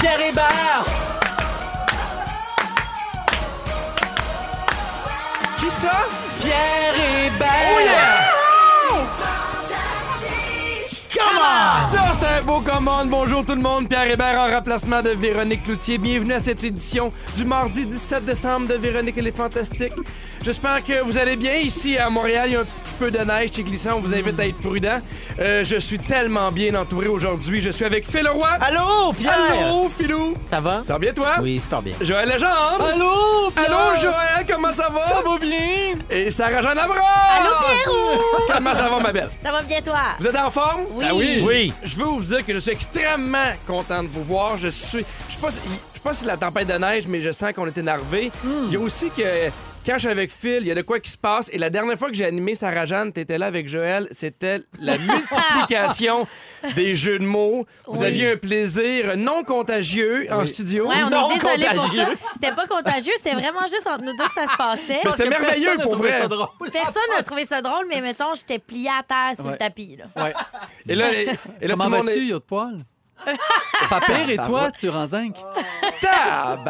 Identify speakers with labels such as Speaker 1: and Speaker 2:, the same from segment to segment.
Speaker 1: Saint-Hubert. Qui ça? Pierre Hébert. Oh Ça, c'est un beau commande. Bonjour tout le monde. Pierre Hébert en remplacement de Véronique Cloutier. Bienvenue à cette édition du mardi 17 décembre de Véronique et les Fantastiques. J'espère que vous allez bien. Ici à Montréal, il y a un petit peu de neige chez Glissant. On vous invite à être prudent. Euh, je suis tellement bien entouré aujourd'hui. Je suis avec Phil Roy.
Speaker 2: Allô, Pierre!
Speaker 1: Allô, Philou.
Speaker 2: Ça va?
Speaker 1: Ça va bien, toi?
Speaker 2: Oui, super bien.
Speaker 1: Joël Legendre.
Speaker 2: Allô,
Speaker 1: Allô, Joël, comment ça va?
Speaker 2: va bien?
Speaker 1: Et Sarah-Jeanne Abreu.
Speaker 3: Allô, Pierrot!
Speaker 1: Comment ça va, ma belle?
Speaker 3: Ça va bien, toi?
Speaker 1: Vous êtes en forme?
Speaker 3: Oui. Ah oui.
Speaker 2: Oui.
Speaker 1: Je veux vous dire que je suis extrêmement content de vous voir. Je suis. Je sais pas si, je sais pas si la tempête de neige, mais je sens qu'on est énervé.
Speaker 3: Hmm.
Speaker 1: Il y a aussi que. Quand je suis avec Phil, il y a de quoi qui se passe. Et la dernière fois que j'ai animé Sarah Jeanne, t'étais là avec Joël, c'était la multiplication des jeux de mots. Vous
Speaker 3: Oui.
Speaker 1: aviez un plaisir non contagieux en studio.
Speaker 3: Ouais, on
Speaker 2: Non
Speaker 3: est désolé
Speaker 2: contagieux.
Speaker 3: pour ça. C'était pas contagieux, c'était vraiment juste entre nous deux que ça se passait.
Speaker 1: Mais c'était merveilleux pour vrai.
Speaker 3: Personne n'a trouvé ça drôle, mais mettons, j'étais pliée à terre sur le tapis. Là.
Speaker 1: Ouais. Et là, et, et là
Speaker 4: Comment
Speaker 1: tout le monde
Speaker 4: vas-tu,
Speaker 1: est-
Speaker 4: Yacht Poil? Pas pire, et toi, tu rends zinc?
Speaker 1: Tabarouette,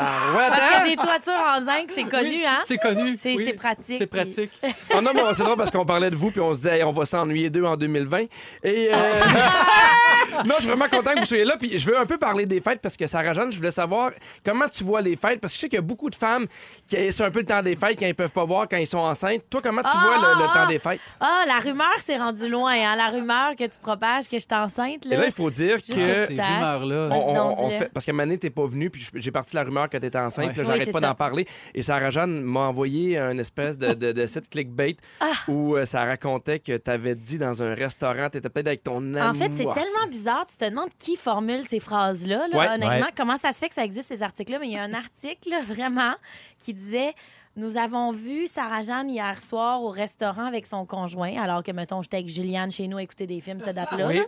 Speaker 3: Parce
Speaker 1: hein?
Speaker 3: que des toitures en zinc, c'est connu, hein?
Speaker 4: C'est connu.
Speaker 3: C'est-
Speaker 4: Oui.
Speaker 3: c'est pratique, puis-
Speaker 4: C'est pratique.
Speaker 1: Oh non, mais c'est drôle parce qu'on parlait de vous puis on se disait, Hey, on va s'ennuyer d'eux en 2020. Et euh, non, je suis vraiment content que vous soyez là. Puis je veux un peu parler des fêtes parce que Sarah Jeanne, je voulais savoir comment tu vois les fêtes parce que je sais qu'il y a beaucoup de femmes qui c'est un peu le temps des fêtes quand ils peuvent pas voir quand ils sont enceintes. Toi, comment tu
Speaker 3: Ah,
Speaker 1: vois le, le
Speaker 3: ah,
Speaker 1: temps
Speaker 3: ah.
Speaker 1: des fêtes
Speaker 3: Ah, la rumeur s'est rendue loin, hein? La rumeur que tu propages, que je suis enceinte,
Speaker 1: Et
Speaker 3: là.
Speaker 1: là, il faut dire
Speaker 3: Juste que
Speaker 1: que
Speaker 3: tu
Speaker 4: Ces
Speaker 3: saches.
Speaker 4: rumeurs-là.
Speaker 1: on- on-
Speaker 3: donc,
Speaker 1: on
Speaker 3: dis-le.
Speaker 1: fait- parce que Mané, t'es pas venu, puis j'ai parti la rumeur que t'étais enceinte, puis là,
Speaker 3: Oui,
Speaker 1: j'arrête
Speaker 3: c'est
Speaker 1: pas
Speaker 3: ça.
Speaker 1: d'en parler. Et Sarah Jeanne m'a envoyé un espèce de, de, de site clickbait
Speaker 3: Ah.
Speaker 1: où euh, ça racontait que t'avais dit dans un restaurant, t'étais peut-être avec ton ami.
Speaker 3: En fait, c'est tellement bizarre. Tu te demandes qui formule ces phrases-là. là.
Speaker 1: Ouais.
Speaker 3: Honnêtement,
Speaker 2: Ouais.
Speaker 3: comment ça se fait que ça existe, ces articles-là? Mais il y a un article, là, vraiment, qui disait Nous avons vu Sarah-Jeanne hier soir au restaurant avec son conjoint, alors que, mettons, j'étais avec Juliane chez nous à écouter des films, cette date-là.
Speaker 4: Oui.
Speaker 3: là.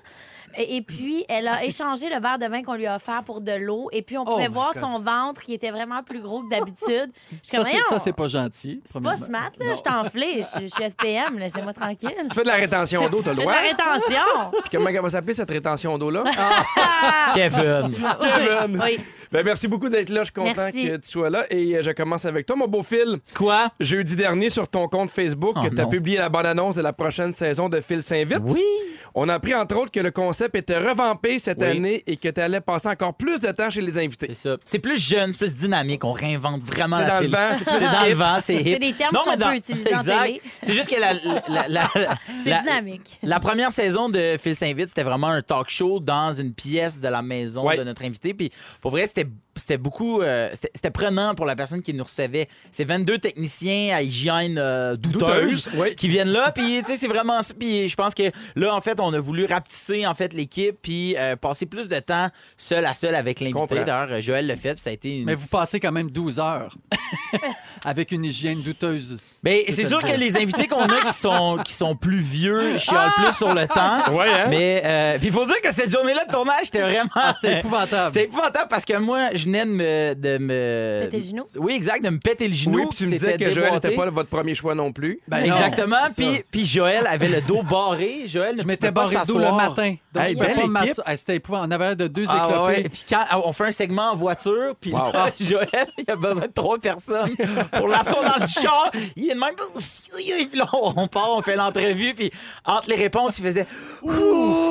Speaker 3: Et, et puis, elle a échangé le verre de vin qu'on lui a offert pour de l'eau. Et puis, on pouvait
Speaker 4: Oh my
Speaker 3: voir
Speaker 4: God.
Speaker 3: son ventre qui était vraiment plus gros que d'habitude. Je suis
Speaker 4: Ça,
Speaker 3: comme,
Speaker 4: c'est-
Speaker 3: Voyons,
Speaker 4: ça, c'est pas gentil.
Speaker 3: c'est pas ce matin, là. Je t'enflais. Je je suis SPM. Laissez-moi tranquille.
Speaker 1: Tu fais de la rétention d'eau, t'as le
Speaker 3: Fais de
Speaker 1: droit.
Speaker 3: la Ah. rétention.
Speaker 1: Puis comment elle va s'appeler cette rétention d'eau-là?
Speaker 2: Kevin.
Speaker 1: Kevin.
Speaker 3: Oui.
Speaker 1: Ben, merci beaucoup d'être là. Je suis content
Speaker 3: Merci.
Speaker 1: que tu sois là. Et euh, je commence avec toi, mon beau Phil.
Speaker 2: Quoi?
Speaker 1: Jeudi dernier, sur ton compte Facebook,
Speaker 4: Oh
Speaker 1: tu as
Speaker 4: non.
Speaker 1: publié la bande-annonce de la prochaine saison de Phil s'invite.
Speaker 2: Oui.
Speaker 1: On a appris, entre autres, que le concept était revampé cette
Speaker 2: Oui.
Speaker 1: année et que tu allais passer encore plus de temps chez les invités.
Speaker 2: C'est ça. C'est plus jeune, c'est plus dynamique. On réinvente vraiment
Speaker 1: C'est
Speaker 2: la
Speaker 1: dans le
Speaker 2: télé.
Speaker 1: vent, c'est plus
Speaker 2: C'est dans le vent, c'est hip.
Speaker 3: C'est des termes qu'on
Speaker 2: mais dans-
Speaker 3: peut utiliser en
Speaker 2: Exact.
Speaker 3: télé.
Speaker 2: C'est juste que la, la, la- la-
Speaker 3: C'est
Speaker 2: la-
Speaker 3: dynamique.
Speaker 2: La première saison de Phil s'invite, c'était vraiment un talk show dans une pièce de la maison
Speaker 1: Ouais.
Speaker 2: de notre invité. Puis pour vrai, c'était c'était beaucoup, euh, c'était c'était prenant pour la personne qui nous recevait. C'est 22 techniciens à hygiène euh, douteuse,
Speaker 1: Douteuse, oui.
Speaker 2: qui viennent là. Puis tu sais, c'est vraiment, puis je pense que là, en fait, on a voulu rapetisser en fait l'équipe, puis euh, passer plus de temps seul à seul avec
Speaker 1: comprends.
Speaker 2: l'invité. D'ailleurs, euh, Joël le fait, puis ça a été. Une...
Speaker 4: Mais vous passez quand même 12 heures avec une hygiène douteuse.
Speaker 2: Ben,
Speaker 4: Je
Speaker 2: c'est
Speaker 4: te
Speaker 2: sûr
Speaker 4: le
Speaker 2: que
Speaker 4: dis.
Speaker 2: les invités qu'on a qui sont, qui sont plus vieux chialent
Speaker 4: Ah!
Speaker 2: plus sur le temps.
Speaker 1: Ouais, hein?
Speaker 2: Mais euh, puis il faut dire que cette journée-là de tournage, c'était vraiment.
Speaker 4: Ah, C'était épouvantable.
Speaker 2: Ah, C'était épouvantable parce que moi, je venais de me. De me...
Speaker 3: Péter le genou?
Speaker 2: Oui, exact, de me péter le genou.
Speaker 1: Oui, puis tu me
Speaker 2: c'était
Speaker 1: disais que Joël
Speaker 2: déboîté.
Speaker 1: n'était pas votre premier choix non plus.
Speaker 4: Ben non,
Speaker 2: Exactement.
Speaker 4: c'est
Speaker 2: Puis,
Speaker 4: ça.
Speaker 2: puis Joël avait le dos barré. Joël ne
Speaker 4: Je
Speaker 2: pouvait
Speaker 4: m'étais
Speaker 2: pas
Speaker 4: barré le dos le
Speaker 2: s'asseoir.
Speaker 4: matin. Donc,
Speaker 1: Hey,
Speaker 4: je pouvais
Speaker 1: belle
Speaker 4: pas
Speaker 1: équipe.
Speaker 4: m'asseoir. Ah, C'était épouvantable. On avait l'air de deux
Speaker 2: Ah, ouais, ouais.
Speaker 4: éclopés.
Speaker 2: Et Puis quand ah, on fait un segment en voiture, puis
Speaker 1: Wow.
Speaker 2: Joël, il a besoin de trois personnes pour l'asseoir dans le char. Il est de même. Puis là, on part, on fait l'entrevue, puis entre les réponses, il faisait.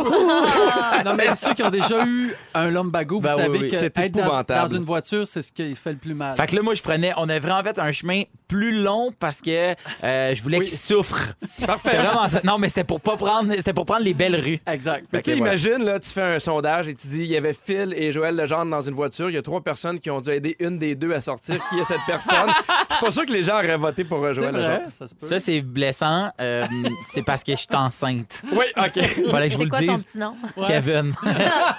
Speaker 4: Ah. Non, mais ceux qui ont déjà eu un lumbago, vous
Speaker 2: Ben oui,
Speaker 4: savez
Speaker 2: oui,
Speaker 4: que
Speaker 1: c'est
Speaker 4: être dans,
Speaker 1: épouvantable.
Speaker 4: dans une voiture, c'est ce qui fait le plus mal.
Speaker 2: Fait que là, moi, je prenais. On avait en fait un chemin plus long parce que euh, je voulais qu'il souffre. C'est vraiment ça. Non, mais c'était pour pas prendre. C'était pour prendre les belles rues.
Speaker 4: Exact.
Speaker 1: Mais tu sais,
Speaker 2: Ok, voilà.
Speaker 1: imagine, là, tu fais un sondage et tu dis il y avait Phil et Joël Legendre dans une voiture. Il y a trois personnes qui ont dû aider une des deux à sortir. Qui est cette personne Je suis pas sûr que les gens auraient voté pour euh,
Speaker 4: C'est
Speaker 1: Joël
Speaker 4: vrai,
Speaker 1: Legendre.
Speaker 4: ça se peut.
Speaker 2: Ça, c'est blessant. Euh, c'est parce que je suis enceinte.
Speaker 1: Oui, OK.
Speaker 2: Fallait que je vous
Speaker 3: C'est quoi
Speaker 2: le
Speaker 3: son
Speaker 2: dise.
Speaker 3: petit nom?
Speaker 2: Kevin.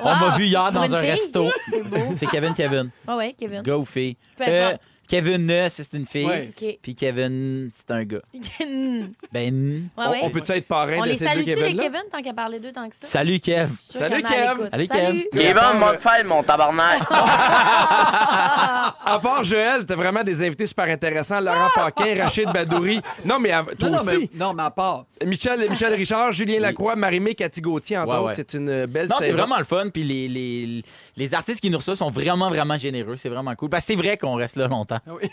Speaker 2: On m'a vu hier
Speaker 3: Pour
Speaker 2: dans
Speaker 3: une
Speaker 2: un
Speaker 3: fille?
Speaker 2: resto.
Speaker 3: C'est beau.
Speaker 2: C'est Kevin, Kevin.
Speaker 3: Oui, oui, Kevin.
Speaker 2: Gars ou fille?
Speaker 3: Hein?
Speaker 2: Euh,
Speaker 3: Peu importe.
Speaker 2: Kevin Ne, si c'est une fille.
Speaker 4: Ouais.
Speaker 3: OK.
Speaker 2: Puis Kevin, c'est un gars.
Speaker 3: Hmm.
Speaker 2: Ben.
Speaker 3: Ouais,
Speaker 1: on,
Speaker 3: ouais.
Speaker 1: on peut-tu être parrain
Speaker 3: On
Speaker 1: de
Speaker 3: les
Speaker 1: ces deux
Speaker 3: salue-tu, les
Speaker 1: Kevin-là?
Speaker 3: Kevin, tant qu'à parler d'eux tant que ça?
Speaker 2: Salut, Kev.
Speaker 3: Je suis sûre
Speaker 1: Salut,
Speaker 3: qu'il y en a à
Speaker 1: Kev.
Speaker 3: l'écoute.
Speaker 2: Salut, Kev.
Speaker 5: Kevin, moi te faire mon tabarnak.
Speaker 1: À part Joël, t'as vraiment des invités super intéressants. Laurent Paquin, Rachid Badouri. Non, mais av- toi
Speaker 4: Non, non,
Speaker 1: aussi.
Speaker 4: mais, non, mais à part.
Speaker 1: Michel, Michel Richard, Julien Lacroix, Marimé, Cathy Gauthier, entre
Speaker 2: Ouais,
Speaker 1: autres.
Speaker 2: ouais.
Speaker 1: C'est une euh, belle
Speaker 2: Non, c'est
Speaker 1: saison.
Speaker 2: vraiment le fun. Puis les, les, les artistes qui nous reçoivent sont vraiment, vraiment généreux. C'est vraiment cool. Parce que c'est vrai qu'on reste là longtemps.
Speaker 4: Ah oui.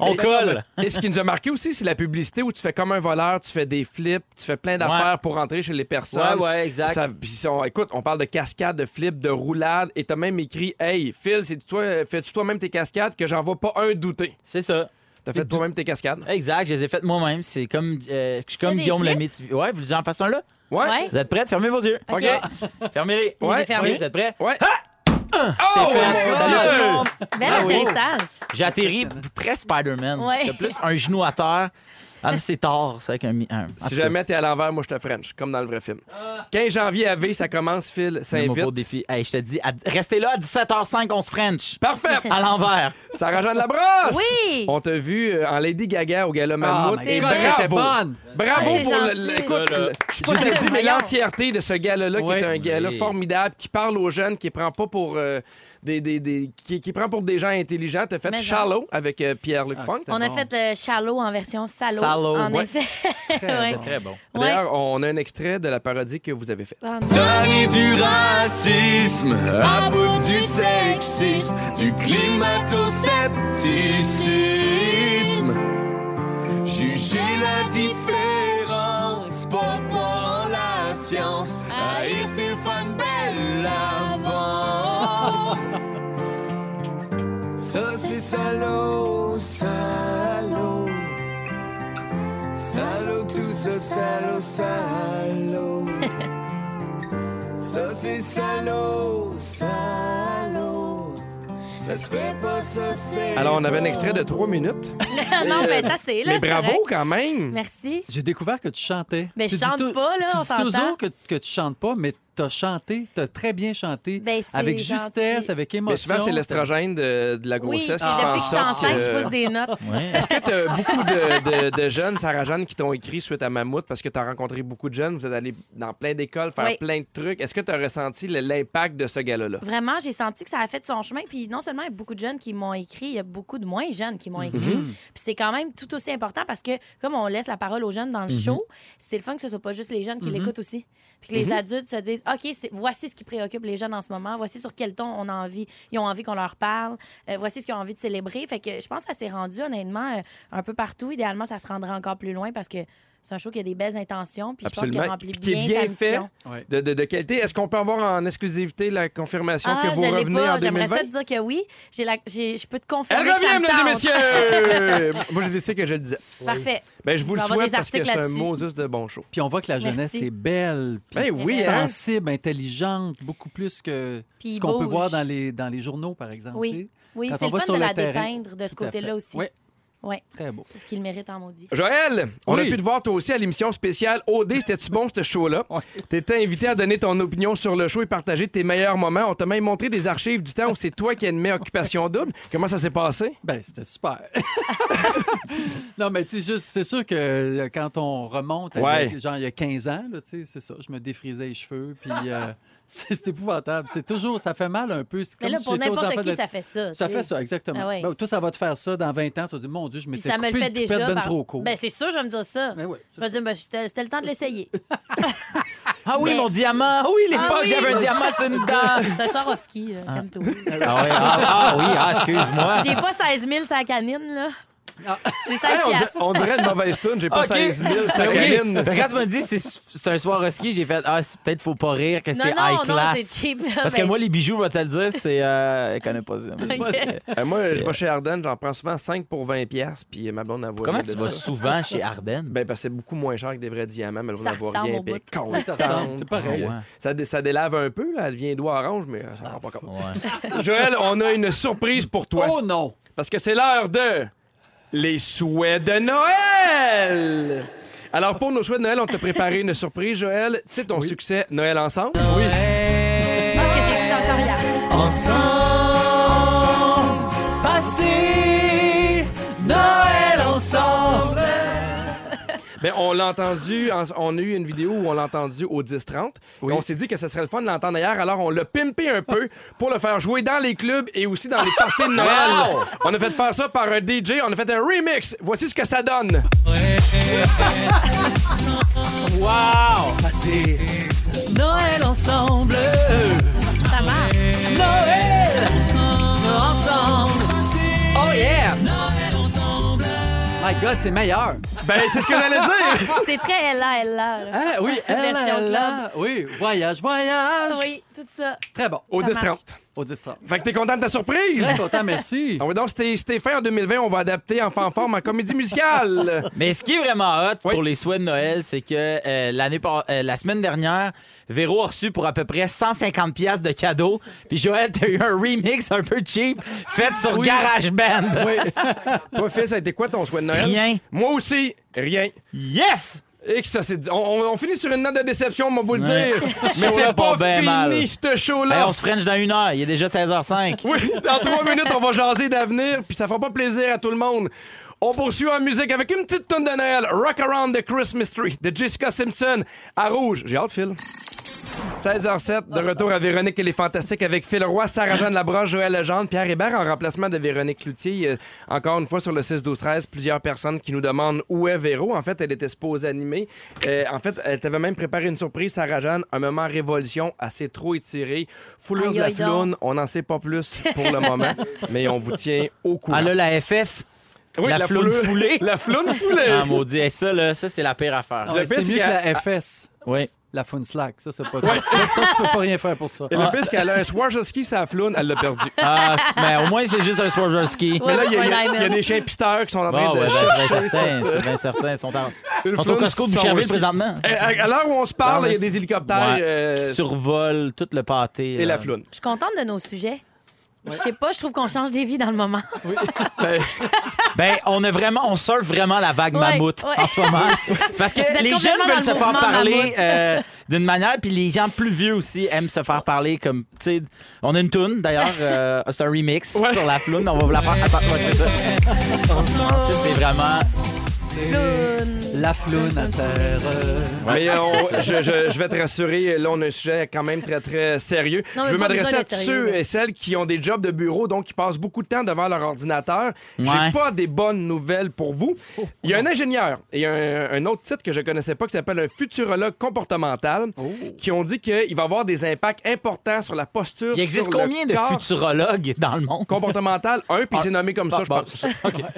Speaker 2: On colle.
Speaker 1: Et ce qui nous a marqué aussi, c'est la publicité où tu fais comme un voleur, tu fais des flips, tu fais plein d'affaires pour rentrer chez les personnes.
Speaker 2: ouais, exact.
Speaker 1: Ça- puis si on- écoute, on parle de cascades, de flips, de roulades, et t'as même écrit Hey, Phil, c'est toi, fais-tu toi-même tes cascades que j'en vois pas un douter.
Speaker 2: C'est ça.
Speaker 1: T'as fait toi-même tes cascades.
Speaker 2: Exact. Je les ai faites moi-même. C'est comme, euh, je suis
Speaker 3: fais
Speaker 2: comme
Speaker 3: des
Speaker 2: Guillaume
Speaker 3: flips?
Speaker 2: Lemaitre. Ouais, vous voulez que j'en fasse un là?
Speaker 3: Ouais.
Speaker 2: Vous êtes prêts? Fermez vos yeux.
Speaker 3: OK.
Speaker 1: OK.
Speaker 2: Fermez-les.
Speaker 1: Ouais.
Speaker 3: les ai fermés.
Speaker 2: Oui, vous êtes prêts?
Speaker 1: Ouais.
Speaker 2: Ah! C'est
Speaker 1: Oh,
Speaker 2: fait.
Speaker 1: mon
Speaker 2: Salut
Speaker 1: Dieu!
Speaker 2: tout le monde.
Speaker 3: Bel
Speaker 2: Ah oui.
Speaker 3: atterrissage.
Speaker 2: J'ai atterri très Spider-Man.
Speaker 3: Ouais.
Speaker 2: J'ai plus un genou à terre. Ah, mais c'est tard, c'est avec un. mi- un- en tout
Speaker 1: Si
Speaker 2: cas,
Speaker 1: jamais t'es à l'envers, moi je te French, comme dans le vrai film. 15 janvier à V, ça commence, Phil, ça
Speaker 2: c'est mon gros
Speaker 1: invite.
Speaker 2: défi. Hey, je te dis, à- restez là à 17h05, on se French.
Speaker 1: Parfait!
Speaker 2: À l'envers.
Speaker 1: Sarah Jeanne Labrosse!
Speaker 3: Oui!
Speaker 1: On t'a vu euh, en Lady Gaga au
Speaker 2: Ah, Ben,
Speaker 1: Gala Mammouth.
Speaker 4: my
Speaker 1: et
Speaker 4: God, elle était
Speaker 1: bravo!
Speaker 4: bonne!
Speaker 1: Bravo
Speaker 3: Ah,
Speaker 1: pour
Speaker 3: c'est
Speaker 1: le- le-
Speaker 3: gentil.
Speaker 1: écoute,
Speaker 2: Ça, là.
Speaker 1: le- je sais pas si elle dit, mais
Speaker 3: Voyons.
Speaker 1: l'entièreté de ce gala-là, qui
Speaker 4: Oui.
Speaker 1: est un gala
Speaker 2: Oui.
Speaker 1: formidable, qui parle aux jeunes, qui prend pas pour euh, des, des, des- qui, qui prend pour des gens intelligents. T'as fait
Speaker 3: Mais non.
Speaker 1: Shallow avec euh, Pierre-Luc
Speaker 4: Ah,
Speaker 1: Funk.
Speaker 4: c'était-
Speaker 3: On a
Speaker 4: bon.
Speaker 3: fait le shallow en version salaud.
Speaker 2: Salaud,
Speaker 3: en
Speaker 2: ouais.
Speaker 3: effet.
Speaker 4: Très
Speaker 3: Ouais.
Speaker 4: bon.
Speaker 2: Très bon.
Speaker 3: Ouais.
Speaker 1: D'ailleurs, on a un extrait de la parodie que vous avez faite.
Speaker 3: Ah,
Speaker 6: Tanné du racisme, à bout du sexisme, du climato-scepticisme. Juger la différence, pas croire en la science, haïr Stéphane Bell l'avance. Ça c'est salaud, salaud. Salaud, tout ce salaud, salaud. Ça c'est salaud, salaud. Ça se fait pas, ça c'est.
Speaker 1: Alors, on avait un extrait de 3 minutes.
Speaker 3: non. non, mais ça, c'est là.
Speaker 1: mais
Speaker 3: c'est
Speaker 1: bravo
Speaker 3: correct.
Speaker 1: quand même!
Speaker 3: Merci.
Speaker 4: J'ai découvert que tu chantais.
Speaker 3: Mais
Speaker 4: Tu
Speaker 3: je
Speaker 4: dis
Speaker 3: chante
Speaker 4: tou-
Speaker 3: pas, là,
Speaker 4: Tu
Speaker 3: on
Speaker 4: dis
Speaker 3: s'entend.
Speaker 4: toujours que, que tu chantes pas, mais t'as chanté, t'as très bien chanté.
Speaker 3: Ben, c'est
Speaker 4: avec
Speaker 3: gentil.
Speaker 4: justesse, avec émotion.
Speaker 1: Mais souvent, c'est l'estrogène de, de la
Speaker 3: Oui,
Speaker 1: grossesse
Speaker 3: c'est
Speaker 1: qui fait en
Speaker 3: depuis que je suis
Speaker 1: sorte
Speaker 3: enceinte, je
Speaker 1: que-
Speaker 3: pose des notes.
Speaker 2: Ouais.
Speaker 1: Est-ce que tu beaucoup de, de- de jeunes, Sarah Jeanne, qui t'ont écrit suite à Mammouth parce que tu as rencontré beaucoup de jeunes, vous êtes allé dans plein d'écoles faire
Speaker 3: Oui.
Speaker 1: plein de trucs. Est-ce que tu as ressenti le- l'impact de ce gars-là?
Speaker 3: Vraiment, j'ai senti que ça a fait son chemin. Puis non seulement il y a beaucoup de jeunes qui m'ont écrit, il y a beaucoup de moins jeunes qui
Speaker 1: Mhm.
Speaker 3: m'ont écrit. Puis c'est quand même tout aussi important parce que comme on laisse la parole aux jeunes dans
Speaker 1: Mhm.
Speaker 3: le show, c'est le fun que ce soit pas juste les jeunes qui l'écoutent aussi. Puis que les
Speaker 1: Mhm.
Speaker 3: adultes se disent, OK, c'est- voici ce qui préoccupe les jeunes en ce moment, voici sur quel ton on a envie, ils ont envie qu'on leur parle, Euh, voici ce qu'ils ont envie de célébrer. Fait que je pense que ça s'est rendu honnêtement euh, un peu partout. Idéalement, ça se rendrait encore plus loin parce que c'est un show qui a des belles intentions. Puis je pense qu'il remplit
Speaker 1: Puis Qui est
Speaker 3: bien,
Speaker 1: bien
Speaker 3: sa
Speaker 1: fait,
Speaker 3: mission.
Speaker 4: Ouais.
Speaker 1: de, de- de qualité. Est-ce qu'on peut avoir en exclusivité la confirmation
Speaker 3: Ah,
Speaker 1: que vous
Speaker 3: je l'ai
Speaker 1: revenez
Speaker 3: pas.
Speaker 1: en
Speaker 3: J'aimerais
Speaker 1: 2020?
Speaker 3: ça te dire que oui. J'ai la... j'ai- Je peux te
Speaker 1: Elle
Speaker 3: confirmer. que ça
Speaker 1: revient,
Speaker 3: me
Speaker 1: mesdames et
Speaker 3: tente.
Speaker 1: messieurs! Moi, j'ai décidé que je le disais.
Speaker 3: Parfait.
Speaker 1: Ben, je vous
Speaker 3: Il
Speaker 1: le
Speaker 3: va y avoir
Speaker 1: souhaite
Speaker 3: des
Speaker 1: parce que
Speaker 3: articles
Speaker 1: c'est un
Speaker 3: là-dessus.
Speaker 1: Moses de bon show.
Speaker 4: Puis on voit que la
Speaker 3: Merci.
Speaker 4: jeunesse est belle, puis
Speaker 1: Ben oui, hein?
Speaker 4: sensible, intelligente, beaucoup plus que
Speaker 3: Puis
Speaker 4: ce
Speaker 3: il
Speaker 4: qu'on peut
Speaker 3: bouge.
Speaker 4: voir dans les, dans les journaux, par exemple.
Speaker 3: Oui.
Speaker 4: tu sais.
Speaker 3: Oui,
Speaker 4: Quand
Speaker 3: c'est
Speaker 4: on
Speaker 3: le
Speaker 4: va
Speaker 3: fun
Speaker 4: sur
Speaker 3: de
Speaker 4: le
Speaker 3: la
Speaker 4: terrain.
Speaker 3: dépeindre de ce
Speaker 4: Tout à fait.
Speaker 3: côté-là aussi.
Speaker 4: Oui,
Speaker 3: Ouais.
Speaker 4: très beau.
Speaker 3: C'est ce qu'il mérite en maudit.
Speaker 1: Joël, on a
Speaker 4: Oui.
Speaker 1: pu te voir toi aussi à l'émission spéciale OD. C'était-tu bon, ce show-là?
Speaker 4: Ouais.
Speaker 1: T'étais invité à donner ton opinion sur le show et partager tes meilleurs moments. On t'a même montré des archives du temps où c'est toi qui animais Occupation Double. Comment ça s'est passé?
Speaker 4: Ben, c'était super. non, mais tu sais, juste, c'est sûr que euh, quand on remonte, avec,
Speaker 1: Ouais.
Speaker 4: genre il y a 15 ans, là, tu sais, c'est ça, je me défrisais les cheveux, puis euh, c'est c'est épouvantable. C'est toujours, ça fait mal un peu. c'est
Speaker 3: Mais
Speaker 4: comme
Speaker 3: là,
Speaker 4: si
Speaker 3: pour
Speaker 4: j'étais aux
Speaker 3: n'importe
Speaker 4: enfants
Speaker 3: qui,
Speaker 4: de-
Speaker 3: ça fait ça.
Speaker 4: Ça
Speaker 3: tu sais.
Speaker 4: fait ça, exactement.
Speaker 3: Ah ouais.
Speaker 4: Ben, toi, ça va te faire ça dans 20 ans, ça dit, mon Dieu, je
Speaker 3: Puis
Speaker 4: m'étais
Speaker 3: ça me
Speaker 4: coupé
Speaker 3: le fait
Speaker 4: le toupette
Speaker 3: déjà.
Speaker 4: ben
Speaker 3: par-
Speaker 4: trop court.
Speaker 3: Ben, c'est sûr, je vais me dire ça.
Speaker 4: Ben oui,
Speaker 3: Je vais dire, ben, c'était c'était le temps de l'essayer.
Speaker 2: Ah oui,
Speaker 3: Mais-
Speaker 2: mon diamant. Ah oui, l'époque,
Speaker 3: Ah oui,
Speaker 2: j'avais un
Speaker 3: mon
Speaker 2: diamant sur une dent.
Speaker 3: C'est un Swarovski, là, comme tout.
Speaker 2: Ah oui, ah, ah oui, ah, excuse-moi.
Speaker 3: J'ai pas 16 000 sur la canine, là.
Speaker 4: Ah. Oh,
Speaker 3: J'ai
Speaker 1: Hey,
Speaker 3: 16
Speaker 1: on, dirait,
Speaker 3: piastres.
Speaker 1: on dirait une mauvaise tune, j'ai pas
Speaker 2: Ok.
Speaker 1: 16 000, ça
Speaker 2: Ok.
Speaker 1: câline.
Speaker 2: Fait que Quand tu m'as dit c'est c'est un soir au ski, j'ai fait ah c'est- peut-être faut pas rire que c'est
Speaker 3: Non, non,
Speaker 2: high
Speaker 3: non,
Speaker 2: class.
Speaker 3: c'est cheap. là,
Speaker 2: Parce que
Speaker 3: ben,
Speaker 2: moi les bijoux, je vais te le dire, c'est euh, elle connaît pas ça.
Speaker 3: Ok.
Speaker 1: Euh, moi, je vais chez Ardennes, j'en prends souvent 5 pour 20 pièces, puis ma blonde avoue.
Speaker 2: Comment tu vas souvent chez Ardennes
Speaker 1: Ben, parce que c'est beaucoup moins cher que des vrais diamants, mais elle
Speaker 3: Ça
Speaker 1: va avoir
Speaker 3: ressemble
Speaker 1: rien.
Speaker 3: au
Speaker 1: puis
Speaker 3: bout.
Speaker 1: elle est
Speaker 4: Oui, ça ressemble, c'est
Speaker 1: contente.
Speaker 4: pareil.
Speaker 1: Ouais.
Speaker 2: Ouais.
Speaker 1: Ça, dé- ça délave un peu, là, elle vient d'où orange, mais euh, ça rend pas compte.
Speaker 2: Ouais.
Speaker 1: Joël, on a une surprise pour toi.
Speaker 4: Oh non!
Speaker 1: Parce que c'est l'heure de les souhaits de Noël. Alors pour nos souhaits de Noël, on t'a préparé une surprise, Joël. Tu sais ton succès Noël ensemble. Oui.
Speaker 3: Ah, que j'ai écouté encore hier.
Speaker 4: Ensemble, passer
Speaker 1: ensemble. Ben, on l'a entendu, en- on a eu une vidéo où on l'a entendu au 10-30. Et on s'est dit que ce serait le fun de l'entendre ailleurs, alors on l'a pimpé un peu pour le faire jouer dans les clubs et aussi dans les parties de Noël. On a fait faire ça par un DJ, on a fait un remix. Voici ce que ça donne.
Speaker 2: Wow!
Speaker 4: Noël ensemble.
Speaker 3: Ça marche.
Speaker 4: Noël ensemble.
Speaker 1: Oh yeah!
Speaker 4: My God, c'est meilleur.
Speaker 1: Ben, c'est ce que j'allais dire.
Speaker 3: C'est très LA, LA. là.
Speaker 4: Ah oui, elle,
Speaker 3: Version
Speaker 4: elle,
Speaker 3: club.
Speaker 4: elle. Oui, voyage, voyage.
Speaker 3: Oui, tout ça.
Speaker 4: Très bon.
Speaker 1: Au
Speaker 3: Ça
Speaker 1: 10-30.
Speaker 4: Au 10 30.
Speaker 1: Fait que t'es content de ta surprise?
Speaker 4: Très content, merci.
Speaker 1: Ah oui, donc c'était c'était fait en 2020, on va adapter en forme en comédie musicale.
Speaker 2: Mais ce qui est vraiment hot
Speaker 1: Oui.
Speaker 2: pour les souhaits de Noël, c'est que euh, l'année par- euh, la semaine dernière, Véro a reçu pour à peu près 150 pièces de cadeaux. Puis Joël, t'as eu un remix un peu cheap fait sur GarageBand.
Speaker 4: Oui.
Speaker 1: Toi, Phil, ça a été quoi ton souhait de Noël?
Speaker 2: Rien.
Speaker 1: Moi aussi, rien.
Speaker 2: Yes!
Speaker 1: Et que ça, c'est. On, on- on finit sur une note de déception, on va vous le
Speaker 2: Ouais.
Speaker 1: dire.
Speaker 2: Show-là
Speaker 1: Mais c'est pas
Speaker 2: part bien
Speaker 1: fini,
Speaker 2: mal.
Speaker 1: ce
Speaker 2: Hey,
Speaker 1: show-là.
Speaker 2: Ben, on se french dans une heure. Il est déjà 16h05.
Speaker 1: Oui, dans trois minutes, on va jaser d'avenir, puis ça fera pas plaisir à tout le monde. On poursuit en musique avec une petite tonne de Noël, Rock Around the Christmas Tree de Jessica Simpson à Rouge. J'ai hâte, Phil. 16h07, de retour à Véronique et les Fantastiques avec Phil Roy, Sarah-Jeanne Labrosse, Joël Legendre, Pierre Hébert en remplacement de Véronique Cloutier. Euh, Encore une fois, sur le 6-12-13, plusieurs personnes qui nous demandent où est Véro. En fait, elle était supposée animer. Euh, en fait, elle t'avait même préparé une surprise, Sarah-Jeanne, un moment révolution assez trop étiré. Foulure
Speaker 3: Aïe,
Speaker 1: de la
Speaker 3: aïe, donc.
Speaker 1: floune, on n'en sait pas plus pour le moment, mais on vous tient au courant.
Speaker 2: Ah là, la FF.
Speaker 1: Oui,
Speaker 2: la floune
Speaker 1: foulure-
Speaker 2: foulée.
Speaker 1: La Oh. floune foulée.
Speaker 2: Ah, maudit. Hey, ça, là, ça, c'est la pire affaire.
Speaker 1: Le
Speaker 4: Ouais,
Speaker 1: pire,
Speaker 4: c'est
Speaker 1: c'est
Speaker 4: mieux que
Speaker 1: qu'à-
Speaker 4: la FS.
Speaker 2: Oui.
Speaker 4: La fun slack, ça c'est pas ça, ça, tu peux pas rien faire pour ça.
Speaker 1: Et le pire, c'est qu'elle a un Swarovski, sa floune, elle l'a perdu.
Speaker 2: Ah, mais au moins, c'est juste un Swarovski.
Speaker 3: Ouais,
Speaker 1: Là, il y, a-
Speaker 3: ouais,
Speaker 1: il y a-
Speaker 3: Diamond.
Speaker 1: il y a des chiens pisteurs qui sont en train
Speaker 2: Bon,
Speaker 1: de
Speaker 2: ouais, ben,
Speaker 1: chercher
Speaker 2: c'est bien certain,
Speaker 1: cette, euh,
Speaker 2: c'est bien certain. Ils sont, en,
Speaker 1: une
Speaker 2: ils sont au
Speaker 1: floune
Speaker 2: Costco de
Speaker 1: Swarovski.
Speaker 2: Boucherville présentement.
Speaker 1: Eh, À, à l'heure où on se parle,
Speaker 2: Non,
Speaker 1: il y a
Speaker 2: mais
Speaker 1: des hélicoptères
Speaker 2: Ouais.
Speaker 1: euh,
Speaker 2: Survole tout le pâté. euh.
Speaker 1: et
Speaker 2: là.
Speaker 1: la floune.
Speaker 3: Je suis contente de nos sujets. Je sais pas, je trouve qu'on change des vies dans le moment.
Speaker 2: Ben, on a vraiment, on surfe vraiment la vague
Speaker 3: Ouais,
Speaker 2: mammouth
Speaker 3: ouais.
Speaker 2: en ce moment. C'est parce que
Speaker 3: Vous êtes
Speaker 2: les jeunes
Speaker 3: complètement
Speaker 2: veulent
Speaker 3: dans
Speaker 2: se
Speaker 3: le
Speaker 2: faire
Speaker 3: mouvement
Speaker 2: parler
Speaker 3: mammouth.
Speaker 2: euh, d'une manière, puis les gens plus vieux aussi aiment se faire parler comme, tu sais, on a une toune d'ailleurs, euh, c'est un remix
Speaker 1: Ouais.
Speaker 2: sur la floune, on va vous la faire. Attends, ouais, c'est ça. Ça, c'est vraiment.
Speaker 3: Clown.
Speaker 4: La floune à terre.
Speaker 1: Mais euh, on- je, je- je vais te rassurer, là, on a un sujet quand même très, très sérieux.
Speaker 3: Non, mais
Speaker 1: je veux
Speaker 3: pas
Speaker 1: m'adresser
Speaker 3: besoin
Speaker 1: à
Speaker 3: d'être sérieux,
Speaker 1: ceux
Speaker 3: là.
Speaker 1: et celles qui ont des jobs de bureau, donc qui passent beaucoup de temps devant leur ordinateur.
Speaker 2: Ouais.
Speaker 1: J'ai pas des bonnes nouvelles pour vous.
Speaker 3: Oh.
Speaker 1: Il y a un ingénieur et un, un autre titre que je connaissais pas qui s'appelle un futurologue comportemental
Speaker 3: Oh.
Speaker 1: qui ont dit qu'il va avoir des impacts importants sur la posture.
Speaker 2: Il existe
Speaker 1: sur le
Speaker 2: combien de
Speaker 1: corps.
Speaker 2: futurologues dans le monde?
Speaker 1: comportemental, un, puis
Speaker 2: Ah,
Speaker 1: c'est nommé comme ça, je
Speaker 2: bon,
Speaker 1: pense.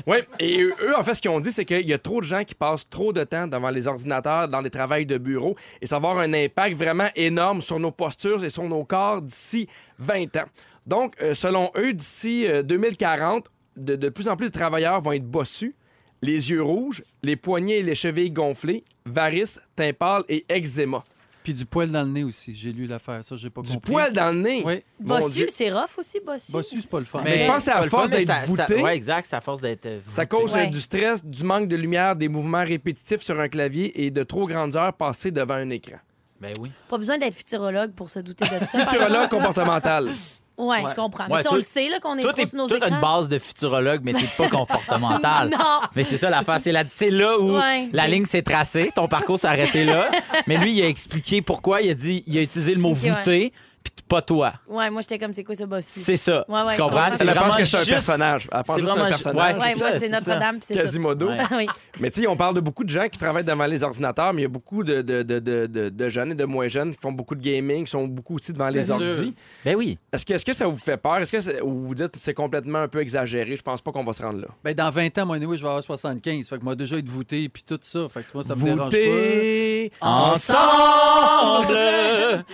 Speaker 1: Oui, et eux, eux, en fait, ce qu'ils ont dit, c'est qu'il y a trop de gens qui passent trop de temps devant les ordinateurs, dans les travails de bureau, et ça va avoir un impact vraiment énorme sur nos postures et sur nos corps d'ici 20 ans. Donc, euh, selon eux, d'ici euh, 2040, de, de plus en plus de travailleurs vont être bossus, les yeux rouges, les poignets et les chevilles gonflés, varices, tympales et eczéma.
Speaker 4: Puis du poil dans le nez aussi, j'ai lu l'affaire, ça j'ai pas
Speaker 1: Du
Speaker 4: compris.
Speaker 1: poil dans le nez.
Speaker 4: Oui.
Speaker 1: Mon Dieu.
Speaker 3: Bossu, c'est rough aussi, Bossu.
Speaker 4: Bossu, c'est pas le fun.
Speaker 1: Mais je pense que c'est à
Speaker 2: pas le fun,
Speaker 1: force
Speaker 2: mais
Speaker 1: d'être
Speaker 2: c'est à- c'est à-
Speaker 1: voûté.
Speaker 2: Ouais, exact, c'est à force d'être euh, voûté.
Speaker 1: Ça cause euh,
Speaker 3: Ouais.
Speaker 1: du stress, du manque de lumière, des mouvements répétitifs sur un clavier et de trop grandes heures passées devant un écran.
Speaker 2: Ben oui.
Speaker 3: Pas besoin d'être futurologue pour se douter de ça.
Speaker 1: Futurologue comportemental.
Speaker 3: Ouais, je comprends.
Speaker 2: Ouais,
Speaker 3: Mais tu sais,
Speaker 2: toi-
Speaker 3: on le sait là qu'on est
Speaker 2: Toi,
Speaker 3: trop
Speaker 2: t'es
Speaker 3: sur nos
Speaker 2: toi, t'as une
Speaker 3: écrans.
Speaker 2: base de futurologue, mais t'es pas comportemental.
Speaker 3: Non.
Speaker 2: Mais c'est ça l'affaire. C'est la- c'est là où
Speaker 3: Ouais.
Speaker 2: la ligne s'est tracée. Ton parcours s'est arrêté là. Mais lui, il a expliqué pourquoi. Il a dit, il a utilisé le mot
Speaker 3: Ok, ouais.
Speaker 2: voûté, puis t- pas toi.
Speaker 3: Ouais, moi j'étais comme c'est quoi ce Bossu
Speaker 2: C'est ça.
Speaker 3: Ouais, ouais,
Speaker 2: tu
Speaker 3: je
Speaker 2: comprends?
Speaker 3: comprends.
Speaker 2: Ah, C'est
Speaker 1: Elle
Speaker 2: vraiment
Speaker 1: pense que c'est un
Speaker 2: juste-
Speaker 1: personnage. Elle pense
Speaker 2: c'est
Speaker 1: que c'est un
Speaker 2: vraiment ju-
Speaker 1: personnage.
Speaker 2: ouais.
Speaker 3: Ouais, moi
Speaker 2: ça,
Speaker 3: c'est
Speaker 2: c'est
Speaker 3: Notre-Dame puis c'est tout.
Speaker 1: Quasimodo.
Speaker 2: Ouais.
Speaker 3: Ah oui.
Speaker 1: Mais tu sais, on parle de beaucoup de gens qui travaillent devant les ordinateurs, mais il y a beaucoup de, de, de, de, de- de jeunes et de moins jeunes qui font beaucoup de gaming, qui sont beaucoup aussi devant les
Speaker 4: Bien sûr.
Speaker 1: ordis.
Speaker 2: Ben oui.
Speaker 1: Est-ce que, est-ce que ça vous fait peur? Est-ce que c'est- ou vous dites que c'est complètement un peu exagéré? Je pense pas qu'on va se rendre là.
Speaker 4: Ben, dans 20 ans, moi, anyway, je vais avoir 75. Fait que moi, déjà, être voûté, puis tout ça. Fait que moi, ça me dérange
Speaker 1: Voûter.
Speaker 2: Ah. Ensemble!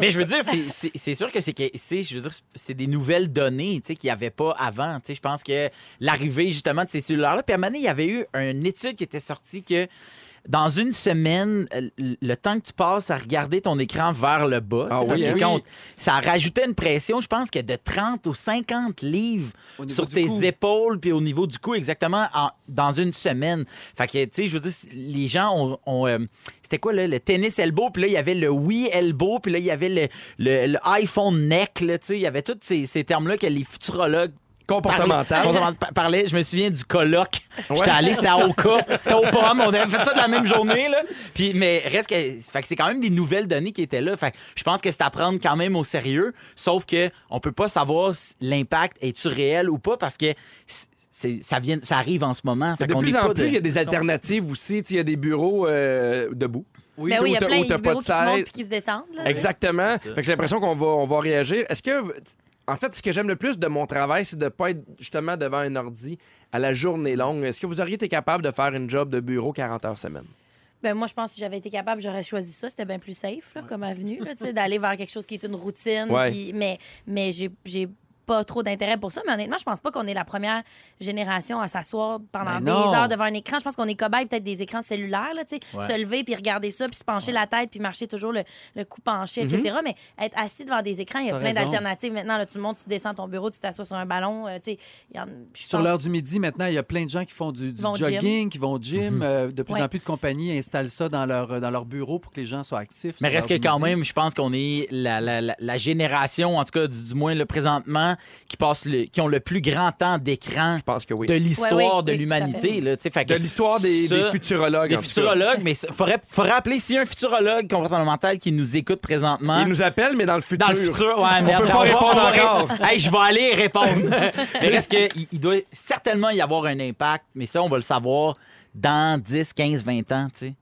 Speaker 2: Mais je veux dire, c'est- c'est c'est sûr que c'est que- c'est je veux dire, c'est des nouvelles données tu sais, qu'il n'y avait pas avant. Tu sais, Je pense que l'arrivée justement de ces cellulaires-là, puis à un moment donné, il y avait eu une étude qui était sortie que dans une semaine, l- le temps que tu passes à regarder ton écran vers le bas, tu
Speaker 1: Ah
Speaker 2: sais, parce
Speaker 1: oui,
Speaker 2: que
Speaker 1: hein?
Speaker 2: quand on- ça rajoutait une pression, je pense que de 30 ou 50 livres
Speaker 4: Au niveau
Speaker 2: sur
Speaker 4: du
Speaker 2: tes
Speaker 4: cou.
Speaker 2: épaules puis au niveau du cou exactement en- dans une semaine. Fait que, tu sais, je veux dire, les gens ont... ont, euh, c'était quoi, là, le tennis elbow, puis là, il y avait le Wii elbow, puis là, il y avait le, le- le iPhone neck, là, tu sais, il y avait tous ces, ces termes-là que les futurologues
Speaker 1: Comportemental.
Speaker 2: Comportemental. Pa- parlait, je me souviens du colloque.
Speaker 1: Ouais.
Speaker 2: J'étais allé, c'était à Oka, c'était aux pommes. On avait fait ça de la même journée. Là. Puis, mais reste que, fait que c'est quand même des nouvelles données qui étaient là. Fait que je pense que c'est à prendre quand même au sérieux. Sauf que on peut pas savoir si l'impact est-tu réel ou pas parce que c- c'est- ça, vient, ça arrive en ce moment. Fait
Speaker 1: De
Speaker 2: qu'on
Speaker 1: plus
Speaker 2: est
Speaker 1: en
Speaker 2: pas
Speaker 1: plus, il y a des alternatives aussi. Tu sais, Il y a des bureaux euh, debout.
Speaker 3: Ben oui, il y a
Speaker 1: Ou t'as-
Speaker 3: plein
Speaker 1: ou t'as
Speaker 3: de
Speaker 1: pas de
Speaker 3: bureaux qui se
Speaker 1: salle.
Speaker 3: montent puis qui se descendent. là, tu sais.
Speaker 1: Exactement.
Speaker 2: c'est
Speaker 1: Fait
Speaker 2: ça.
Speaker 1: que j'ai l'impression qu'on va, on va réagir. Est-ce que. En fait, ce que j'aime le plus de mon travail, c'est de pas être justement devant un ordi à la journée longue. Est-ce que vous auriez été capable de faire une job de bureau 40 heures semaine?
Speaker 3: Ben moi, je pense que si j'avais été capable, j'aurais choisi ça. C'était bien plus safe là, comme avenue, là, tu sais, d'aller vers quelque chose qui est une routine.
Speaker 1: Ouais.
Speaker 3: puis- mais mais j'ai, j'ai pas trop d'intérêt pour ça. Mais honnêtement, je pense pas qu'on est la première génération à s'asseoir pendant
Speaker 4: Ben
Speaker 3: des
Speaker 4: non.
Speaker 3: heures devant un écran. Je pense qu'on est cobaye peut-être des écrans cellulaires, là, tu sais,
Speaker 2: Ouais.
Speaker 3: se lever puis regarder ça, puis se pencher la tête, puis marcher toujours le, le cou penché, etc. Mais être assis devant des écrans, il y a
Speaker 4: Mm-hmm. T'as
Speaker 3: plein
Speaker 4: raison.
Speaker 3: d'alternatives maintenant. Là, tu montes, tu descends ton bureau, tu t'assois sur un ballon. euh, tu sais, il y en- je
Speaker 4: Sur
Speaker 3: pense-
Speaker 4: l'heure du midi, maintenant, il y a plein de gens qui font du, du
Speaker 3: Vont au gym.
Speaker 4: jogging, qui vont au gym.
Speaker 2: Mhm.
Speaker 4: Euh, de plus
Speaker 3: Ouais.
Speaker 4: en plus de compagnies installent ça dans leur, euh, dans leur bureau pour que les gens soient actifs.
Speaker 2: Mais
Speaker 4: sur
Speaker 2: reste que
Speaker 4: l'heure du
Speaker 2: quand
Speaker 4: midi.
Speaker 2: même, je pense qu'on est la, la- la- la génération, en tout cas du, du moins le présentement, qui passe le, qui ont le plus grand temps d'écran
Speaker 1: Je pense que oui.
Speaker 2: de
Speaker 1: De,
Speaker 2: l'histoire
Speaker 3: Ouais, oui,
Speaker 2: de
Speaker 3: oui, tout à
Speaker 2: l'humanité.
Speaker 3: fait.
Speaker 2: là, tu sais. Fait que
Speaker 1: l'histoire des,
Speaker 2: ça-
Speaker 1: des futurologues.
Speaker 2: des
Speaker 1: en tout cas.
Speaker 2: futurologues, mais il faudrait, faudrait appeler s'il y a un futurologue comportemental qui nous écoute présentement.
Speaker 1: Ils nous appellent, mais dans le futur.
Speaker 2: hein? Dans le futur, ouais, merde,
Speaker 1: peut
Speaker 2: on
Speaker 1: pas
Speaker 2: va-
Speaker 1: répondre
Speaker 2: on va ré-
Speaker 1: encore.
Speaker 2: Hey, je vais aller répondre. mais est-ce qu'il il doit certainement y avoir un impact, mais ça, on va le savoir dans 10, 15, 20 ans, tu sais.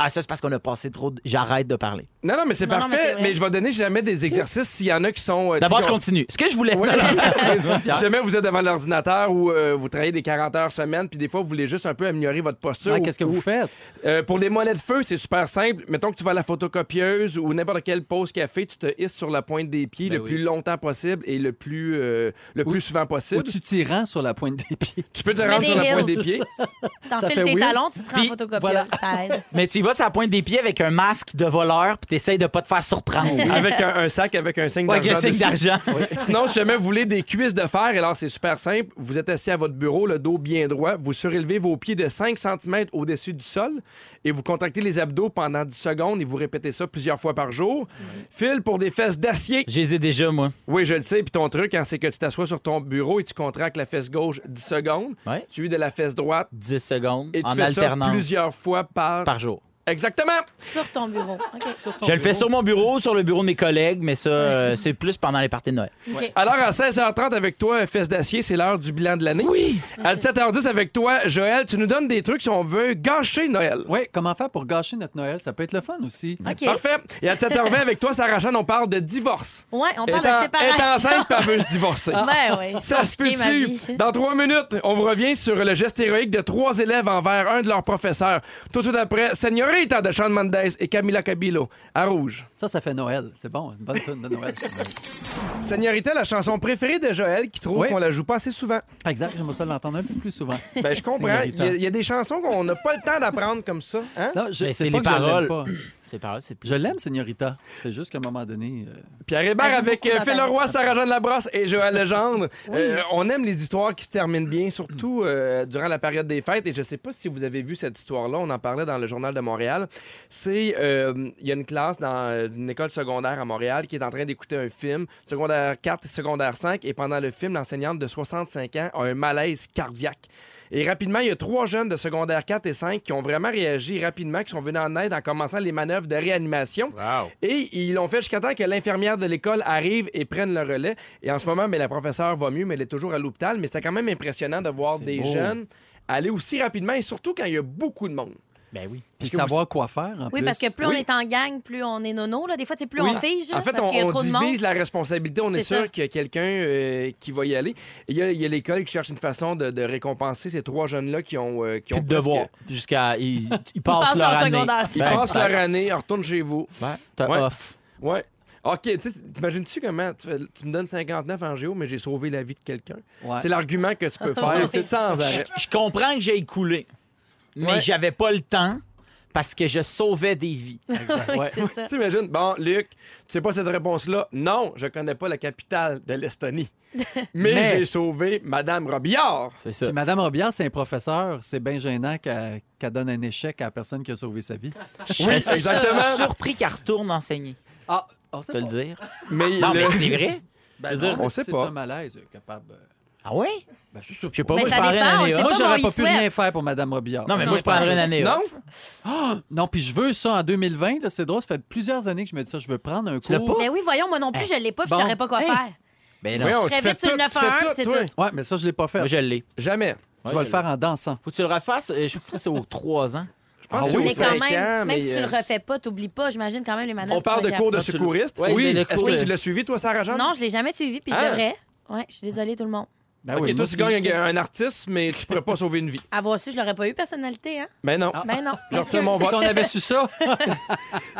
Speaker 2: Ah, ça, c'est parce qu'on a passé trop de... J'arrête de parler.
Speaker 1: Non, non, mais c'est
Speaker 3: Non, non, mais
Speaker 1: parfait.
Speaker 3: c'est
Speaker 1: mais,
Speaker 3: vrai.
Speaker 1: je vais donner jamais des exercices s'il y en a qui sont. euh,
Speaker 2: D'abord,
Speaker 1: tu
Speaker 2: je
Speaker 1: sais,
Speaker 2: continue. Ce que je voulais...
Speaker 1: Ouais.
Speaker 2: Non, non.
Speaker 1: Si jamais vous êtes devant l'ordinateur ou euh, vous travaillez des 40 heures semaine, puis des fois, vous voulez juste un peu améliorer votre posture.
Speaker 4: Ouais,
Speaker 1: ou-
Speaker 4: Qu'est-ce que
Speaker 1: ou-
Speaker 4: vous faites?
Speaker 1: Euh, pour les mollets de feu, c'est super simple. Mettons que tu vas à la photocopieuse ou n'importe quelle pause café, tu te hisses sur la pointe des pieds
Speaker 2: Ben
Speaker 1: le
Speaker 2: oui.
Speaker 1: plus longtemps possible et le plus, euh, le
Speaker 4: Ou-
Speaker 1: plus souvent
Speaker 4: Ou
Speaker 1: possible.
Speaker 4: tu tirant sur la pointe des pieds?
Speaker 1: Tu peux te
Speaker 3: mets
Speaker 1: rendre sur
Speaker 3: des
Speaker 1: la pointe
Speaker 3: heels.
Speaker 1: des pieds.
Speaker 4: Ça
Speaker 3: T'enfiles
Speaker 4: fait
Speaker 3: tes
Speaker 4: weird.
Speaker 3: talons, tu te rends
Speaker 2: Puis,
Speaker 3: photocopieuse,
Speaker 4: voilà.
Speaker 3: ça aide.
Speaker 2: Mais tu y vas sur la pointe des pieds avec un masque de voleur, puis t'essayes de pas te faire surprendre.
Speaker 1: avec un, un sac, avec un signe
Speaker 2: Ouais, avec
Speaker 1: d'argent.
Speaker 2: le signe
Speaker 1: dessus.
Speaker 2: d'argent.
Speaker 1: Sinon, si jamais vous voulez des cuisses de fer, alors c'est super simple. Vous êtes assis à votre bureau, le dos bien droit. Vous surélevez vos pieds de 5 cm au-dessus du sol et vous contractez les abdos pendant 10 secondes et vous répétez ça plusieurs fois par jour. File pour des fesses d'acier.
Speaker 2: Je les ai déjà, moi.
Speaker 1: Oui, je le sais. Puis ton truc, hein, c'est que tu t'assois sur ton bureau et tu contractes la fesse gauche 10 secondes,
Speaker 2: Ouais.
Speaker 1: suivi de la fesse droite,
Speaker 2: 10 secondes
Speaker 1: et tu
Speaker 2: en
Speaker 1: fais
Speaker 2: alternance
Speaker 1: ça plusieurs fois par...
Speaker 2: par jour.
Speaker 1: Exactement!
Speaker 3: Sur ton bureau. OK.
Speaker 2: Je le fais sur mon bureau, sur le bureau de mes collègues, mais ça, euh, c'est plus pendant les parties de Noël.
Speaker 3: OK.
Speaker 1: Alors, à 16h30 avec toi, Fesse d'acier, c'est l'heure du bilan de l'année. Oui! À 17h10 avec toi, Joël, tu nous donnes des trucs si on veut gâcher Noël.
Speaker 4: Oui, comment faire pour gâcher notre Noël? Ça peut être le fun aussi.
Speaker 3: OK.
Speaker 1: Parfait. Et à 17h20 avec toi, Sarah Chan, on parle de divorce.
Speaker 3: Ouais, on
Speaker 1: Elle
Speaker 3: parle
Speaker 1: est en-
Speaker 3: de
Speaker 1: elle est
Speaker 3: séparation.
Speaker 1: enceinte, puis elle veut se divorcer.
Speaker 3: Ben oui.
Speaker 1: Ça se
Speaker 3: Compliqué, ma
Speaker 1: peut-tu?
Speaker 3: vie.
Speaker 1: Dans trois minutes, on vous revient sur le geste héroïque de trois élèves envers un de leurs professeurs. Tout de suite après, Señorita de Sean Mendes et Camila Cabello, à Rouge.
Speaker 4: Ça, ça fait Noël. C'est bon, une bonne tune de Noël.
Speaker 1: Señorita, la chanson préférée de Joël, qui trouve
Speaker 4: Oui.
Speaker 1: qu'on la joue pas assez souvent.
Speaker 4: exact, j'aimerais ça l'entendre un peu plus souvent.
Speaker 1: Ben, je comprends. Il y,
Speaker 4: Señorita.
Speaker 1: a- il y a des chansons qu'on n'a pas le temps d'apprendre comme ça. Hein?
Speaker 4: Non, je-
Speaker 2: Mais
Speaker 4: c'est
Speaker 2: c'est
Speaker 4: pas
Speaker 2: les
Speaker 4: que je l'aime
Speaker 2: paroles.
Speaker 4: pas.
Speaker 2: C'est pareil, c'est plus.
Speaker 4: Je l'aime, Señorita. C'est juste qu'à un moment donné. euh,
Speaker 1: Pierre
Speaker 3: Ah,
Speaker 1: Hébert
Speaker 3: j'aime
Speaker 1: avec
Speaker 3: beaucoup
Speaker 1: euh,
Speaker 3: la
Speaker 1: Phil
Speaker 3: bande.
Speaker 1: Leroy, Sarah-Jeanne Labrosse et Joël Legendre. Euh, on aime les histoires qui se terminent bien, surtout euh, durant la période des fêtes. Et je sais pas si vous avez vu cette histoire-là, on en parlait dans le Journal de Montréal. C'est, euh, il y a une classe dans euh, une école secondaire à Montréal qui est en train d'écouter un film, secondaire 4 et secondaire 5. Et pendant le film, l'enseignante de 65 ans a un malaise cardiaque. Et rapidement, il y a trois jeunes de secondaire 4 et 5 qui ont vraiment réagi rapidement, qui sont venus en aide en commençant les manœuvres de réanimation. Et ils l'ont fait jusqu'à temps que l'infirmière de l'école arrive et prenne le relais. Et en ce moment, mais la professeure va mieux, mais elle est toujours à l'hôpital. Mais c'était quand même impressionnant de voir
Speaker 4: C'est
Speaker 1: des
Speaker 4: beau.
Speaker 1: jeunes aller aussi rapidement et surtout quand il y a beaucoup de monde.
Speaker 2: Ben oui.
Speaker 4: Puis
Speaker 1: Est-ce que
Speaker 4: savoir quoi faire en
Speaker 3: Oui,
Speaker 4: plus.
Speaker 3: parce que plus
Speaker 1: Oui.
Speaker 3: on est en gang, plus on est nono. Là. Des fois, c'est plus
Speaker 1: Oui.
Speaker 3: on fige.
Speaker 1: En fait,
Speaker 3: parce
Speaker 1: on,
Speaker 3: qu'il y a
Speaker 1: on
Speaker 3: trop de monde.
Speaker 1: divise la responsabilité. On est,
Speaker 3: C'est
Speaker 1: sûr
Speaker 3: ça.
Speaker 1: qu'il y a quelqu'un euh, qui va y aller. Il y a, il y a l'école qui cherche une façon de, de récompenser ces trois jeunes-là qui ont, euh, qui ont
Speaker 2: Plus de
Speaker 1: presque-
Speaker 2: devoir. Jusqu'à. Ils, ils passent
Speaker 3: passent
Speaker 2: leur
Speaker 3: leur
Speaker 2: année.
Speaker 3: secondaire,
Speaker 1: Ils
Speaker 3: c'est
Speaker 2: Ben,
Speaker 1: passent leur année, ils retournent chez vous.
Speaker 2: ben, t'as
Speaker 1: Ouais.
Speaker 2: off.
Speaker 1: Ouais. OK, tu sais, t'imagines-tu comment tu, fais- tu me donnes 59 en géo, mais j'ai sauvé la vie de quelqu'un?
Speaker 4: Ouais.
Speaker 1: C'est l'argument que tu peux faire
Speaker 4: Oui.
Speaker 1: sans arrêt.
Speaker 2: Je, je comprends que j'ai écoulé, mais
Speaker 1: Ouais.
Speaker 2: j'avais pas le temps parce que je sauvais des vies.
Speaker 3: Oui,
Speaker 4: Ouais.
Speaker 3: c'est ça.
Speaker 1: T'imagines, bon, Luc, tu sais pas cette réponse-là. Non, je connais pas la capitale de l'Estonie. Mais,
Speaker 4: Mais-
Speaker 1: j'ai sauvé Madame Robillard.
Speaker 2: C'est ça.
Speaker 4: Puis Madame Robillard, c'est un professeur. C'est bien gênant qu'elle qu'elle donne un échec à la personne qui a sauvé sa vie.
Speaker 2: Je
Speaker 1: Oui,
Speaker 2: serais
Speaker 1: exactement.
Speaker 2: surpris qu'elle retourne enseigner.
Speaker 4: Ah, on
Speaker 2: Je
Speaker 4: sait
Speaker 2: te
Speaker 4: pas.
Speaker 2: le dire.
Speaker 1: Mais
Speaker 2: Non,
Speaker 1: le-
Speaker 2: mais c'est vrai.
Speaker 4: Ben
Speaker 2: Je veux dire,
Speaker 4: non,
Speaker 1: on sait
Speaker 4: c'est
Speaker 1: pas.
Speaker 4: un malaise euh, capable. euh,
Speaker 2: Ah oui?
Speaker 4: Ben, je
Speaker 2: Je sais pas,
Speaker 3: Mais
Speaker 2: moi, je
Speaker 3: ça
Speaker 2: prendrais
Speaker 3: dépend,
Speaker 2: une
Speaker 3: on
Speaker 2: année
Speaker 3: sait
Speaker 2: off.
Speaker 4: Moi,
Speaker 3: pas
Speaker 4: j'aurais
Speaker 3: qu'on
Speaker 4: pas
Speaker 3: y
Speaker 4: pu
Speaker 3: souhaite.
Speaker 4: rien faire pour Madame Robillard.
Speaker 2: Non, mais moi, je prendrais une année off.
Speaker 1: Non?
Speaker 4: Non, puis je veux ça en 2020. là, C'est drôle, ça fait plusieurs années que je me dis ça. Je veux prendre un
Speaker 2: Tu l'as
Speaker 4: cours.
Speaker 3: Ben oui, voyons, moi non plus, je l'ai pas, puis je
Speaker 4: Bon.
Speaker 3: saurais pas quoi
Speaker 2: Hey.
Speaker 3: faire.
Speaker 2: Ben non.
Speaker 1: Voyons,
Speaker 3: Je
Speaker 1: tu
Speaker 3: serais
Speaker 1: fais
Speaker 3: vite sur
Speaker 1: tout,
Speaker 3: le
Speaker 1: tu fais
Speaker 3: 911,
Speaker 1: tout,
Speaker 3: c'est
Speaker 1: toi.
Speaker 3: tout.
Speaker 4: Ouais, mais ça, je l'ai pas fait.
Speaker 2: Moi, je l'ai.
Speaker 1: Jamais.
Speaker 4: je vais le faire en dansant.
Speaker 2: Faut que tu le refasses. euh, Je pense que c'est aux trois ans.
Speaker 1: Je pense que
Speaker 2: Ah
Speaker 1: c'est
Speaker 2: oui,
Speaker 1: aux
Speaker 3: Mais quand
Speaker 1: cinq ans,
Speaker 3: même, même
Speaker 1: mais,
Speaker 3: si tu
Speaker 1: euh,
Speaker 3: le refais pas, t'oublies pas, j'imagine quand même les manœuvres.
Speaker 1: On parle de
Speaker 3: qu'il faut
Speaker 1: cours de
Speaker 2: Quand tu le-
Speaker 1: secouriste.
Speaker 2: Ouais,
Speaker 1: oui.
Speaker 2: des- des
Speaker 1: Est-ce
Speaker 2: cours
Speaker 1: que
Speaker 2: de-
Speaker 1: tu l'as suivi, toi, Sarah Jeanne?
Speaker 3: regarder. Non, je l'ai jamais suivi, puis je
Speaker 1: Ah.
Speaker 3: devrais. Ouais, je suis désolée tout le monde.
Speaker 4: Ben
Speaker 1: Ok,
Speaker 4: oui,
Speaker 1: toi,
Speaker 4: moi,
Speaker 1: tu
Speaker 4: si-
Speaker 1: gagnes euh, un, un artiste, mais tu pourrais pas sauver une vie.
Speaker 3: Avoir su, je l'aurais pas eu personnalité, hein?
Speaker 1: Mais non.
Speaker 3: Ben non.
Speaker 1: Je
Speaker 3: Parce que
Speaker 1: retire Ah. mon
Speaker 3: c'est-
Speaker 1: vote.
Speaker 4: Si on avait su ça,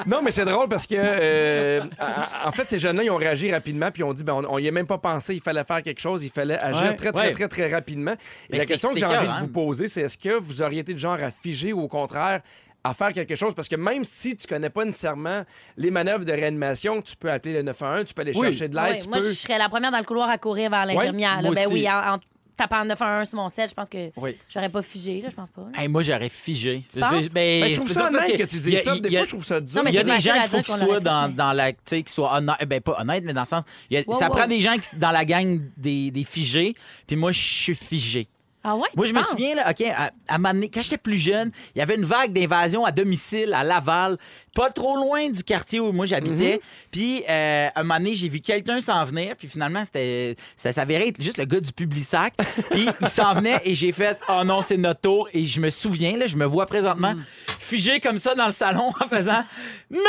Speaker 1: Non, mais c'est drôle parce que, euh, en en fait, ces jeunes-là, ils ont réagi rapidement, puis ils ont dit, ben, on, on y a même pas pensé, il fallait faire quelque chose, il fallait agir
Speaker 4: Ouais.
Speaker 1: très, très,
Speaker 2: Ouais.
Speaker 1: très, très, rapidement. Et la
Speaker 2: Mais c'est- hein.
Speaker 1: question que
Speaker 2: c'est
Speaker 1: j'ai envie
Speaker 2: écœurant.
Speaker 1: de vous poser, c'est est-ce que vous auriez été du genre à figer ou au contraire à faire quelque chose? Parce que même si tu connais pas nécessairement les manœuvres de réanimation, tu peux appeler le 911, tu peux aller
Speaker 4: Oui.
Speaker 1: chercher de l'aide,
Speaker 3: Ouais,
Speaker 1: tu
Speaker 3: moi,
Speaker 1: peux...
Speaker 3: je serais la première dans le couloir à courir vers l'infirmière. là.
Speaker 4: moi
Speaker 3: ben
Speaker 4: aussi.
Speaker 3: oui, en, en tapant 911 sur mon set, je pense que
Speaker 4: Oui.
Speaker 3: j'aurais pas figé, là, je pense pas. là.
Speaker 2: Hey, moi, j'aurais figé.
Speaker 3: penses?
Speaker 2: Ben,
Speaker 1: Ben, je trouve
Speaker 2: c'est
Speaker 1: ça
Speaker 2: parce
Speaker 1: honnête que, tu
Speaker 2: y
Speaker 1: dis
Speaker 2: a-
Speaker 1: ça. Des
Speaker 2: y a-
Speaker 1: fois, je trouve ça dur.
Speaker 3: Non, mais
Speaker 2: Il y a
Speaker 3: c'est
Speaker 2: des gens
Speaker 3: facile à
Speaker 2: qu'il faut
Speaker 3: dire
Speaker 2: qu'ils
Speaker 3: qu'on
Speaker 2: soient
Speaker 3: l'aurait
Speaker 2: dans,
Speaker 3: fait.
Speaker 2: dans la. Tu sais, qu'ils soient honnêtes. Ben, pas honnêtes, mais dans le sens. il y a-
Speaker 3: Wow,
Speaker 2: ça
Speaker 3: wow.
Speaker 2: prend des gens qui, dans la gang des, des figés, puis moi, je suis figé.
Speaker 3: Ah ouais?
Speaker 2: Moi,
Speaker 3: tu
Speaker 2: je me
Speaker 3: penses?
Speaker 2: souviens, là, OK, à, à un moment donné, quand j'étais plus jeune, il y avait une vague d'invasion à domicile, à Laval, pas trop loin du quartier où moi j'habitais.
Speaker 1: Mhm.
Speaker 2: Puis, euh, à un moment donné, j'ai vu quelqu'un s'en venir, puis finalement, c'était, ça s'avérait être juste le gars du Publisac. puis, il s'en venait et j'ai fait, oh non, c'est notre tour. Et je me souviens, là, je me vois présentement figé comme ça dans le salon en faisant, non!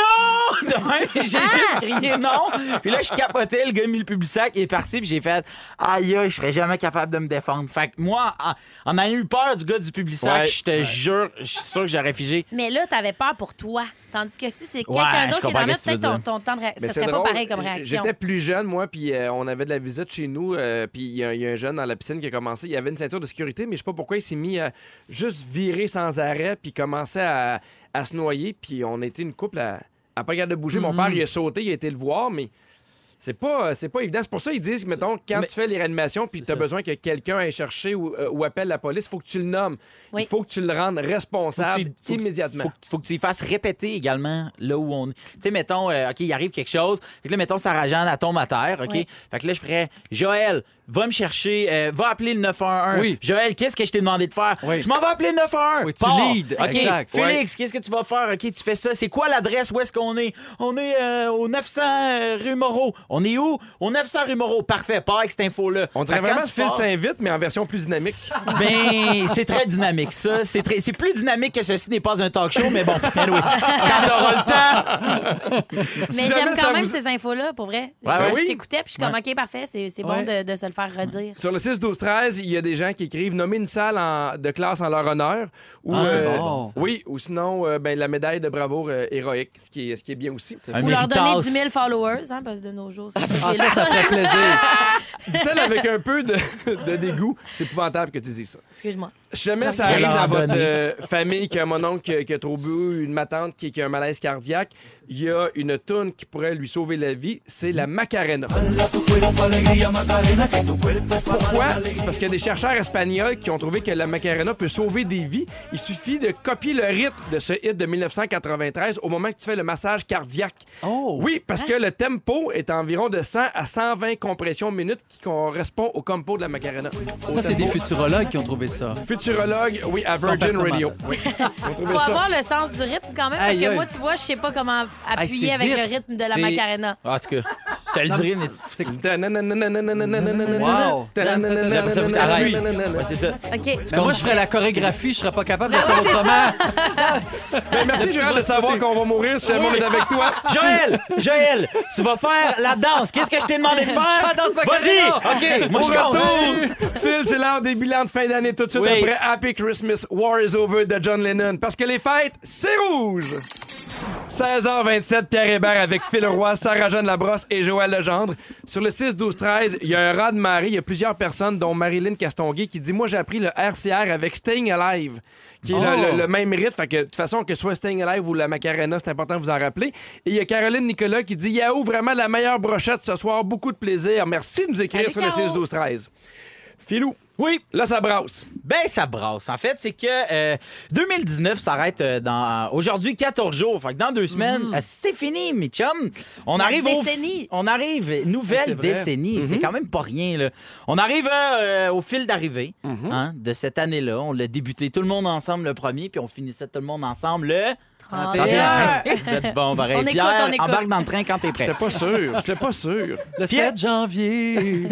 Speaker 2: De même, j'ai juste crié non. Puis là, je capotais, le gars a mis le Publisac, il est parti, puis j'ai fait, aïe, aïe, je serais jamais capable de me défendre. Fait que moi, en, en ayant eu peur du gars du Publisac,
Speaker 1: Ouais.
Speaker 2: je te jure, je suis sûr que j'aurais figé.
Speaker 3: Mais là, t'avais peur pour toi. Tandis que si c'est
Speaker 2: Ouais,
Speaker 3: quelqu'un
Speaker 2: je
Speaker 3: d'autre qui est
Speaker 2: comprends
Speaker 3: dans le
Speaker 2: qu'est-ce que tu
Speaker 3: peut-être
Speaker 2: veux
Speaker 3: ton,
Speaker 2: dire.
Speaker 3: ton temps de ré-
Speaker 1: Mais
Speaker 3: ça
Speaker 1: c'est
Speaker 3: serait
Speaker 1: drôle.
Speaker 3: pas pareil comme
Speaker 1: J-
Speaker 3: réaction.
Speaker 1: J'étais plus jeune, moi, puis euh, on avait de la visite chez nous. euh, puis il y, a- il y a un jeune dans la piscine qui a commencé. Il avait une ceinture de sécurité, mais je sais pas pourquoi il s'est mis à juste virer sans arrêt, puis commençait à, à se noyer. Puis on était une couple à, à pas regarder de bouger. Mon père, il a sauté, il a été le voir, mais. C'est pas, c'est pas évident. C'est pour ça qu'ils disent, mettons, quand
Speaker 2: Mais-
Speaker 1: tu fais les réanimations puis tu as
Speaker 2: ça.
Speaker 1: besoin que quelqu'un aille chercher ou, euh, ou appelle la police, faut que tu le nommes.
Speaker 3: Oui.
Speaker 1: Il faut que tu le rendes responsable
Speaker 2: Faut que tu- faut que-
Speaker 1: immédiatement.
Speaker 2: Faut, que- faut que tu y fasses répéter également là où on est. Tu sais, mettons, euh, OK, il arrive quelque chose. Fait que là, mettons, Sarah Jeanne, elle tombe à terre, OK?
Speaker 3: Ouais.
Speaker 2: Fait que là, je ferais, Joël, va me chercher, euh, va appeler le 911.
Speaker 4: Oui.
Speaker 2: Joël, qu'est-ce que je t'ai demandé de faire?
Speaker 4: Oui.
Speaker 2: Je m'en vais appeler le 911.
Speaker 4: Oui, tu
Speaker 2: Pars.
Speaker 4: leads.
Speaker 2: OK,
Speaker 4: Exact.
Speaker 2: Félix, qu'est-ce que tu vas faire? OK, tu fais ça. C'est quoi l'adresse? Où est-ce qu'on est? On est euh, au 900 euh, rue Moreau. On est où? Au 900 rue Moreau. Parfait, pars avec cette info-là.
Speaker 1: On dirait
Speaker 2: Fait que quand
Speaker 1: vraiment
Speaker 2: tu
Speaker 1: Phil
Speaker 2: pars-
Speaker 1: s'invite, mais en version plus dynamique.
Speaker 2: ben, c'est très dynamique, ça. C'est très- c'est plus dynamique que ceci n'est pas un talk show, mais bon, anyway, quand t'auras le temps.
Speaker 3: Mais
Speaker 1: Si
Speaker 3: j'aime
Speaker 1: jamais
Speaker 3: quand
Speaker 1: ça
Speaker 3: même
Speaker 1: vous-
Speaker 3: ces infos-là, pour vrai.
Speaker 2: Ouais,
Speaker 3: je
Speaker 2: ouais,
Speaker 3: je
Speaker 1: oui.
Speaker 3: t'écoutais, puis je suis comme, OK, parfait, c'est c'est bon de,
Speaker 4: Ouais.
Speaker 3: de se le faire redire.
Speaker 1: Sur le 6, 12, 13, il y a des gens qui écrivent nommer une salle en- de classe en leur honneur. Ou, euh,
Speaker 4: Ah, c'est bon, ça.
Speaker 1: Oui, ou sinon, euh, ben, la médaille de bravoure euh, héroïque, ce qui, est, ce qui est bien aussi.
Speaker 2: Un
Speaker 3: Ou leur donner
Speaker 2: héritage.
Speaker 3: 10 000 followers, hein, parce que de nos jours, c'est
Speaker 4: ah, ça, ça ferait plaisir.
Speaker 1: Dit-elle avec un peu de, de dégoût, c'est épouvantable que tu dises ça.
Speaker 3: Excuse-moi.
Speaker 1: Si jamais ça
Speaker 2: Je
Speaker 1: arrive
Speaker 2: leur
Speaker 1: dans votre
Speaker 2: donner.
Speaker 1: euh, famille qu'il y a mon oncle qui a- qui a trop bu, une ma tante qui, qui a un malaise cardiaque, il y a une toune qui pourrait lui sauver la vie, c'est la Macarena. Pourquoi? C'est parce qu'il y a des chercheurs espagnols qui ont trouvé que la Macarena peut sauver des vies. Il suffit de copier le rythme de ce hit de 1993 au moment que tu fais le massage cardiaque.
Speaker 4: Oh!
Speaker 1: Oui, parce que le tempo est environ de 100 à 120 compressions minutes qui correspond au compo de la Macarena. Au
Speaker 4: Ça, c'est des
Speaker 1: tempo.
Speaker 4: futurologues qui ont trouvé ça.
Speaker 1: Futurologue, oui, à Virgin
Speaker 4: Comportement.
Speaker 1: Radio. Oui. On trouvait
Speaker 3: Faut
Speaker 1: ça.
Speaker 3: avoir le sens du rythme quand même, parce
Speaker 4: Aïe,
Speaker 3: que
Speaker 4: aïe.
Speaker 3: moi, tu vois, je sais pas comment appuyer
Speaker 4: c'est
Speaker 3: avec
Speaker 4: vite.
Speaker 3: le rythme de la
Speaker 2: C'est-
Speaker 3: Macarena.
Speaker 2: Ah, en tout cas, je te le dirais, mais tu-
Speaker 4: Wow.
Speaker 2: après ça, faut que t'arrêtes. Ouais, c'est ça.
Speaker 3: OK.
Speaker 4: Mais moi, je ferais la chorégraphie, je serais pas capable de le
Speaker 3: Ben
Speaker 4: faire
Speaker 3: ouais, c'est
Speaker 4: autrement.
Speaker 1: Ben, Merci, Gérald, de savoir qu'on va mourir si jamais on est avec toi.
Speaker 2: Joël, Joël, tu vas faire la danse. Qu'est-ce que je t'ai demandé de faire?
Speaker 4: fais la danse
Speaker 2: Vas-y!
Speaker 4: Macarena.
Speaker 2: OK, moi,
Speaker 1: Au
Speaker 2: je compte.
Speaker 1: retour, Phil, c'est l'heure des bilans de fin d'année tout de suite
Speaker 2: Oui.
Speaker 1: après Happy Christmas, War is Over de John Lennon. Parce que les fêtes, c'est rouge! 16h27, Pierre Hébert avec Phil Roy, Sarah-Jeanne Labrosse et Joël Legendre. Sur le 6-12-13, il y a un rat de Marie. Il y a plusieurs personnes, dont Marilyn Castonguay, qui dit « Moi, j'ai appris le RCR avec Staying Alive », qui est le-
Speaker 4: Oh.
Speaker 1: le, le même rythme. Fait que, de toute façon, que ce soit Staying Alive ou la Macarena, c'est important de vous en rappeler. Et il y a Caroline Nicolas qui dit « Yahoo, vraiment la meilleure brochette ce soir. Beaucoup de plaisir. Merci de nous écrire sur
Speaker 3: Salut, Caro.
Speaker 1: le 6-12-13. » Philou,
Speaker 2: Oui,
Speaker 1: Là, ça brasse.
Speaker 2: Ben, ça brasse. En fait, c'est que euh, 2019 s'arrête euh, dans euh, aujourd'hui 14 jours. Fait que dans deux semaines, euh, c'est fini, mes chums. On
Speaker 3: Mm-hmm. La
Speaker 2: arrive au-
Speaker 3: décennie.
Speaker 2: on arrive euh,
Speaker 4: Ouais,
Speaker 2: nouvelle
Speaker 4: c'est vrai.
Speaker 2: décennie. C'est
Speaker 3: Mm-hmm.
Speaker 2: quand même pas rien là. On arrive euh, au fil d'arrivée
Speaker 3: Mm-hmm.
Speaker 2: hein, de cette année-là. On l'a débuté tout le monde ensemble le premier, puis on finissait tout le monde ensemble le.
Speaker 3: 31.
Speaker 2: Vous êtes bon, pareil.
Speaker 3: On écoute,
Speaker 2: Pierre,
Speaker 3: on écoute.
Speaker 2: embarque dans le train quand t'es prêt.
Speaker 1: J'étais pas sûr. J'étais pas sûr.
Speaker 4: Le
Speaker 2: Pierre-
Speaker 4: 7 janvier.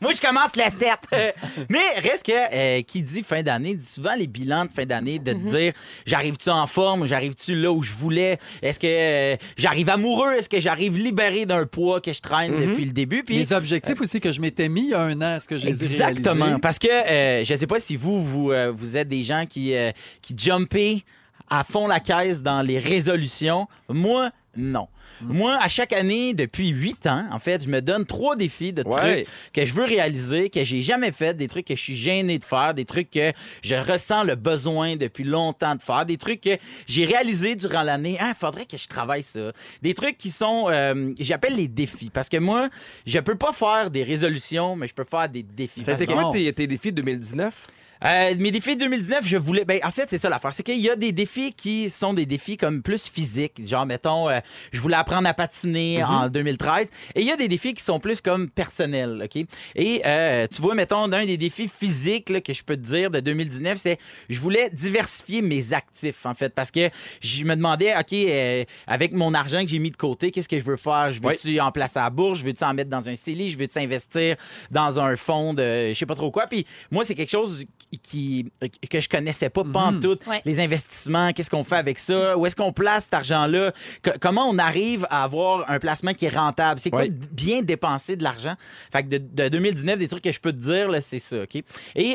Speaker 2: Moi, je commence la 7. Euh, Mais reste que, euh, qui dit fin d'année, dit souvent les bilans de fin d'année, de te dire j'arrive-tu en forme, j'arrive-tu là où je voulais, est-ce que euh, j'arrive amoureux, est-ce que j'arrive libéré d'un poids que je traîne depuis le début. Puis,
Speaker 4: Les objectifs aussi que je m'étais mis il y a un an, ce que j'ai
Speaker 2: Exactement. Parce que euh, je sais pas si vous, vous, euh, vous êtes des gens qui, euh, qui jumpez à fond la caisse dans les résolutions. Moi, non. Moi, à chaque année, depuis huit ans, en fait, je me donne trois défis de
Speaker 1: Ouais.
Speaker 2: trucs que je veux réaliser, que j'ai jamais fait, des trucs que je suis gêné de faire, des trucs que je ressens le besoin depuis longtemps de faire, des trucs que j'ai réalisés durant l'année. Ah, faudrait que je travaille ça. Des trucs qui sont, euh, j'appelle les défis, parce que moi, je peux pas faire des résolutions, mais je peux faire des défis.
Speaker 1: Ça a
Speaker 2: Parce
Speaker 1: été
Speaker 2: que-
Speaker 1: quoi tes, tes défis de 2019?
Speaker 2: euh, mes défis 2019, je voulais. Ben, en fait, c'est ça l'affaire. C'est qu'il y a des défis qui sont des défis comme plus physiques. Genre, mettons, euh, je voulais apprendre à patiner en 2013. Et il y a des défis qui sont plus comme personnels, OK? Et euh, tu vois, mettons, d'un des défis physiques là, que je peux te dire de 2019, c'est je voulais diversifier mes actifs, en fait. Parce que je me demandais, OK, euh, avec mon argent que j'ai mis de côté, qu'est-ce que je veux faire? Je veux-tu en placer à la bourse? Je veux-tu en mettre dans un CELI? Je veux-tu investir dans un fonds de je sais pas trop quoi? Puis moi, c'est quelque chose qui, qui- que je connaissais pas, pas en tout.
Speaker 3: Ouais.
Speaker 2: Les investissements, qu'est-ce qu'on fait avec ça? Où est-ce qu'on place cet argent-là? Co- comment on arrive à avoir un placement qui est rentable? C'est quoi
Speaker 1: Ouais.
Speaker 2: de bien dépenser de l'argent? Fait que de, de 2019, des trucs que je peux te dire, là, c'est ça, OK? Et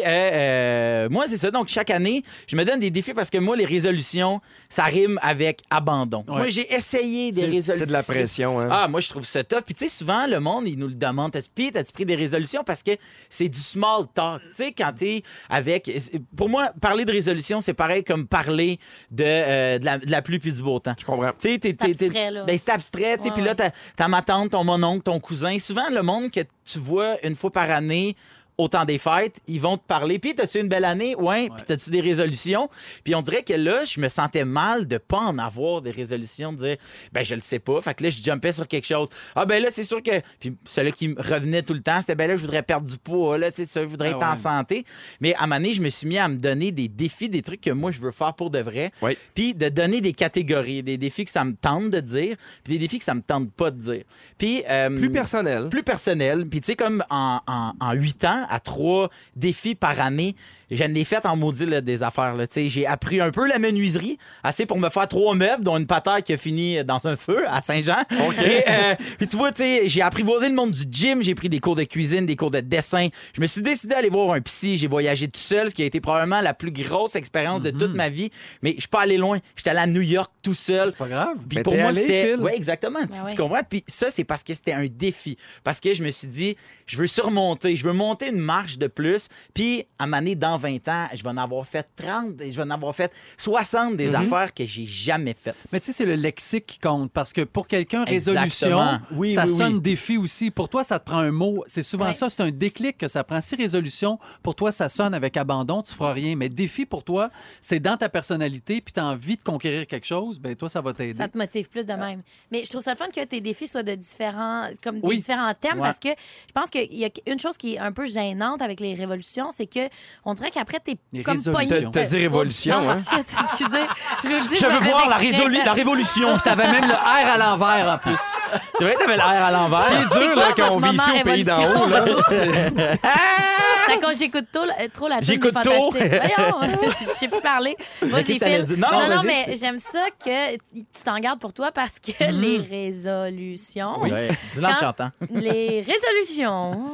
Speaker 2: euh, euh, moi, c'est ça. Donc, chaque année, je me donne des défis parce que moi, les résolutions, ça rime avec abandon.
Speaker 4: Ouais.
Speaker 2: Moi, j'ai essayé des
Speaker 1: C'est
Speaker 2: résolutions.
Speaker 1: c'est de la pression, hein?
Speaker 2: Ah, moi, je trouve ça top. Puis, tu sais, souvent, le monde, il nous le demande. T'as-tu pris, t'as-tu pris des résolutions? Parce que c'est du small talk. Tu sais, quand t'es avec. Pour moi, parler de résolution, c'est pareil comme parler de, euh, de, la, de la pluie puis du beau temps.
Speaker 1: Je comprends.
Speaker 2: Tu sais, t'es-
Speaker 3: C'est
Speaker 2: t'es- t'es-
Speaker 3: abstrait, là.
Speaker 2: ben, c'est abstrait, tu sais.
Speaker 3: Ouais,
Speaker 2: Puis là, t'as t'as ma tante, ton mononcle, ton cousin. Souvent, le monde que tu vois une fois par année au temps des fêtes, ils vont te parler. Puis, t'as-tu une belle année? Ouais. Puis, t'as-tu des résolutions? Puis, on dirait que là, je me sentais mal de pas en avoir des résolutions, de dire, ben, je le sais pas. Fait que là, je jumpais sur quelque chose. Ah, ben là, c'est sûr que. Puis, celui qui me revenait tout le temps, c'était, ben là, je voudrais perdre du poids, là, tu sais, ça, je voudrais
Speaker 4: Ah
Speaker 2: être
Speaker 4: ouais.
Speaker 2: en santé. Mais à un moment donné, je me suis mis à me donner des défis, des trucs que moi, je veux faire pour de vrai.
Speaker 1: Oui.
Speaker 2: Puis de donner des catégories, des défis que ça me tente de dire, puis des défis que ça me tente pas de dire. Puis euh,
Speaker 1: Plus personnel.
Speaker 2: plus personnel. Puis tu sais, comme en, en, 8 ans, à trois défis par année, je l'ai fait en maudit là, des affaires. là. Tu sais, J'ai appris un peu la menuiserie, assez pour me faire trois meubles, dont une patère qui a fini dans un feu à Saint-Jean. Et, euh, puis tu vois, tu sais, j'ai apprivoisé le monde du gym, j'ai pris des cours de cuisine, des cours de dessin. Je me suis décidé à aller voir un psy, j'ai voyagé tout seul, ce qui a été probablement la plus grosse expérience
Speaker 4: Mhm.
Speaker 2: de toute ma vie. Mais je suis pas allé loin, j'étais allé à New York tout seul.
Speaker 4: C'est pas grave.
Speaker 2: Puis
Speaker 1: Mais
Speaker 2: pour
Speaker 1: t'es
Speaker 2: moi,
Speaker 1: allé,
Speaker 2: c'était.
Speaker 1: Phil.
Speaker 2: Oui, exactement. Tu-
Speaker 3: Ben
Speaker 2: tu,
Speaker 3: ouais.
Speaker 2: comprends? Puis ça, c'est parce que c'était un défi. Parce que je me suis dit, je veux surmonter, je veux monter une marche de plus. Puis à ma année, dans 20 ans, je vais en avoir fait 30, et je vais en avoir fait 60 des affaires que j'ai jamais faites.
Speaker 4: Mais tu sais, c'est le lexique qui compte parce que pour quelqu'un,
Speaker 2: Exactement.
Speaker 4: résolution,
Speaker 2: Oui,
Speaker 4: ça
Speaker 2: oui, oui.
Speaker 4: sonne défi aussi. Pour toi, ça te prend un mot. C'est souvent
Speaker 3: Ouais.
Speaker 4: ça, c'est un déclic que ça prend. Si résolution, pour toi, ça sonne avec abandon, tu feras rien. Mais défi, pour toi, c'est dans ta personnalité, puis tu as envie de conquérir quelque chose, ben toi, ça va t'aider.
Speaker 3: Ça te motive plus
Speaker 2: Ah.
Speaker 3: de même. Mais je trouve ça le fun que tes défis soient de différents, comme des
Speaker 4: Oui.
Speaker 3: différents thèmes,
Speaker 4: Ouais.
Speaker 3: parce que je pense qu'il y a une chose qui est un peu gênante avec les révolutions, c'est que on dirait qu'après t'es
Speaker 4: Les
Speaker 3: comme
Speaker 4: résolutions.
Speaker 3: pogné.
Speaker 1: T'as- t'as dit révolution,
Speaker 3: Non,
Speaker 1: hein?
Speaker 3: shit, excusez. Je, vous le dis,
Speaker 2: Je veux
Speaker 3: me fais
Speaker 2: voir la,
Speaker 3: exprès.
Speaker 2: résolu- la révolution.
Speaker 4: Tu avais même le R à l'envers en plus.
Speaker 2: tu vois, t'avais l'air à
Speaker 1: Ce qui
Speaker 2: l'envers.
Speaker 1: est dur,
Speaker 3: quoi
Speaker 1: là, quand on
Speaker 3: votre
Speaker 1: vit ici
Speaker 3: moment
Speaker 1: au pays d'en
Speaker 3: révolution?
Speaker 1: haut, là.
Speaker 3: Ah! Fait que quand j'écoute tôt- euh, trop la tune des
Speaker 2: J'écoute tôt.
Speaker 3: Fantastiques. Voyons, je sais plus parler. Vas-y,
Speaker 2: qu'est-ce que t'allais
Speaker 3: Phil.
Speaker 2: dire? Non, non,
Speaker 3: non,
Speaker 2: vas-y,
Speaker 3: mais
Speaker 2: c'est-
Speaker 3: j'aime ça que tu tu t'en gardes pour toi parce que
Speaker 1: Mhm.
Speaker 3: les résolutions.
Speaker 2: Ouais, Dis-le en
Speaker 3: Quand-
Speaker 2: chantant.
Speaker 3: les résolutions.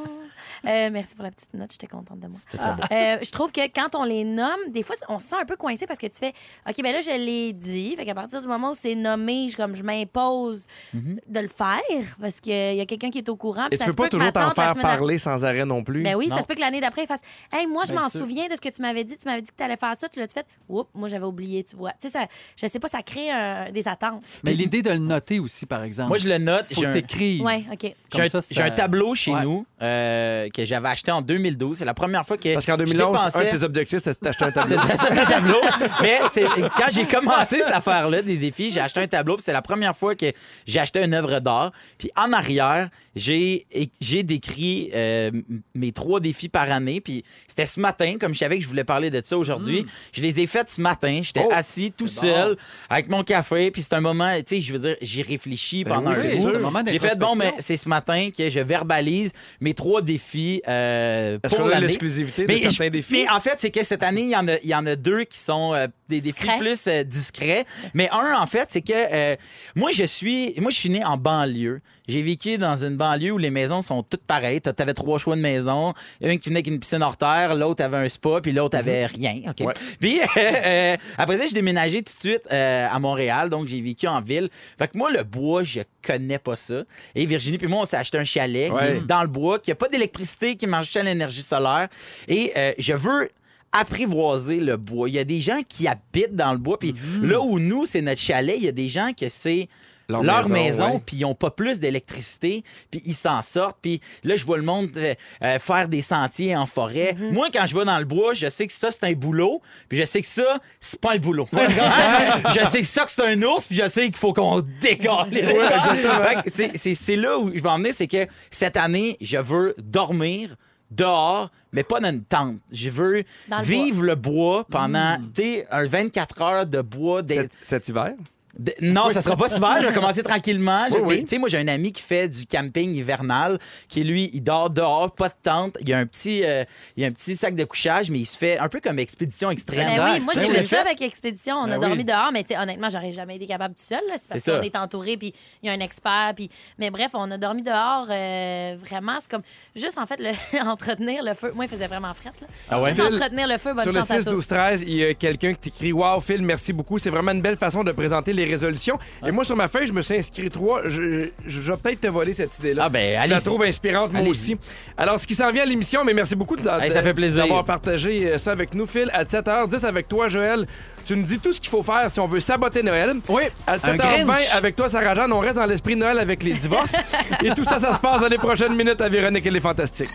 Speaker 3: Euh, merci pour la petite note, j'étais contente de moi. Euh, je trouve que quand on les nomme, des fois, on se sent un peu coincé parce que tu fais OK, ben là, je l'ai dit. Fait qu'à partir du moment où c'est nommé, je, comme je m'impose de le faire parce qu'il y a quelqu'un qui est au courant.
Speaker 1: Mhm.
Speaker 3: puis
Speaker 1: Et tu
Speaker 3: ça
Speaker 1: veux
Speaker 3: se
Speaker 1: pas
Speaker 3: peut que ma
Speaker 1: toujours t'en
Speaker 3: tante, la
Speaker 1: faire
Speaker 3: semaine d'après-
Speaker 1: parler sans arrêt non plus.
Speaker 3: Ben oui,
Speaker 2: Non.
Speaker 3: ça se peut que l'année d'après, il fasse Hey, moi, je
Speaker 4: Bien
Speaker 3: m'en
Speaker 4: sûr.
Speaker 3: souviens de ce que tu m'avais dit. Tu m'avais dit que tu allais faire ça. Tu l'as fait. Oups, moi, j'avais oublié, tu vois. Tu sais, ça, je sais pas, ça crée un- des attentes.
Speaker 4: Mais l'idée de le noter aussi, par exemple.
Speaker 2: Moi, je le note.
Speaker 4: Faut
Speaker 2: j'ai un-
Speaker 4: t'écrire.
Speaker 3: Ouais, OK.
Speaker 2: J'ai
Speaker 4: Comme
Speaker 2: un,
Speaker 4: ça, ça-
Speaker 2: j'ai un tableau chez
Speaker 4: Ouais.
Speaker 2: nous euh, que j'avais acheté en 2012. C'est la première fois que
Speaker 1: Parce qu'en
Speaker 2: je
Speaker 1: 2011, un
Speaker 2: dépensais-
Speaker 1: de tes objectifs, c'est d'acheter un tableau.
Speaker 2: C'était un tableau. Mais c'est- quand j'ai commencé cette affaire-là, des défis, j'ai acheté un tableau. puis C'est la première fois que j'ai acheté une œuvre d'art. Puis en arrière, j'ai j'ai décrit euh, mes trois défis par année. Puis c'était ce matin, comme je savais que je voulais parler de ça
Speaker 4: Hmm.
Speaker 2: aujourd'hui. Je les ai faits ce matin. J'étais
Speaker 4: Oh,
Speaker 2: assis tout seul avec mon café. Puis c'est un moment, tu sais, je veux dire, j'ai réfléchi
Speaker 4: Ben
Speaker 2: pendant
Speaker 4: oui,
Speaker 2: un
Speaker 4: c'est
Speaker 2: bout.
Speaker 4: sûr. C'est un moment
Speaker 2: J'ai fait, bon, mais
Speaker 4: d'introspection.
Speaker 2: c'est ce matin que je verbalise mes trois défis euh,
Speaker 1: Parce
Speaker 2: pour
Speaker 1: qu'on a
Speaker 2: l'année.
Speaker 1: l'exclusivité de
Speaker 2: Mais,
Speaker 1: certains
Speaker 2: je-
Speaker 1: défis.
Speaker 2: mais en fait, c'est que cette année, il y en a, il y en a deux qui sont euh, des défis
Speaker 3: Discrets.
Speaker 2: plus euh, discrets. Mais un, en fait, c'est que euh, moi, je suis moi je suis né en banlieue. J'ai vécu dans une banlieue où les maisons sont toutes pareilles. T'a- T'avais trois choix de maisons. Un qui venait avec une piscine hors terre, l'autre avait un spa, puis l'autre avait rien. OK?
Speaker 1: Mhm. Ouais.
Speaker 2: Puis euh, euh, après ça, j'ai déménagé tout de suite euh, à Montréal, donc j'ai vécu en ville. Fait que moi, le bois, je connais pas ça. Et Virginie puis moi, on s'est acheté un chalet qui
Speaker 1: Ouais.
Speaker 2: est dans le bois, qui a pas d'électricité, qui marche juste à l'énergie solaire. Et euh, je veux apprivoiser le bois. Il y a des gens qui habitent dans le bois, puis là où nous, c'est notre chalet, il y a des gens que c'est leur, maison,
Speaker 1: ouais.
Speaker 2: puis ils n'ont pas plus d'électricité, puis ils s'en sortent. Puis là, je vois le monde euh, euh, faire des sentiers en forêt.
Speaker 3: Mhm.
Speaker 2: Moi, quand je vais dans le bois, je sais que ça, c'est un boulot, puis je sais que ça, c'est pas le boulot. je sais que ça, que c'est un ours, puis je sais qu'il faut qu'on décolle. Fait que c'est- c'est- c'est là où je vais en venir, c'est que cette année, je veux dormir dehors, mais pas dans une tente. Je veux
Speaker 3: Dans le Mm.
Speaker 2: vivre le bois pendant, tu sais, un 24 heures de bois, des-
Speaker 1: Cet, cet hiver.
Speaker 2: de- Non, ça sera pas souvent. Je vais commencer tranquillement. Je-
Speaker 1: Oui, oui.
Speaker 2: mais, Tu sais, moi, j'ai un ami qui fait du camping hivernal, qui lui, il dort dehors, pas de tente. Il a un petit, euh, il a un petit sac de couchage, mais il se fait un peu comme expédition extrême.
Speaker 3: Ben oui, moi,
Speaker 2: Tu
Speaker 3: j'ai
Speaker 2: l'as
Speaker 3: fait
Speaker 2: fait?
Speaker 3: ça avec Expédition. On a
Speaker 2: Ben oui.
Speaker 3: dormi dehors, mais tu sais, honnêtement, j'aurais jamais été capable tout seul. là. C'est parce
Speaker 2: C'est ça.
Speaker 3: qu'on est entouré, puis il y a un expert. Puis... Mais bref, on a dormi dehors. euh, vraiment, c'est comme juste, en fait, le- entretenir le feu. Moi, il faisait vraiment fret. Là.
Speaker 2: Ah ouais?
Speaker 3: Juste
Speaker 1: Phil,
Speaker 3: entretenir le feu, bonne
Speaker 1: Sur le
Speaker 3: chance à
Speaker 1: 6,
Speaker 3: tous.
Speaker 1: 12, 13, il y a quelqu'un qui t'écrit Wow, Phil, merci beaucoup. C'est vraiment une belle façon de présenter les résolutions.
Speaker 2: Ah.
Speaker 1: Et moi, sur ma feuille, je me suis inscrit trois. Je, je- je vais peut-être te voler cette idée-là.
Speaker 2: Ah, ben,
Speaker 1: Je la
Speaker 2: allez.
Speaker 1: trouve inspirante, moi
Speaker 2: Allez-y.
Speaker 1: aussi. Alors, ce qui s'en vient à l'émission, mais merci beaucoup de-
Speaker 2: Hey, ça fait plaisir.
Speaker 1: d'avoir partagé euh, ça avec nous, Phil. À 7h10 avec toi, Joël, tu nous dis tout ce qu'il faut faire si on veut saboter Noël.
Speaker 4: Oui,
Speaker 1: À
Speaker 4: un Grinch.
Speaker 1: 7h20 avec toi, Sarah Jeanne, on reste dans l'esprit de Noël avec les divorces. et tout ça, ça se passe dans les prochaines minutes à Véronique et les Fantastiques.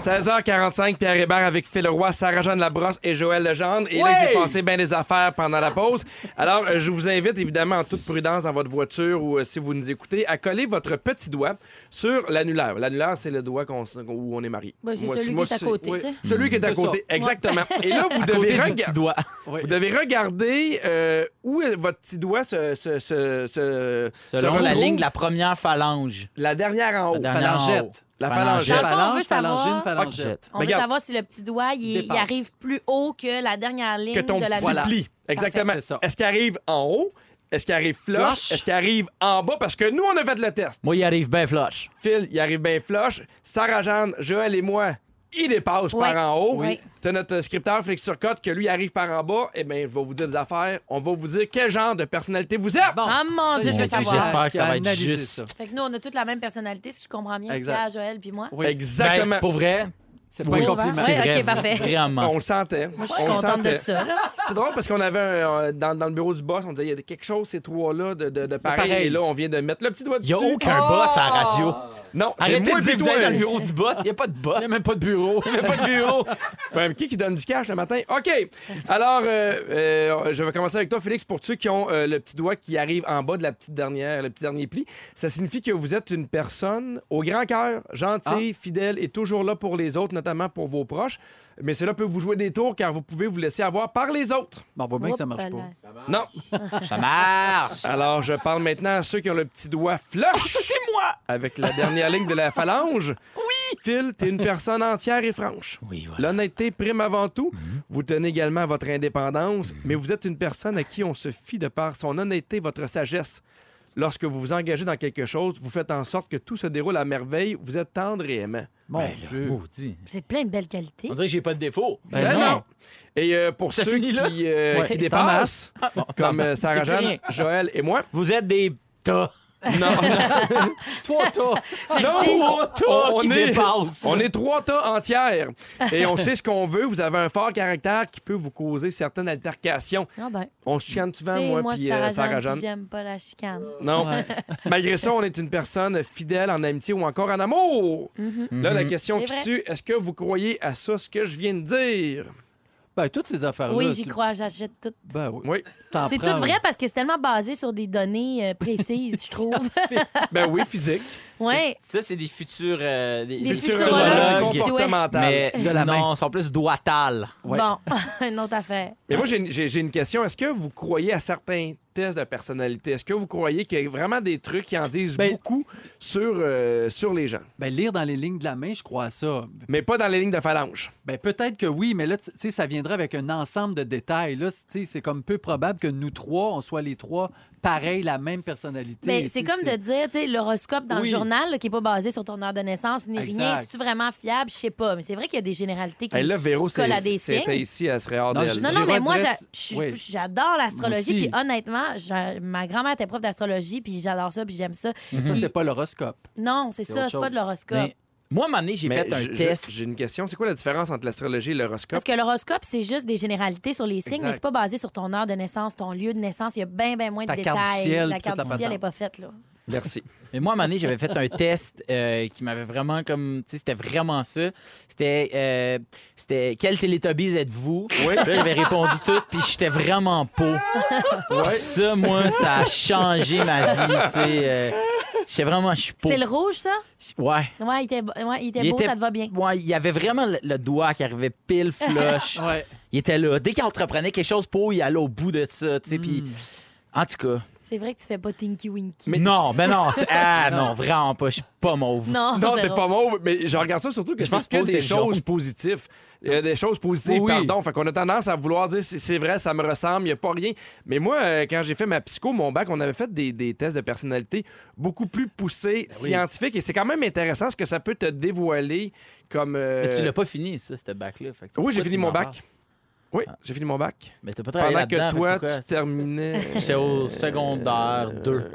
Speaker 1: 16h45, Pierre Hébert avec Phil Roy, Sarah-Jeanne Labrosse et Joël Legendre. Et là, il s'est passé bien des affaires pendant la pause. Alors, euh, je vous invite évidemment en toute prudence dans votre voiture ou euh, si vous nous écoutez, à coller votre petit doigt sur l'annulaire. L'annulaire, c'est le doigt qu'on se- où on est marié.
Speaker 3: Ben, c'est
Speaker 1: Moi,
Speaker 3: celui qui est à
Speaker 1: c'est-
Speaker 3: côté,
Speaker 1: oui,
Speaker 3: tu sais.
Speaker 1: Celui qui est à
Speaker 4: C'est ça.
Speaker 1: côté, exactement. Et là, vous devez
Speaker 2: Côté du
Speaker 1: regarder-
Speaker 2: petit doigt.
Speaker 1: vous devez regarder euh, où est votre petit doigt se, se, se- se-
Speaker 2: Selon
Speaker 1: se
Speaker 2: la
Speaker 1: retrouve.
Speaker 2: ligne de la première phalange.
Speaker 1: La dernière en haut.
Speaker 2: La dernière en haut.
Speaker 4: Phalangette.
Speaker 1: La
Speaker 2: Phalange.
Speaker 1: phalangette.
Speaker 3: Dans le fond, on veut
Speaker 4: Phalange,
Speaker 3: savoir-
Speaker 4: phalangine,
Speaker 2: Jette.
Speaker 4: phalangette.
Speaker 3: On
Speaker 1: Mais
Speaker 3: veut
Speaker 1: regarde.
Speaker 3: savoir si le petit doigt, il, il
Speaker 4: Dépasse.
Speaker 3: arrive plus haut que la dernière ligne
Speaker 1: Que ton
Speaker 3: de la
Speaker 1: petit pli. Exactement.
Speaker 4: Parfait, c'est ça.
Speaker 1: Est-ce qu'il arrive en haut? Est-ce qu'il arrive flush?
Speaker 4: Flush.
Speaker 1: Est-ce qu'il arrive en bas? Parce que nous, on a fait le test.
Speaker 2: Moi, il arrive bien flush.
Speaker 1: Phil, il arrive bien flush. Sarah-Jeanne, Joël et moi, il dépasse
Speaker 3: Ouais.
Speaker 1: par en haut.
Speaker 3: Oui.
Speaker 1: T'as notre scripteur Félix Turcotte que lui arrive par en bas. Eh bien, je vais vous dire des affaires. On va vous dire quel genre de personnalité vous êtes.
Speaker 4: Bon,
Speaker 3: Ah, mon
Speaker 4: ça,
Speaker 3: Dieu, je veux
Speaker 4: il y a
Speaker 3: savoir.
Speaker 2: J'espère que ça
Speaker 4: qui a
Speaker 2: va être
Speaker 4: analysé
Speaker 2: juste.
Speaker 4: ça.
Speaker 3: Fait que nous, on a toute la même personnalité, si je comprends bien.
Speaker 4: Exact.
Speaker 3: Pierre, Joël, puis moi.
Speaker 4: Oui.
Speaker 1: Exactement.
Speaker 2: Ben, pour vrai,
Speaker 4: C'est pas un
Speaker 3: Pour-
Speaker 4: compliment.
Speaker 3: Ouais,
Speaker 2: c'est vrai,
Speaker 3: ok, parfait.
Speaker 2: Vraiment.
Speaker 1: On le sentait.
Speaker 3: Moi, je suis
Speaker 1: On le
Speaker 3: contente de
Speaker 1: sentait.
Speaker 3: ça. là.
Speaker 1: C'est drôle parce qu'on avait un- un- dans, dans le bureau du boss, on disait il y a quelque chose, ces trois-là, de, de, de pareil.
Speaker 4: pareil.
Speaker 1: Et là, on vient de mettre le petit doigt
Speaker 2: Il
Speaker 1: dessus. Oh!
Speaker 2: n'y a aucun boss à la radio.
Speaker 1: Non, c'est
Speaker 2: Arrêtez
Speaker 1: moi
Speaker 2: de dire
Speaker 1: puis
Speaker 2: que vous
Speaker 1: toi.
Speaker 2: êtes dans le bureau du boss. Il n'y a pas de boss.
Speaker 4: Il n'y a même pas de bureau.
Speaker 1: pas de bureau. Même qui qui donne du cash le matin? OK. Alors, euh, euh, je vais commencer avec toi, Félix. Pour ceux qui ont euh, le petit doigt qui arrive en bas de la petite dernière, le petit dernier pli, ça signifie que vous êtes une personne au grand cœur, gentille,
Speaker 2: Ah.
Speaker 1: fidèle et toujours là pour les autres, notamment pour vos proches. Mais cela peut vous jouer des tours car vous pouvez vous laisser avoir par les autres.
Speaker 4: Bon, on voit bien que ça
Speaker 3: Oups,
Speaker 4: marche
Speaker 3: là.
Speaker 4: pas. Ben
Speaker 1: Non.
Speaker 2: Ça marche.
Speaker 1: Alors, je parle maintenant à ceux qui ont le petit doigt
Speaker 2: Ah,
Speaker 1: flush. c'est moi! Avec la dernière ligne de la phalange. Oui! Phil, t'es une personne entière et franche.
Speaker 2: Oui, voilà.
Speaker 1: L'honnêteté prime avant tout.
Speaker 4: Mhm.
Speaker 1: Vous tenez également à votre indépendance, mais vous êtes une personne à qui on se fie de par son honnêteté, votre sagesse. Lorsque vous vous engagez dans quelque chose, vous faites en sorte que tout se déroule à merveille. Vous êtes tendre et aimant.
Speaker 4: Mon
Speaker 2: Ben là,
Speaker 4: Dieu.
Speaker 2: maudit.
Speaker 3: C'est plein de belles qualités.
Speaker 2: On dirait que j'ai pas de défaut.
Speaker 4: Ben
Speaker 1: Ben
Speaker 4: non.
Speaker 1: Et euh, pour
Speaker 2: Ça
Speaker 1: ceux
Speaker 2: finit
Speaker 1: qui,
Speaker 2: là?
Speaker 1: euh,
Speaker 4: Ouais.
Speaker 1: qui
Speaker 4: C'est en
Speaker 1: dépassent, comme euh,
Speaker 2: Plus
Speaker 1: Sarah-Jeanne,
Speaker 2: rien.
Speaker 1: Joël et moi,
Speaker 2: Vous êtes des tas.
Speaker 1: Non,
Speaker 4: Trois tas.
Speaker 1: non,
Speaker 2: Trois tas
Speaker 1: on, on
Speaker 2: qui
Speaker 1: est,
Speaker 2: dépassent.
Speaker 1: on est trois tas entières. Et on sait ce qu'on veut. Vous avez un fort caractère qui peut vous causer certaines altercations.
Speaker 3: Ah ben,
Speaker 1: On se chicane
Speaker 3: tu
Speaker 1: souvent,
Speaker 3: sais,
Speaker 1: moi,
Speaker 3: moi,
Speaker 1: puis
Speaker 3: Sarah
Speaker 1: euh,
Speaker 3: Jeanne,
Speaker 1: Sarah Jeanne.
Speaker 3: puis j'aime pas la chicane.
Speaker 1: Non. Malgré ça, on est une personne fidèle en amitié ou encore en amour. Là, la question
Speaker 3: Mm-hmm. C'est
Speaker 1: qui
Speaker 3: vrai.
Speaker 1: tue, est-ce que vous croyez à ça, ce que je viens de dire?
Speaker 4: Ben, toutes ces affaires-là.
Speaker 3: Oui, j'y
Speaker 4: tu-
Speaker 3: crois, j'achète tout.
Speaker 4: Ben oui.
Speaker 1: Oui.
Speaker 4: T'en
Speaker 3: C'est
Speaker 4: prends,
Speaker 3: tout vrai parce que c'est tellement basé sur des données euh, précises, je trouve.
Speaker 1: Ben oui, physique.
Speaker 3: ouais.
Speaker 2: Ça, c'est des futurs. euh, des,
Speaker 3: Des
Speaker 2: futurs
Speaker 3: futurologues.
Speaker 2: neurologues,
Speaker 3: Des
Speaker 1: comportementales.
Speaker 2: Mais
Speaker 4: De la main.
Speaker 2: non, ils sont plus doitales.
Speaker 4: Ouais.
Speaker 3: Bon, une autre affaire.
Speaker 1: Mais moi, j'ai une- j'ai j'ai une question. Est-ce que vous croyez à certains tests de personnalité? Est-ce que vous croyez qu'il y a vraiment des trucs qui en disent
Speaker 4: Ben-
Speaker 1: beaucoup sur, euh, sur les gens?
Speaker 4: Ben, lire dans les lignes de la main, je crois à ça.
Speaker 1: Mais pas dans les lignes de phalange.
Speaker 4: Ben, peut-être que oui, mais là, tu tu sais, ça viendrait avec un ensemble de détails. Là, tu sais, c'est comme peu probable que nous trois, on soit les trois pareils, la même personnalité.
Speaker 3: Mais
Speaker 4: Tu
Speaker 3: c'est
Speaker 4: sais,
Speaker 3: comme de dire, tu sais, l'horoscope dans
Speaker 4: Oui.
Speaker 3: le journal là, qui n'est pas basé sur ton heure de naissance ni
Speaker 4: Exact.
Speaker 3: rien. C'est-tu vraiment fiable? Je sais pas. Mais c'est vrai qu'il y a des généralités qui.
Speaker 1: Hey, là, Véro,
Speaker 3: Tu colles à
Speaker 1: c'est-
Speaker 3: des
Speaker 1: c'était
Speaker 3: signes?
Speaker 1: ici, elle serait hors
Speaker 4: Non,
Speaker 1: d'elle.
Speaker 4: je-
Speaker 3: non,
Speaker 4: Véro,
Speaker 3: non, mais
Speaker 4: elle
Speaker 3: moi,
Speaker 4: dirait-
Speaker 3: j'a- je-
Speaker 4: Oui.
Speaker 3: j'adore l'astrologie.
Speaker 4: Moi aussi.
Speaker 3: Puis honnêtement, j'a- ma grand-mère était prof d'astrologie, puis j'adore ça, puis j'aime ça.
Speaker 4: Mais ça,
Speaker 3: Puis-
Speaker 4: c'est pas l'horoscope.
Speaker 3: Non, c'est
Speaker 4: C'est
Speaker 3: ça,
Speaker 4: autre
Speaker 3: c'est pas de
Speaker 4: chose.
Speaker 3: l'horoscope.
Speaker 2: Mais moi, à un moment donné, j'ai
Speaker 1: Mais
Speaker 2: fait un
Speaker 1: je- je-
Speaker 2: test.
Speaker 1: J'ai une question. C'est quoi la différence entre l'astrologie et l'horoscope?
Speaker 3: Parce que l'horoscope, c'est juste des généralités sur les signes,
Speaker 1: Exact.
Speaker 3: mais c'est pas basé sur ton heure de naissance, ton lieu de naissance. Il y a bien, bien moins
Speaker 4: Ta
Speaker 3: de
Speaker 4: carte du
Speaker 3: détails.
Speaker 4: ciel,
Speaker 3: la
Speaker 4: puis
Speaker 3: carte
Speaker 4: toute la
Speaker 3: du ciel
Speaker 4: patente.
Speaker 3: n'est pas faite, là.
Speaker 1: Merci.
Speaker 2: Mais moi, à un moment donné, j'avais fait un test euh, qui m'avait vraiment comme. Tu sais, c'était vraiment ça. C'était. euh, c'était quel Teletubbies êtes-vous? Oui. Là, j'avais répondu tout, puis j'étais vraiment pas. Puis ça, moi, ça a changé ma vie. Tu sais, euh, j'étais vraiment. Je suis pas.
Speaker 3: C'est le rouge, ça?
Speaker 2: Ouais.
Speaker 3: Ouais, il était, bo- ouais, il était
Speaker 2: Il
Speaker 3: beau,
Speaker 2: était-
Speaker 3: ça te va bien.
Speaker 2: Ouais, il y avait vraiment le, le doigt qui arrivait pile flush.
Speaker 4: Ouais.
Speaker 2: il était là. Dès qu'il entreprenait quelque chose, pour il allait au bout de ça, tu sais, puis... En tout cas.
Speaker 3: C'est vrai que tu fais pas Tinky Winky.
Speaker 2: Mais non, mais non. c'est- Ah non, vraiment pas. Je suis pas mauve.
Speaker 3: Non,
Speaker 1: Non, t'es
Speaker 3: zéro.
Speaker 1: pas mauve, mais je regarde ça surtout que
Speaker 2: Je
Speaker 1: c'est
Speaker 2: pense
Speaker 1: que
Speaker 2: pas
Speaker 1: des
Speaker 2: que c'est
Speaker 1: choses
Speaker 2: jaune.
Speaker 1: positives. Euh, des choses positives,
Speaker 4: Oui, oui.
Speaker 1: pardon. Fait qu'on a tendance à vouloir dire c'est c'est vrai, ça me ressemble, il n'y a pas rien. Mais moi, euh, quand j'ai fait ma psycho, mon bac, on avait fait des, des tests de personnalité beaucoup plus poussés,
Speaker 2: Ben
Speaker 1: scientifiques, et c'est quand même intéressant ce que ça peut te dévoiler comme. euh,
Speaker 2: Mais tu l'as pas fini, ça, ce bac-là. Fait que
Speaker 1: Oui, j'ai
Speaker 2: pourquoi
Speaker 1: fini
Speaker 2: tu
Speaker 1: mon
Speaker 2: m'en
Speaker 1: bac. Oui, j'ai fini mon bac.
Speaker 2: Mais t'as pas travaillé
Speaker 1: Pendant
Speaker 2: là-dedans,
Speaker 1: que
Speaker 2: fait
Speaker 1: toi, Euh,
Speaker 2: pourquoi?
Speaker 1: tu terminais.
Speaker 2: J'étais au secondaire 2. ouais,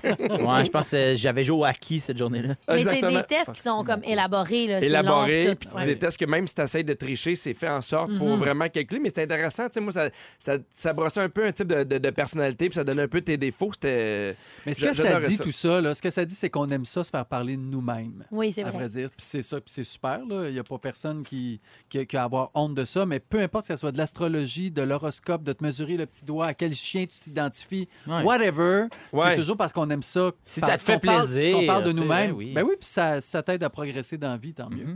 Speaker 2: je pense que j'avais joué au acquis cette journée-là.
Speaker 3: Mais c'est
Speaker 1: Exactement.
Speaker 3: des tests qui sont comme élaborés, là. c'est long,
Speaker 1: élaboré,
Speaker 3: pis
Speaker 1: puis
Speaker 3: tout, ouais. Mhm.
Speaker 1: des tests que même si tu essaies de tricher, c'est fait en sorte pour vraiment calculer. Mais c'est intéressant, tu sais, moi, ça, ça, ça brossait un peu un type de, de- de personnalité, puis ça donnait un peu tes défauts. C'était.
Speaker 4: Mais ce
Speaker 1: J'a-
Speaker 4: que ça
Speaker 1: j'adorais
Speaker 4: dit,
Speaker 1: ça.
Speaker 4: tout ça, là, ce que ça dit, c'est qu'on aime ça se faire parler de nous-mêmes.
Speaker 3: Oui, c'est
Speaker 4: à vrai
Speaker 3: vrai.
Speaker 4: dire. Puis c'est ça, puis c'est super. là. Il n'y a pas personne qui, qui, qui a à avoir honte de ça, mais peu importe que ce soit de l'astrologie, de l'horoscope, de te mesurer le petit doigt, à quel chien tu t'identifies,
Speaker 2: Ouais.
Speaker 4: whatever,
Speaker 1: Ouais.
Speaker 4: c'est toujours parce qu'on aime ça.
Speaker 2: Si
Speaker 4: par-
Speaker 2: ça te fait
Speaker 4: qu'on parle-
Speaker 2: plaisir,
Speaker 4: qu'on parle de
Speaker 2: tu sais,
Speaker 4: nous-mêmes.
Speaker 2: ben oui. Mhm.
Speaker 4: Ben oui, puis ça, ça t'aide à progresser dans la vie, tant mieux.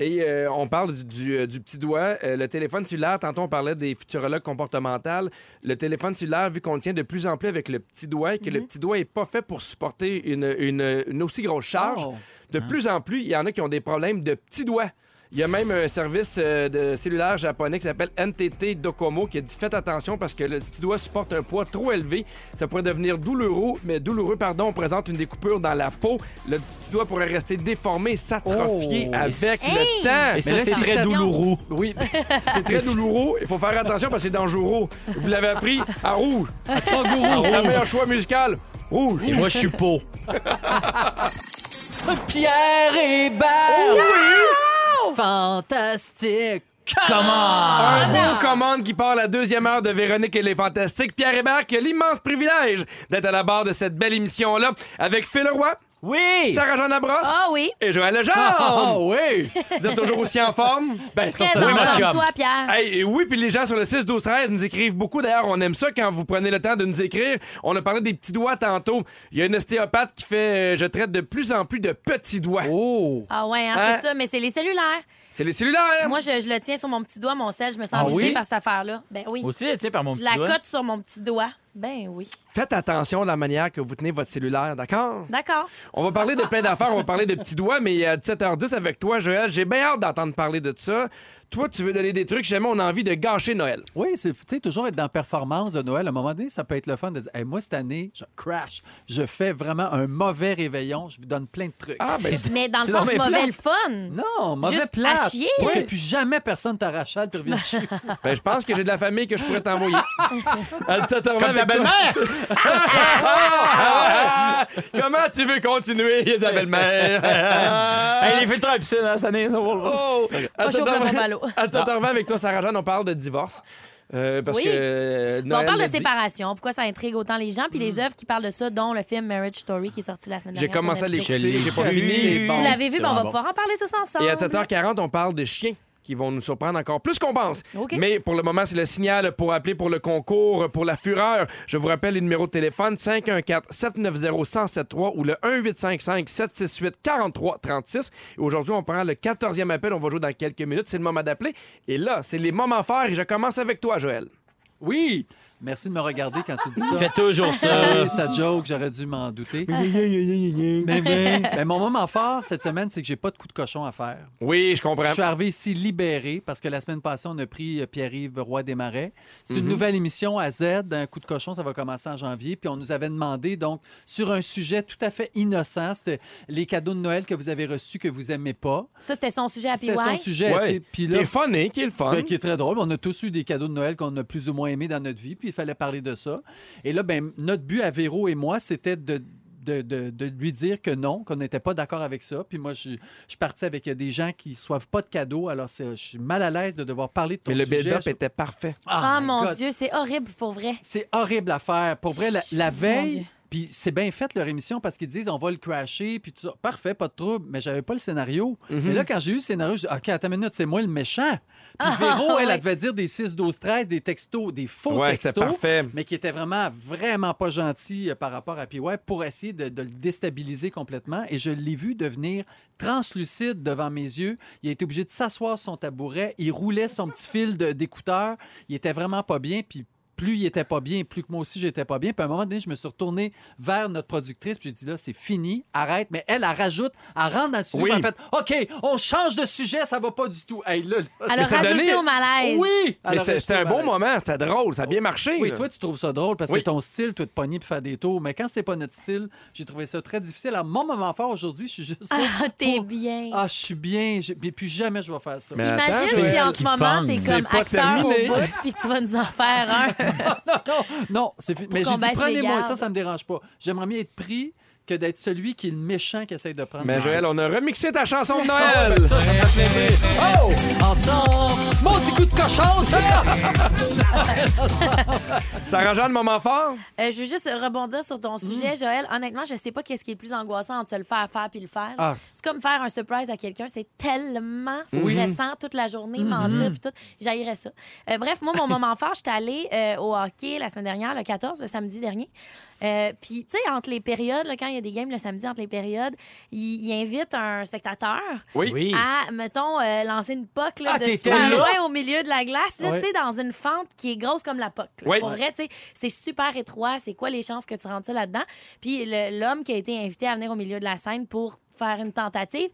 Speaker 1: Et euh, on parle du, du, euh, du petit doigt, euh, le téléphone cellulaire. Tantôt, on parlait des futurologues comportementaux. Le téléphone cellulaire, vu qu'on le tient de plus en plus avec le petit doigt et que
Speaker 4: Mhm.
Speaker 1: le petit doigt n'est pas fait pour supporter une, une- une aussi grosse charge,
Speaker 4: Oh.
Speaker 1: de plus en plus, il y en a qui ont des problèmes de petits doigts. Il y a même un service euh, de cellulaire japonais qui s'appelle NTT Docomo qui a dit faites attention parce que le petit doigt supporte un poids trop élevé. Ça pourrait devenir douloureux, mais douloureux, pardon, on présente une découpure dans la peau. Le petit doigt pourrait rester déformé, s'atrophier
Speaker 4: Oh.
Speaker 1: avec
Speaker 3: Hey!
Speaker 1: le temps.
Speaker 2: Et ça,
Speaker 4: là,
Speaker 2: c'est
Speaker 4: c'est
Speaker 2: très
Speaker 3: station.
Speaker 2: douloureux.
Speaker 4: Oui,
Speaker 1: C'est très douloureux. Il faut faire attention parce que c'est dangereux. Vous l'avez appris à rouge.
Speaker 4: pas gourou.
Speaker 1: Le meilleur choix musical, rouge.
Speaker 2: Et moi, je suis pauvre. Pierre Hébert!
Speaker 4: Fantastique.
Speaker 2: Comment?
Speaker 1: Un beau commande qui part la deuxième heure de Véronique et les Fantastiques. Pierre Hébert qui a l'immense privilège d'être à la barre de cette belle émission-là avec Phil Roy,
Speaker 2: Oui!
Speaker 1: Sarah-Jeanne Labrosse
Speaker 3: Ah oui,
Speaker 1: et Joël
Speaker 4: Ah
Speaker 1: Legendre.
Speaker 4: oui!
Speaker 1: Vous êtes toujours aussi en forme?
Speaker 3: très
Speaker 4: Ben, certainement.
Speaker 3: en
Speaker 2: chum.
Speaker 3: forme, toi, Pierre.
Speaker 1: Hey, et oui, puis les gens sur le 6-12-13 nous écrivent beaucoup. D'ailleurs, on aime ça quand vous prenez le temps de nous écrire. On a parlé des petits doigts tantôt. Il y a une ostéopathe qui fait euh, Je traite de plus en plus de petits doigts.
Speaker 4: Oh!
Speaker 3: Ah ouais, hein,
Speaker 1: Hein?
Speaker 3: c'est ça, mais c'est les cellulaires.
Speaker 1: C'est les cellulaires!
Speaker 3: Moi, je, je le tiens sur mon petit doigt, mon sel, je me sens
Speaker 4: Ah
Speaker 3: obligée
Speaker 4: oui?
Speaker 3: par cette affaire-là. Ben oui.
Speaker 2: Aussi, tu sais, par mon
Speaker 3: Je
Speaker 2: petit
Speaker 3: la
Speaker 2: doigt.
Speaker 3: cote sur mon petit doigt. Ben oui.
Speaker 1: Faites attention de la manière que vous tenez votre cellulaire, d'accord?
Speaker 3: D'accord.
Speaker 1: On va parler de plein d'affaires, on va parler de petits doigts, mais euh, à 17h10 avec toi, Joël, j'ai bien hâte d'entendre parler de ça. Toi, tu veux donner des trucs, jamais on a envie de gâcher Noël.
Speaker 4: Oui, c'est tu sais, toujours être dans la performance de Noël. À un moment donné, ça peut être le fun de dire Hey, Moi, cette année, je crash. Je fais vraiment un mauvais réveillon. Je vous donne plein de trucs.
Speaker 1: Ah, ben,
Speaker 3: Mais dans le
Speaker 1: C'est
Speaker 3: sens
Speaker 1: donc bien
Speaker 3: mauvais
Speaker 1: plate.
Speaker 3: le fun.
Speaker 4: Non, mauvais
Speaker 3: Juste
Speaker 4: plat.
Speaker 3: à chier.
Speaker 4: Pour
Speaker 1: Oui.
Speaker 4: que plus jamais personne te rachète pour venir chez vous.
Speaker 1: ben, je pense que j'ai de la famille que je pourrais t'envoyer. à 17h20
Speaker 2: Comme ta
Speaker 1: avec
Speaker 2: belle-mère!
Speaker 1: Ah, ah, ah. Comment tu veux continuer, Isabelle Mère?
Speaker 2: Hey, les filtres à piscine, hein, cette année, ça va.
Speaker 1: Oh!
Speaker 3: chaud
Speaker 1: Attends,
Speaker 3: pour
Speaker 1: t'en
Speaker 3: le
Speaker 1: reviens-
Speaker 3: ballot.
Speaker 1: Attends, t'en reviens avec toi, Sarah Jeanne, on parle de divorce. Euh, parce
Speaker 3: Oui.
Speaker 1: que. euh,
Speaker 3: Bon, on
Speaker 1: Noël
Speaker 3: parle
Speaker 1: l'a
Speaker 3: de
Speaker 1: dit. Mm.
Speaker 3: séparation, pourquoi ça intrigue autant les gens, puis les œuvres qui parlent de ça, dont le film Marriage Story qui est sorti la semaine
Speaker 1: J'ai
Speaker 3: dernière. sur
Speaker 1: commencé à
Speaker 2: Je
Speaker 3: Netflix.
Speaker 2: l'ai
Speaker 1: l'écouter, j'ai pas
Speaker 2: vu.
Speaker 1: fini.
Speaker 3: Vous
Speaker 2: bon.
Speaker 3: l'avez vu,
Speaker 2: C'est
Speaker 3: ben, on va
Speaker 2: vraiment
Speaker 3: pouvoir en parler tous ensemble.
Speaker 1: Et à 7h40, on parle des chiens qui vont nous surprendre encore plus qu'on pense.
Speaker 3: OK.
Speaker 1: Mais pour le moment, c'est le signal pour appeler pour le concours, pour la fureur. Je vous rappelle les numéros de téléphone 514-790-1073 ou le 1855-768-4336. Et Aujourd'hui, on prend le 14e appel. On va jouer dans quelques minutes. C'est le moment d'appeler. Et là, c'est les moments forts. Et je commence avec toi, Joël.
Speaker 4: Oui! Merci de me regarder quand tu dis ça.
Speaker 2: Fais toujours ça.
Speaker 4: Oui, ça joke, j'aurais dû m'en douter. Mais oui. Mais mon moment fort cette semaine, c'est que j'ai pas de coup de cochon à faire.
Speaker 1: Oui, je comprends.
Speaker 4: Je suis arrivé ici libéré parce que la semaine passée, on a pris euh, Pierre-Yves Roy Desmarais. C'est une nouvelle émission à Z, un coup de cochon, ça va commencer en janvier. Puis on nous avait demandé, donc, sur un sujet tout à fait innocent, c'était les cadeaux de Noël que vous avez reçus que vous aimez pas.
Speaker 3: Ça, c'était son sujet à PY.
Speaker 4: C'était son sujet. tu sais. Puis
Speaker 1: Qui
Speaker 4: là,
Speaker 1: est fun, hein, qui est le fun.
Speaker 4: ben, qui est très drôle. On a tous eu des cadeaux de Noël qu'on a plus ou moins aimés dans notre vie, puis il fallait parler de ça. Et là, ben, notre but à Véro et moi, c'était de, de, de- de lui dire que non, qu'on n'était pas d'accord avec ça. Puis moi, je, je partais avec euh, des gens qui ne soivent pas de cadeaux, alors c'est- je suis mal à l'aise de devoir parler de ton
Speaker 1: Mais le
Speaker 4: sujet.
Speaker 1: build-up
Speaker 4: Je-
Speaker 1: était parfait.
Speaker 3: Ah,
Speaker 4: my
Speaker 3: mon
Speaker 4: God.
Speaker 3: Dieu, c'est horrible pour vrai.
Speaker 4: C'est horrible à faire. Pour vrai, la, la
Speaker 3: Mon Dieu.
Speaker 4: veille, puis c'est bien fait leur émission parce qu'ils disent on va le crasher, puis tout ça. Parfait, pas de trouble, mais j'avais pas le scénario.
Speaker 1: Mhm.
Speaker 4: Mais là, quand j'ai eu le scénario, j'ai dit OK, attends une minute, c'est moi le méchant. Puis Véro, elle,
Speaker 3: ouais.
Speaker 4: elle devait dire des 6, 12, 13, des textos, des faux
Speaker 1: Ouais, c'était
Speaker 4: textos.
Speaker 1: parfait.
Speaker 4: Mais qui était vraiment, vraiment pas gentil euh, par rapport à PY pour essayer de, de le déstabiliser complètement. Et je l'ai vu devenir translucide devant mes yeux. Il a été obligé de s'asseoir sur son tabouret. Il roulait son petit fil de- d'écouteur. Il était vraiment pas bien. Puis plus il était pas bien, plus que moi aussi j'étais pas bien. Puis à un moment donné, je me suis retourné vers notre productrice. Puis j'ai dit là, c'est fini, arrête. Mais elle, elle rajoute, elle rentre dans le sujet.
Speaker 1: Oui.
Speaker 4: puis Elle fait, OK, on change de sujet, ça va pas du tout. Hey, là, là-
Speaker 3: Alors,
Speaker 1: Ah, ça
Speaker 3: rajouté
Speaker 1: donnait-
Speaker 3: au malaise.
Speaker 4: oui!
Speaker 1: Mais
Speaker 4: Elle a
Speaker 1: c'est- c'était
Speaker 4: rajouté
Speaker 1: un bon
Speaker 4: malaise.
Speaker 1: moment, c'était drôle, ça a bien marché.
Speaker 4: Oui,
Speaker 1: là.
Speaker 4: toi, tu trouves ça drôle parce que
Speaker 1: Oui.
Speaker 4: c'est ton style, toi, de pogner puis faire des tours. Mais quand c'est pas notre style, j'ai trouvé ça très difficile. Alors, mon moment fort aujourd'hui, je suis juste là.
Speaker 3: Ah, t'es
Speaker 4: pour-
Speaker 3: bien.
Speaker 4: Ah, je suis bien. Je- Mais plus jamais je vais faire ça.
Speaker 1: Mais-
Speaker 3: Imagine
Speaker 1: attends,
Speaker 3: si
Speaker 1: c'est
Speaker 3: en
Speaker 2: ce
Speaker 3: ce
Speaker 2: qui
Speaker 3: moment,
Speaker 2: pogne.
Speaker 3: t'es
Speaker 1: C'est
Speaker 3: comme
Speaker 1: pas
Speaker 3: acteur au
Speaker 1: terminé.
Speaker 3: bout, puis tu vas nous en faire un.
Speaker 4: Non, c'est fi- Mais
Speaker 3: qu'on
Speaker 4: j'ai dit,
Speaker 3: baisse les
Speaker 4: prenez-moi.
Speaker 3: gardes.
Speaker 4: Ça, ça me dérange pas. J'aimerais mieux être pris que d'être celui qui est le méchant qui essaye de prendre.
Speaker 1: Mais
Speaker 4: le
Speaker 1: Joël, on a remixé ta chanson de
Speaker 4: Ah,
Speaker 1: Noël.
Speaker 4: ben ça, ça me fait plaisir. Oh! Ensemble! Mon petit coup de cochon, ça!
Speaker 1: Sarah Jeanne, moment fort.
Speaker 3: Euh, je veux juste rebondir sur ton sujet, Joël. Honnêtement, je sais pas qu'est-ce qui est le plus angoissant entre se le faire faire puis le faire.
Speaker 4: Ah.
Speaker 3: C'est comme faire un surprise à quelqu'un. C'est tellement stressant toute la journée, mentir puis tout. J'haïrais ça. Euh, bref, moi, mon moment fort, j'étais allée euh, au hockey la semaine dernière, le 14, le samedi dernier. Euh, puis, tu sais, entre les périodes, là, quand il y a des games le samedi, entre les périodes, il il invite un spectateur
Speaker 1: Oui. Ah,
Speaker 2: Oui.
Speaker 3: à, mettons, euh, lancer une poque là,
Speaker 4: Ah,
Speaker 3: de
Speaker 4: t'étais
Speaker 3: super
Speaker 4: là?
Speaker 3: loin au milieu de la glace, là,
Speaker 4: Ouais.
Speaker 3: tu sais, dans une fente qui est grosse comme la poque. là.
Speaker 1: Oui.
Speaker 3: Pour vrai, tu sais, c'est super étroit. C'est quoi les chances que tu rentres ça là-dedans? Puis le- l'homme qui a été invité à venir au milieu de la scène pour faire une tentative,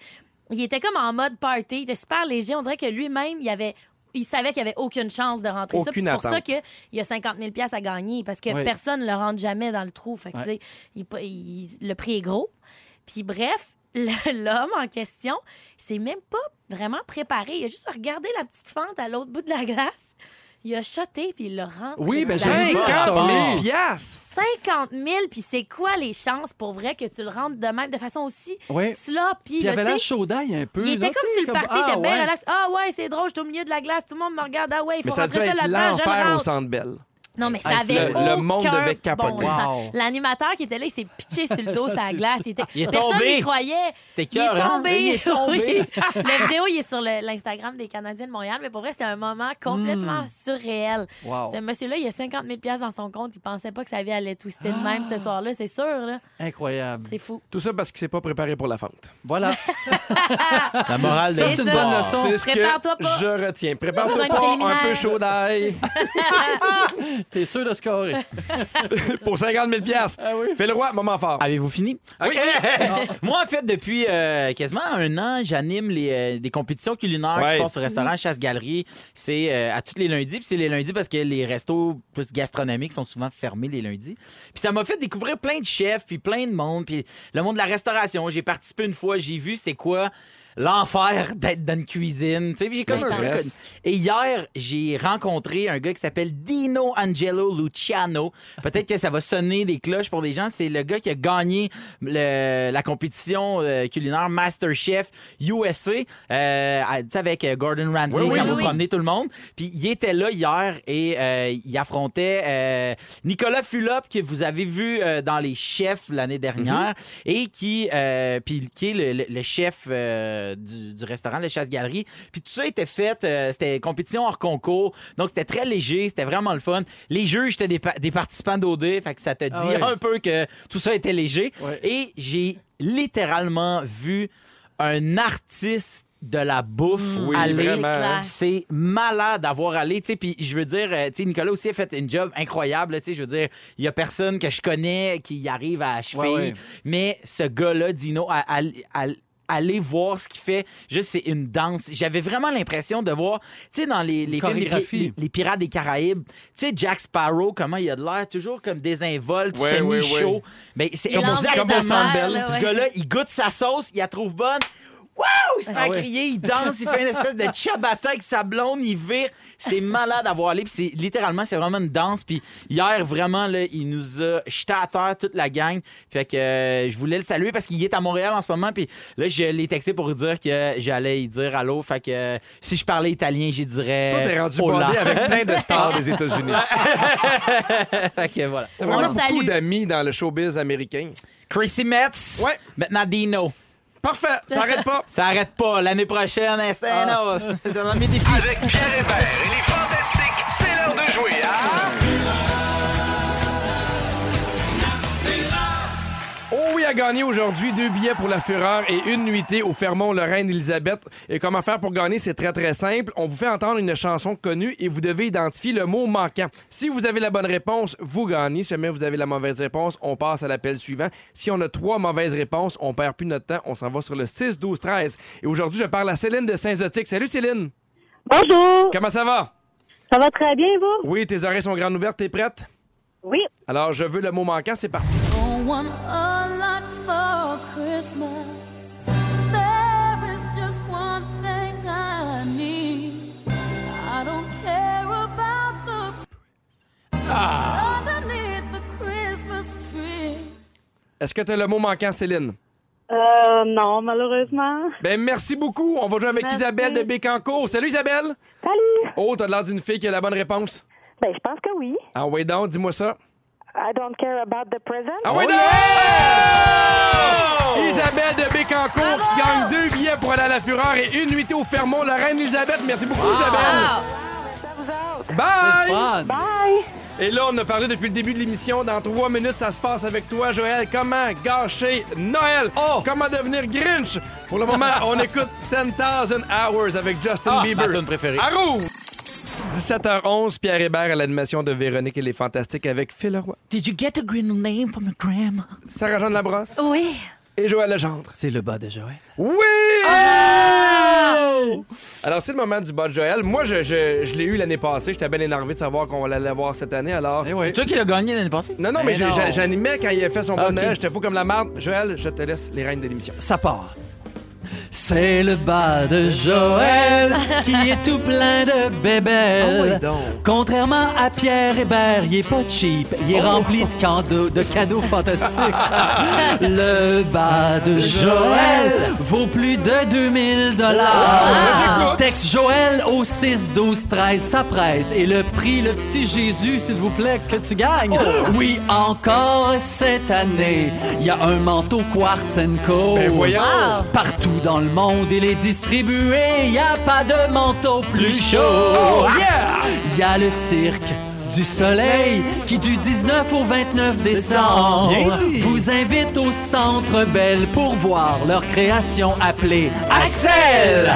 Speaker 3: il était comme en mode party. Il était super léger. On dirait que lui-même, il avait... Il savait qu'il n'y avait aucune chance de rentrer ça. Puis
Speaker 1: Aucune
Speaker 3: c'est pour ça
Speaker 1: attente.
Speaker 3: qu'il y a 50 000 pièces à gagner parce que
Speaker 4: Oui.
Speaker 3: personne ne le rentre jamais dans le trou. Fait que,
Speaker 4: Ouais.
Speaker 3: tu sais, il pa- il- le prix est gros. Puis bref, le- l'homme en question, il s'est même pas vraiment préparé. Il a juste regardé la petite fente à l'autre bout de la glace. Il a shoté, puis il l'a rentré.
Speaker 4: Oui, ben,
Speaker 3: dans
Speaker 4: j'ai
Speaker 3: la
Speaker 4: vu
Speaker 3: glace.
Speaker 4: ça.
Speaker 1: 50 000 piastres.
Speaker 3: 50 000, puis c'est quoi les chances pour vrai que tu le rentres de même de façon aussi
Speaker 4: Ouais.
Speaker 3: sloppy?
Speaker 4: Eh, Puis il
Speaker 3: là,
Speaker 4: avait
Speaker 3: tu sais?
Speaker 4: l'air chaud d'ail un peu.
Speaker 3: il était
Speaker 4: là,
Speaker 3: comme
Speaker 4: tu sais,
Speaker 3: sur le party, il
Speaker 4: ah,
Speaker 3: était bien
Speaker 4: ouais.
Speaker 3: relax. Ah ouais, c'est drôle, j'étais au milieu de la glace, tout le monde me regarde. Ah ouais, il
Speaker 1: Mais
Speaker 3: faut
Speaker 1: ça a dû
Speaker 3: rentrer ça
Speaker 1: être
Speaker 3: là-dedans, je le
Speaker 1: l'enfer au
Speaker 3: rentre.
Speaker 1: Centre Bell.
Speaker 3: Non, mais ça
Speaker 4: Hey,
Speaker 3: avait
Speaker 1: le- le
Speaker 3: aucun
Speaker 1: monde devait capoter.
Speaker 3: Bon sens.
Speaker 4: Wow.
Speaker 3: L'animateur qui était là, il s'est pitché sur le dos, sur la
Speaker 4: C'est
Speaker 3: glace.
Speaker 4: ça.
Speaker 3: Il était...
Speaker 2: Il est
Speaker 3: Personne
Speaker 2: tombé.
Speaker 3: n'y croyait.
Speaker 2: C'était
Speaker 3: Il est
Speaker 2: cœur, hein?
Speaker 3: tombé.
Speaker 2: Il est tombé.
Speaker 3: Oui. la vidéo, il est sur le- l'Instagram des Canadiens de Montréal, mais pour vrai, c'était un moment
Speaker 4: Hmm.
Speaker 3: complètement surréel.
Speaker 4: Wow.
Speaker 3: Ce monsieur-là, il a 50 000 dans son compte. Il pensait pas que sa vie allait twister de même
Speaker 4: Ah.
Speaker 3: ce soir-là. C'est sûr, là.
Speaker 4: Incroyable.
Speaker 3: C'est fou.
Speaker 1: Tout ça parce qu'il s'est pas préparé pour la fente.
Speaker 4: Voilà.
Speaker 2: La morale
Speaker 4: Ah, Ça,
Speaker 2: de
Speaker 4: c'est une
Speaker 2: l'histoire.
Speaker 4: bonne leçon.
Speaker 1: C'est ce que
Speaker 3: Prépare-toi pas.
Speaker 1: je retiens. Prépare-toi
Speaker 3: Besoin de
Speaker 1: pas un
Speaker 3: préliminaire.
Speaker 1: peu chaud d'ail
Speaker 4: T'es sûr de scorer.
Speaker 1: pour 50 000 piastres.
Speaker 3: Ah
Speaker 1: Fais le roi, moment fort.
Speaker 2: Avez-vous fini?
Speaker 1: Ah Oui.
Speaker 2: Moi, en fait, depuis euh, quasiment un an, j'anime les, euh, des compétitions culinaires
Speaker 1: Ouais.
Speaker 2: qui se passent au restaurant Chasse-Galerie. C'est euh, à tous les lundis. Puis c'est les lundis parce que les restos plus gastronomiques sont souvent fermés les lundis. Puis ça m'a fait découvrir plein de chefs, puis plein de monde, puis le monde de la restauration. J'ai participé une fois, j'ai vu c'est quoi l'enfer d'être dans une cuisine. Tu sais, j'ai comme
Speaker 1: Le
Speaker 2: un peu
Speaker 1: stress.
Speaker 2: connu- Et hier, j'ai rencontré un gars qui s'appelle Dino Angelo Luciano. Peut-être que ça va sonner des cloches pour des gens. C'est le gars qui a gagné le- la compétition euh, culinaire MasterChef USA euh, à- tu sais, avec euh, Gordon Ramsay
Speaker 3: Oui, oui,
Speaker 2: quand
Speaker 3: oui,
Speaker 2: vous
Speaker 3: oui.
Speaker 2: promenez tout le monde. Puis il était là hier et euh, il affrontait euh, Nicolas Fulop que vous avez vu euh, dans les chefs l'année dernière
Speaker 4: Mhm.
Speaker 2: et qui, euh, puis qui est le, le- le chef euh, du, du restaurant Le Chasse Galerie. Puis tout ça était fait, euh, c'était compétition hors concours, donc c'était très léger, c'était vraiment le fun. Les juges étaient des, pa- des participants d'OD, fait que ça te dit
Speaker 4: Ah ouais.
Speaker 2: un peu que tout ça était léger.
Speaker 4: Ouais.
Speaker 2: Et j'ai littéralement vu un artiste de la bouffe
Speaker 1: Oui,
Speaker 2: aller
Speaker 1: vraiment. hein.
Speaker 3: clair.
Speaker 2: c'est malade d'avoir allé, tu sais, puis je veux dire, euh, tu sais, Nicolas aussi a fait une job incroyable, tu sais, je veux dire, il y a personne que je connais qui y arrive à la cheville,
Speaker 4: Ouais, ouais.
Speaker 2: mais ce gars-là, Dino, à- à- à- aller voir ce qu'il fait, juste c'est une danse. J'avais vraiment l'impression de voir, tu sais, dans les, les films, les,
Speaker 4: chorégraphie.
Speaker 2: les- les Pirates des Caraïbes, tu sais, Jack Sparrow, comment il a de l'air, toujours comme désinvolte,
Speaker 1: Ouais, ouais, ouais.
Speaker 2: semi-chaud, mais c'est
Speaker 3: Il lance des
Speaker 2: exactement
Speaker 3: affaires, là,
Speaker 2: ce
Speaker 3: ouais.
Speaker 2: gars-là, il goûte sa sauce, il la trouve bonne, il se met à crier, il danse, il fait une espèce de ciabatta avec sa blonde, il vire. C'est malade à voir aller. Puis c'est littéralement, c'est vraiment une danse. Puis hier, vraiment, là, il nous a jeté à terre toute la gang. Fait que euh, je voulais le saluer parce qu'il est à Montréal en ce moment. Puis là, je l'ai texté pour lui dire que j'allais y dire allô. Fait que euh, si je parlais italien, j'y dirais.
Speaker 1: Toi, t'es rendu
Speaker 2: hola.
Speaker 1: bondé avec plein de stars des États-Unis.
Speaker 2: fait que voilà.
Speaker 1: T'as
Speaker 3: On
Speaker 1: vraiment
Speaker 3: le salue.
Speaker 1: beaucoup d'amis dans le showbiz américain.
Speaker 2: Chrissy Metz.
Speaker 1: Ouais.
Speaker 2: Maintenant, Dino.
Speaker 1: Parfait, t'arrêtes pas.
Speaker 2: Ça arrête pas. L'année prochaine, eh, c'est
Speaker 1: Ah.
Speaker 2: un autre. Ça m'a mis des filles.
Speaker 7: Avec Pierre Hébert et les Fantastiques, c'est l'heure de jouer à...
Speaker 1: Oh oui, a gagné aujourd'hui deux billets pour la Fureur et une nuitée au Fermont Lorraine Elisabeth. Et comment faire pour gagner, c'est très très simple. On vous fait entendre une chanson connue et vous devez identifier le mot manquant. Si vous avez la bonne réponse, vous gagnez. Si jamais vous avez la mauvaise réponse, on passe à l'appel suivant. Si on a trois mauvaises réponses, on perd plus notre temps, on s'en va sur le 6 12 13. Et aujourd'hui, je parle à Céline de Saint-Zotique. Salut Céline.
Speaker 8: Bonjour,
Speaker 1: Comment ça va
Speaker 8: ça va très bien, vous?
Speaker 1: Oui, tes oreilles sont grandes ouvertes, t'es prête
Speaker 8: Oui.
Speaker 1: Alors, je veux le mot manquant, c'est parti.
Speaker 9: Don't want a lot for Christmas. There is just one thing I need. I don't care about the underneath the Christmas tree.
Speaker 1: Est-ce que t'as le mot manquant, Céline
Speaker 8: Euh, non, malheureusement.
Speaker 1: Ben merci beaucoup. On va jouer avec
Speaker 8: Merci.
Speaker 1: Isabelle de Bécancourt. Salut Isabelle.
Speaker 8: Salut!
Speaker 1: Oh, t'as l'air d'une fille qui a la bonne réponse.
Speaker 8: Ben, je pense que oui.
Speaker 1: Ah ouais donc, dis-moi ça.
Speaker 8: I don't care about the present.
Speaker 1: Ah ouais donc! Isabelle de Bécancourt qui gagne deux billets pour aller à la Fureur et une nuitée au Fermont la Reine Elisabeth. Merci beaucoup Isabelle.
Speaker 8: Ça vous autres.
Speaker 1: Bye.
Speaker 4: Fun.
Speaker 8: Bye!
Speaker 1: Et là, on a parlé depuis le début de l'émission. Dans trois minutes, ça se passe avec toi, Joël. Comment gâcher Noël?
Speaker 4: Oh!
Speaker 1: Comment devenir Grinch? Pour le moment, on écoute 10,000 Hours avec Justin
Speaker 2: Ah,
Speaker 1: Bieber.
Speaker 2: ma tune préférée.
Speaker 1: À rouge! 17h11, Pierre Hébert à l'animation de Véronique et les Fantastiques avec Phil Roy,
Speaker 2: Did you get a green name from your grandma?
Speaker 1: Sarah-Jeanne Labrosse
Speaker 3: Oui.
Speaker 1: et Joël Legendre.
Speaker 4: C'est le bas de Joël.
Speaker 1: Oui! Alors, c'est le moment du bas de Joël. Moi, je, je- je l'ai eu l'année passée. J'étais bien énervé de savoir qu'on allait l'avoir cette année. Alors,
Speaker 4: Eh oui.
Speaker 2: C'est toi qui l'as gagné l'année passée? Eh
Speaker 1: Non, Ben non, mais,
Speaker 4: Mais
Speaker 1: j'ai-
Speaker 4: non.
Speaker 1: j'ai- j'animais quand il a fait son
Speaker 2: Ah,
Speaker 1: bon
Speaker 2: ok.
Speaker 1: Noël. J'étais fou comme la marde. Joël, je te laisse les rênes de l'émission.
Speaker 4: Ça part. C'est le bas de Joël qui est tout plein de bébelles.
Speaker 1: Ah oui,
Speaker 4: Contrairement à Pierre Hébert, il est pas cheap. Il est rempli de cadeaux, de cadeaux fantastiques. le bas de Joël vaut plus de 2000 dollars. Texte Joël au 6 12 13, ça presse. Et le prix, le petit Jésus, s'il vous plaît, que tu gagnes. Oui, encore cette année, il y a un manteau Quartz Co.
Speaker 1: Ben voyons. Wow.
Speaker 4: Partout dans le monde, il est distribué. Il n'y a pas de manteau plus chaud. Il y a le cirque du soleil qui du 19 au 29 décembre
Speaker 1: Bien dit.
Speaker 4: vous invite au Centre Belle pour voir leur création appelée Axel.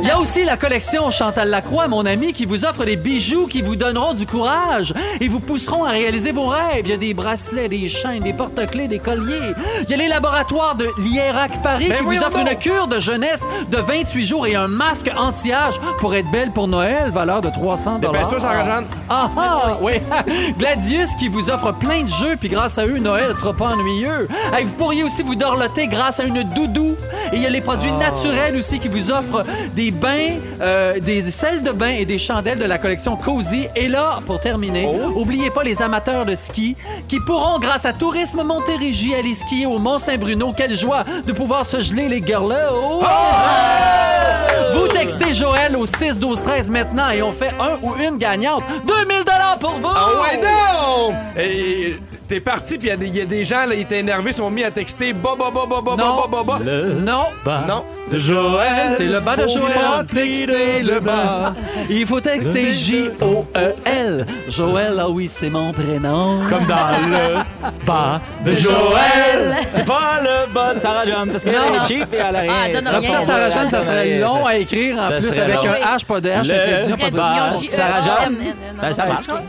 Speaker 4: Il y a aussi la collection Chantal Lacroix, mon ami, qui vous offre des bijoux qui vous donneront du courage et vous pousseront à réaliser vos rêves. Il y a des bracelets, des chaînes, des porte-clés, des colliers. Il y a les laboratoires de l'IERAC Paris
Speaker 1: Ben
Speaker 4: qui vous
Speaker 1: voyons
Speaker 4: offrent
Speaker 1: donc.
Speaker 4: une cure de jeunesse de 28 jours et un masque anti-âge pour être belle pour Noël, valeur de 300
Speaker 1: Ben, Dépêche-toi, Sarah-Jeanne.
Speaker 4: Ah ah! Ah oui, Gladius qui vous offre plein de jeux, puis grâce à eux, Noël sera pas ennuyeux. Hey, vous pourriez aussi vous dorloter grâce à une doudou. Et il y a les produits naturels aussi qui vous offrent des bains, euh, des selles de bain et des chandelles de la collection Cozy. Et là, pour terminer, oubliez pas les amateurs de ski qui pourront, grâce à Tourisme Montérégie, aller skier au Mont-Saint-Bruno. Quelle joie de pouvoir se geler les Oh! girls vous textez Joël au 6 12 13 maintenant et on fait un ou une gagnante. 2000 dollars pour vous.
Speaker 1: Ah ouais, non! Et t'es parti, puis il y a des- il y, a des gens, là, ils étaient énervés, ils sont mis à texter ba ba ba ba ba ba
Speaker 4: Non.
Speaker 1: ba ba. ba.
Speaker 4: Non.
Speaker 1: Non. De Joël.
Speaker 4: C'est le bas de
Speaker 1: bah. Faut
Speaker 4: Joël.
Speaker 1: pas texter le bas.
Speaker 4: Il faut texter J O E L. Joël, ah oui, c'est mon prénom.
Speaker 2: Comme dans le bas de
Speaker 4: Joël.
Speaker 2: C'est pas le bas de Sarah John, parce que là, elle est cheap et elle a rien.
Speaker 3: Ah, donne
Speaker 4: Comme
Speaker 3: rien.
Speaker 4: ça, Sarah Jeanne, ça serait
Speaker 2: Ça-
Speaker 4: long à écrire en
Speaker 2: ça
Speaker 4: plus
Speaker 2: serait
Speaker 4: avec
Speaker 2: long.
Speaker 4: un H, pas de H,
Speaker 2: Le-
Speaker 4: avec pas de
Speaker 2: Bah,
Speaker 3: J-E-A-N-N.
Speaker 2: Sarah Jeanne?
Speaker 3: E Non, non,
Speaker 2: Ben, ça
Speaker 3: non,
Speaker 2: marche,
Speaker 3: non.
Speaker 2: quoi.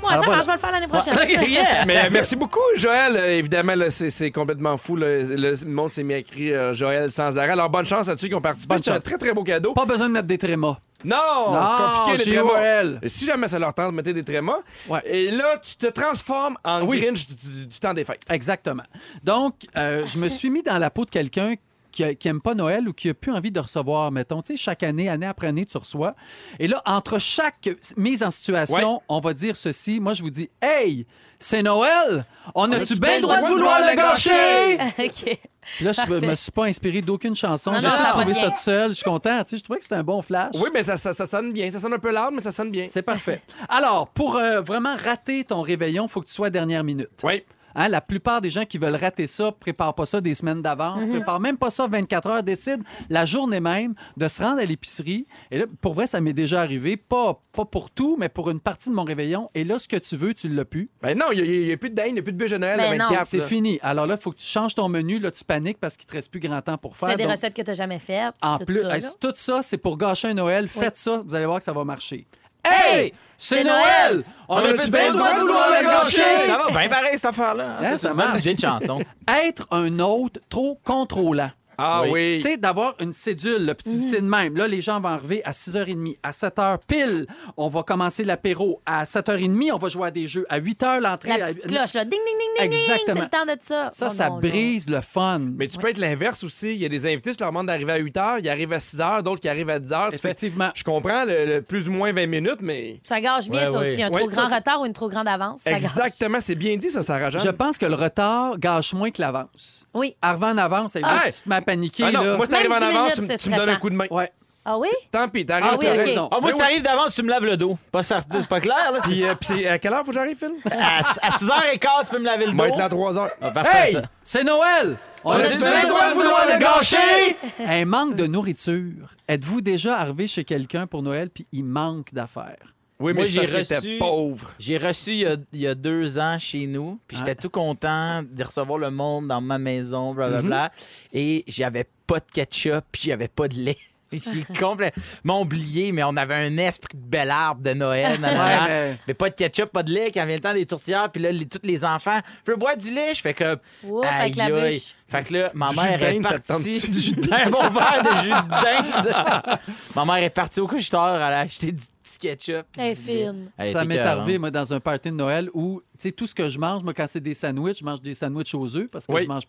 Speaker 3: Ouais, ça
Speaker 4: voilà.
Speaker 3: marche, je vais le faire l'année prochaine.
Speaker 2: Yeah.
Speaker 1: Mais euh, merci beaucoup, Joël. Euh, Évidemment, là, c'est c'est complètement fou. là. Le monde s'est mis à écrire euh, Joël sans arrêt. Alors, bonne chance à tous ceux qui ont participé.
Speaker 4: Bonne
Speaker 1: C'est un
Speaker 4: chance.
Speaker 1: très, très beau cadeau.
Speaker 4: Pas besoin de mettre des trémas.
Speaker 1: Non,
Speaker 4: Non,
Speaker 1: c'est compliqué, les
Speaker 4: chez
Speaker 1: trémas.
Speaker 4: Joël.
Speaker 1: Si jamais ça leur tente, mettez des trémas.
Speaker 4: Ouais.
Speaker 1: Et là, tu te transformes en Grinch du, du- du temps des fêtes.
Speaker 4: Exactement. Donc, euh, je me suis mis dans la peau de quelqu'un qui, a- qui aime pas Noël ou qui a plus envie de recevoir, mettons. Tu sais, chaque année, année après année, tu reçois. Et là, entre chaque mise en situation, on va dire ceci. Moi, je vous dis, hey, c'est Noël! On a-tu bien le droit de vouloir le gâcher?
Speaker 3: OK.
Speaker 4: Puis là, je me suis pas inspiré d'aucune chanson.
Speaker 3: Non,
Speaker 4: J'ai
Speaker 3: non, ça va
Speaker 4: trouvé
Speaker 3: bien.
Speaker 4: ça tout seul. Je suis content. Tu sais, je trouvais que c'était un bon flash.
Speaker 1: Oui, mais ça, ça, ça sonne bien. Ça sonne un peu larme, mais ça sonne bien.
Speaker 4: C'est parfait. Alors, pour euh, vraiment rater ton réveillon, il faut que tu sois dernière minute.
Speaker 1: Oui.
Speaker 4: Hein, la plupart des gens qui veulent rater ça préparent pas ça des semaines d'avance, préparent même pas ça 24 heures, décident la journée même de se rendre à l'épicerie. Et là, pour vrai, ça m'est déjà arrivé, pas, pas pour tout, mais pour une partie de mon réveillon. Et là, ce que tu veux, tu l'as plus.
Speaker 1: Ben non, il n'y a, plus de dinde, il n'y a plus de bûche de Noël à
Speaker 3: Ben non.
Speaker 1: 24.
Speaker 4: C'est
Speaker 1: là.
Speaker 4: fini. Alors là, il faut que tu changes ton menu. Là, tu paniques parce qu'il te reste plus grand temps pour
Speaker 3: Tu
Speaker 4: faire.
Speaker 3: fais des
Speaker 4: Donc,
Speaker 3: recettes que tu n'as jamais faites.
Speaker 4: en
Speaker 3: tout
Speaker 4: Ah, plus,
Speaker 3: ça,
Speaker 4: hey,
Speaker 3: là.
Speaker 4: tout ça, c'est pour gâcher un Noël. Faites ça, vous allez voir que ça va marcher.
Speaker 3: Hey!
Speaker 4: C'est Noël! On
Speaker 2: On a
Speaker 4: a-tu
Speaker 2: plus
Speaker 4: bien le droit de vouloir le gâcher?
Speaker 2: Ça va bien pareil, cette affaire-là.
Speaker 4: Hein, ça
Speaker 2: c'est une
Speaker 4: marche.
Speaker 2: bonne idée de chanson.
Speaker 4: Être un hôte trop contrôlant.
Speaker 1: Ah oui.
Speaker 4: Tu sais, d'avoir une cédule, le petit
Speaker 3: Mm-hmm.
Speaker 4: c'est de même. Là, les gens vont arriver à 6h30, à 7h pile. On va commencer l'apéro. À 7h30, on va jouer à des jeux. À 8h, l'entrée.
Speaker 3: La
Speaker 4: à-
Speaker 3: petite cloche, là. Ding, ding, ding, ding, ding. C'est
Speaker 4: Exactement.
Speaker 3: le temps de ça. Oh
Speaker 4: Ça,
Speaker 3: Non,
Speaker 4: ça
Speaker 3: non, non.
Speaker 4: brise le fun.
Speaker 1: Mais tu peux être l'inverse aussi. Il y a des invités, tu leur demandes d'arriver à 8 h, ils arrivent à 6 h, d'autres qui arrivent à 10 h.
Speaker 4: Effectivement.
Speaker 1: Je comprends le, le plus ou moins 20 minutes, mais.
Speaker 3: Ça gâche bien,
Speaker 2: Ouais,
Speaker 3: ça
Speaker 2: ouais.
Speaker 3: aussi. Un
Speaker 1: Ouais,
Speaker 3: trop
Speaker 1: ça,
Speaker 3: grand
Speaker 1: c'est-
Speaker 3: retard ou une trop grande avance. Ça gâche.
Speaker 1: Exactement, c'est bien dit ça, Sarah Jeanne. Ah
Speaker 4: Je pense que le retard gâche moins que l'avance.
Speaker 3: Oui.
Speaker 4: Arrivant en avance, et
Speaker 1: Ah.
Speaker 4: là, tu te mets à paniquer.
Speaker 1: Ah non,
Speaker 4: là.
Speaker 1: moi, si t'arrives en
Speaker 3: Même 10
Speaker 1: avance,
Speaker 3: minutes,
Speaker 1: tu, me-
Speaker 3: c'est
Speaker 1: tu me donnes un
Speaker 3: stressant.
Speaker 1: coup de main.
Speaker 4: Ouais.
Speaker 3: Ah oui?
Speaker 1: Tant pis, t'arrives.
Speaker 4: Ah oui,
Speaker 1: t'as
Speaker 4: ok.
Speaker 1: raison.
Speaker 2: Ah, moi,
Speaker 1: Ben
Speaker 2: si
Speaker 1: oui.
Speaker 2: t'arrives d'avance, tu me laves le dos. Pas, ça, c'est pas clair, là.
Speaker 1: Puis, euh, puis c'est- à quelle heure faut que j'arrive, Phil?
Speaker 2: À, 6h15, tu peux me laver le
Speaker 1: On
Speaker 2: dos.
Speaker 1: va être là à 3 heures.
Speaker 2: Ah, parfait,
Speaker 4: Hey!
Speaker 2: ça.
Speaker 4: C'est Noël! On
Speaker 2: a
Speaker 4: a
Speaker 2: du
Speaker 4: du
Speaker 2: bien
Speaker 4: bien
Speaker 2: le
Speaker 4: droit de vouloir le
Speaker 2: gâcher!
Speaker 4: gâcher! Un manque de nourriture. Êtes-vous déjà arrivé chez quelqu'un pour Noël puis il manque d'affaires?
Speaker 1: Oui, mais
Speaker 2: Moi,
Speaker 1: je pense
Speaker 2: j'ai
Speaker 1: que t'es
Speaker 2: reçu-
Speaker 1: pauvre.
Speaker 2: J'ai reçu il y, a, il y a deux ans chez nous, puis j'étais tout content de recevoir le monde dans ma maison, blablabla. Et j'avais pas de ketchup, puis j'avais pas de lait. J'ai complètement oublié, mais on avait un esprit de bel arbre de Noël. nanana.
Speaker 4: mais-
Speaker 2: mais... pas de ketchup, pas de lait, quand vient le temps des tourtières, puis là, les- tous les enfants, je veux boire du lait. Je fais comme.
Speaker 3: Oups, avec la
Speaker 2: aïe, aïe.
Speaker 3: bûche.
Speaker 2: Fait que là, ma
Speaker 1: Du jus
Speaker 2: mère
Speaker 1: de
Speaker 2: est
Speaker 1: dinde, ça te
Speaker 2: partie.
Speaker 1: tente-tu?
Speaker 2: Du jus de dinde, mon verre de jus de dinde. ma mère est partie au couche-tard, elle a acheté du petit ketchup. puis
Speaker 3: Elle est
Speaker 2: du lait.
Speaker 3: fine.
Speaker 2: Elle
Speaker 4: Ça
Speaker 2: était
Speaker 4: m'est
Speaker 2: cœur, hein.
Speaker 4: arrivé, moi, dans un party de Noël où, tu sais, tout ce que je mange, moi, quand c'est des sandwichs, je mange des sandwichs aux œufs parce que
Speaker 1: Oui.
Speaker 4: je mange.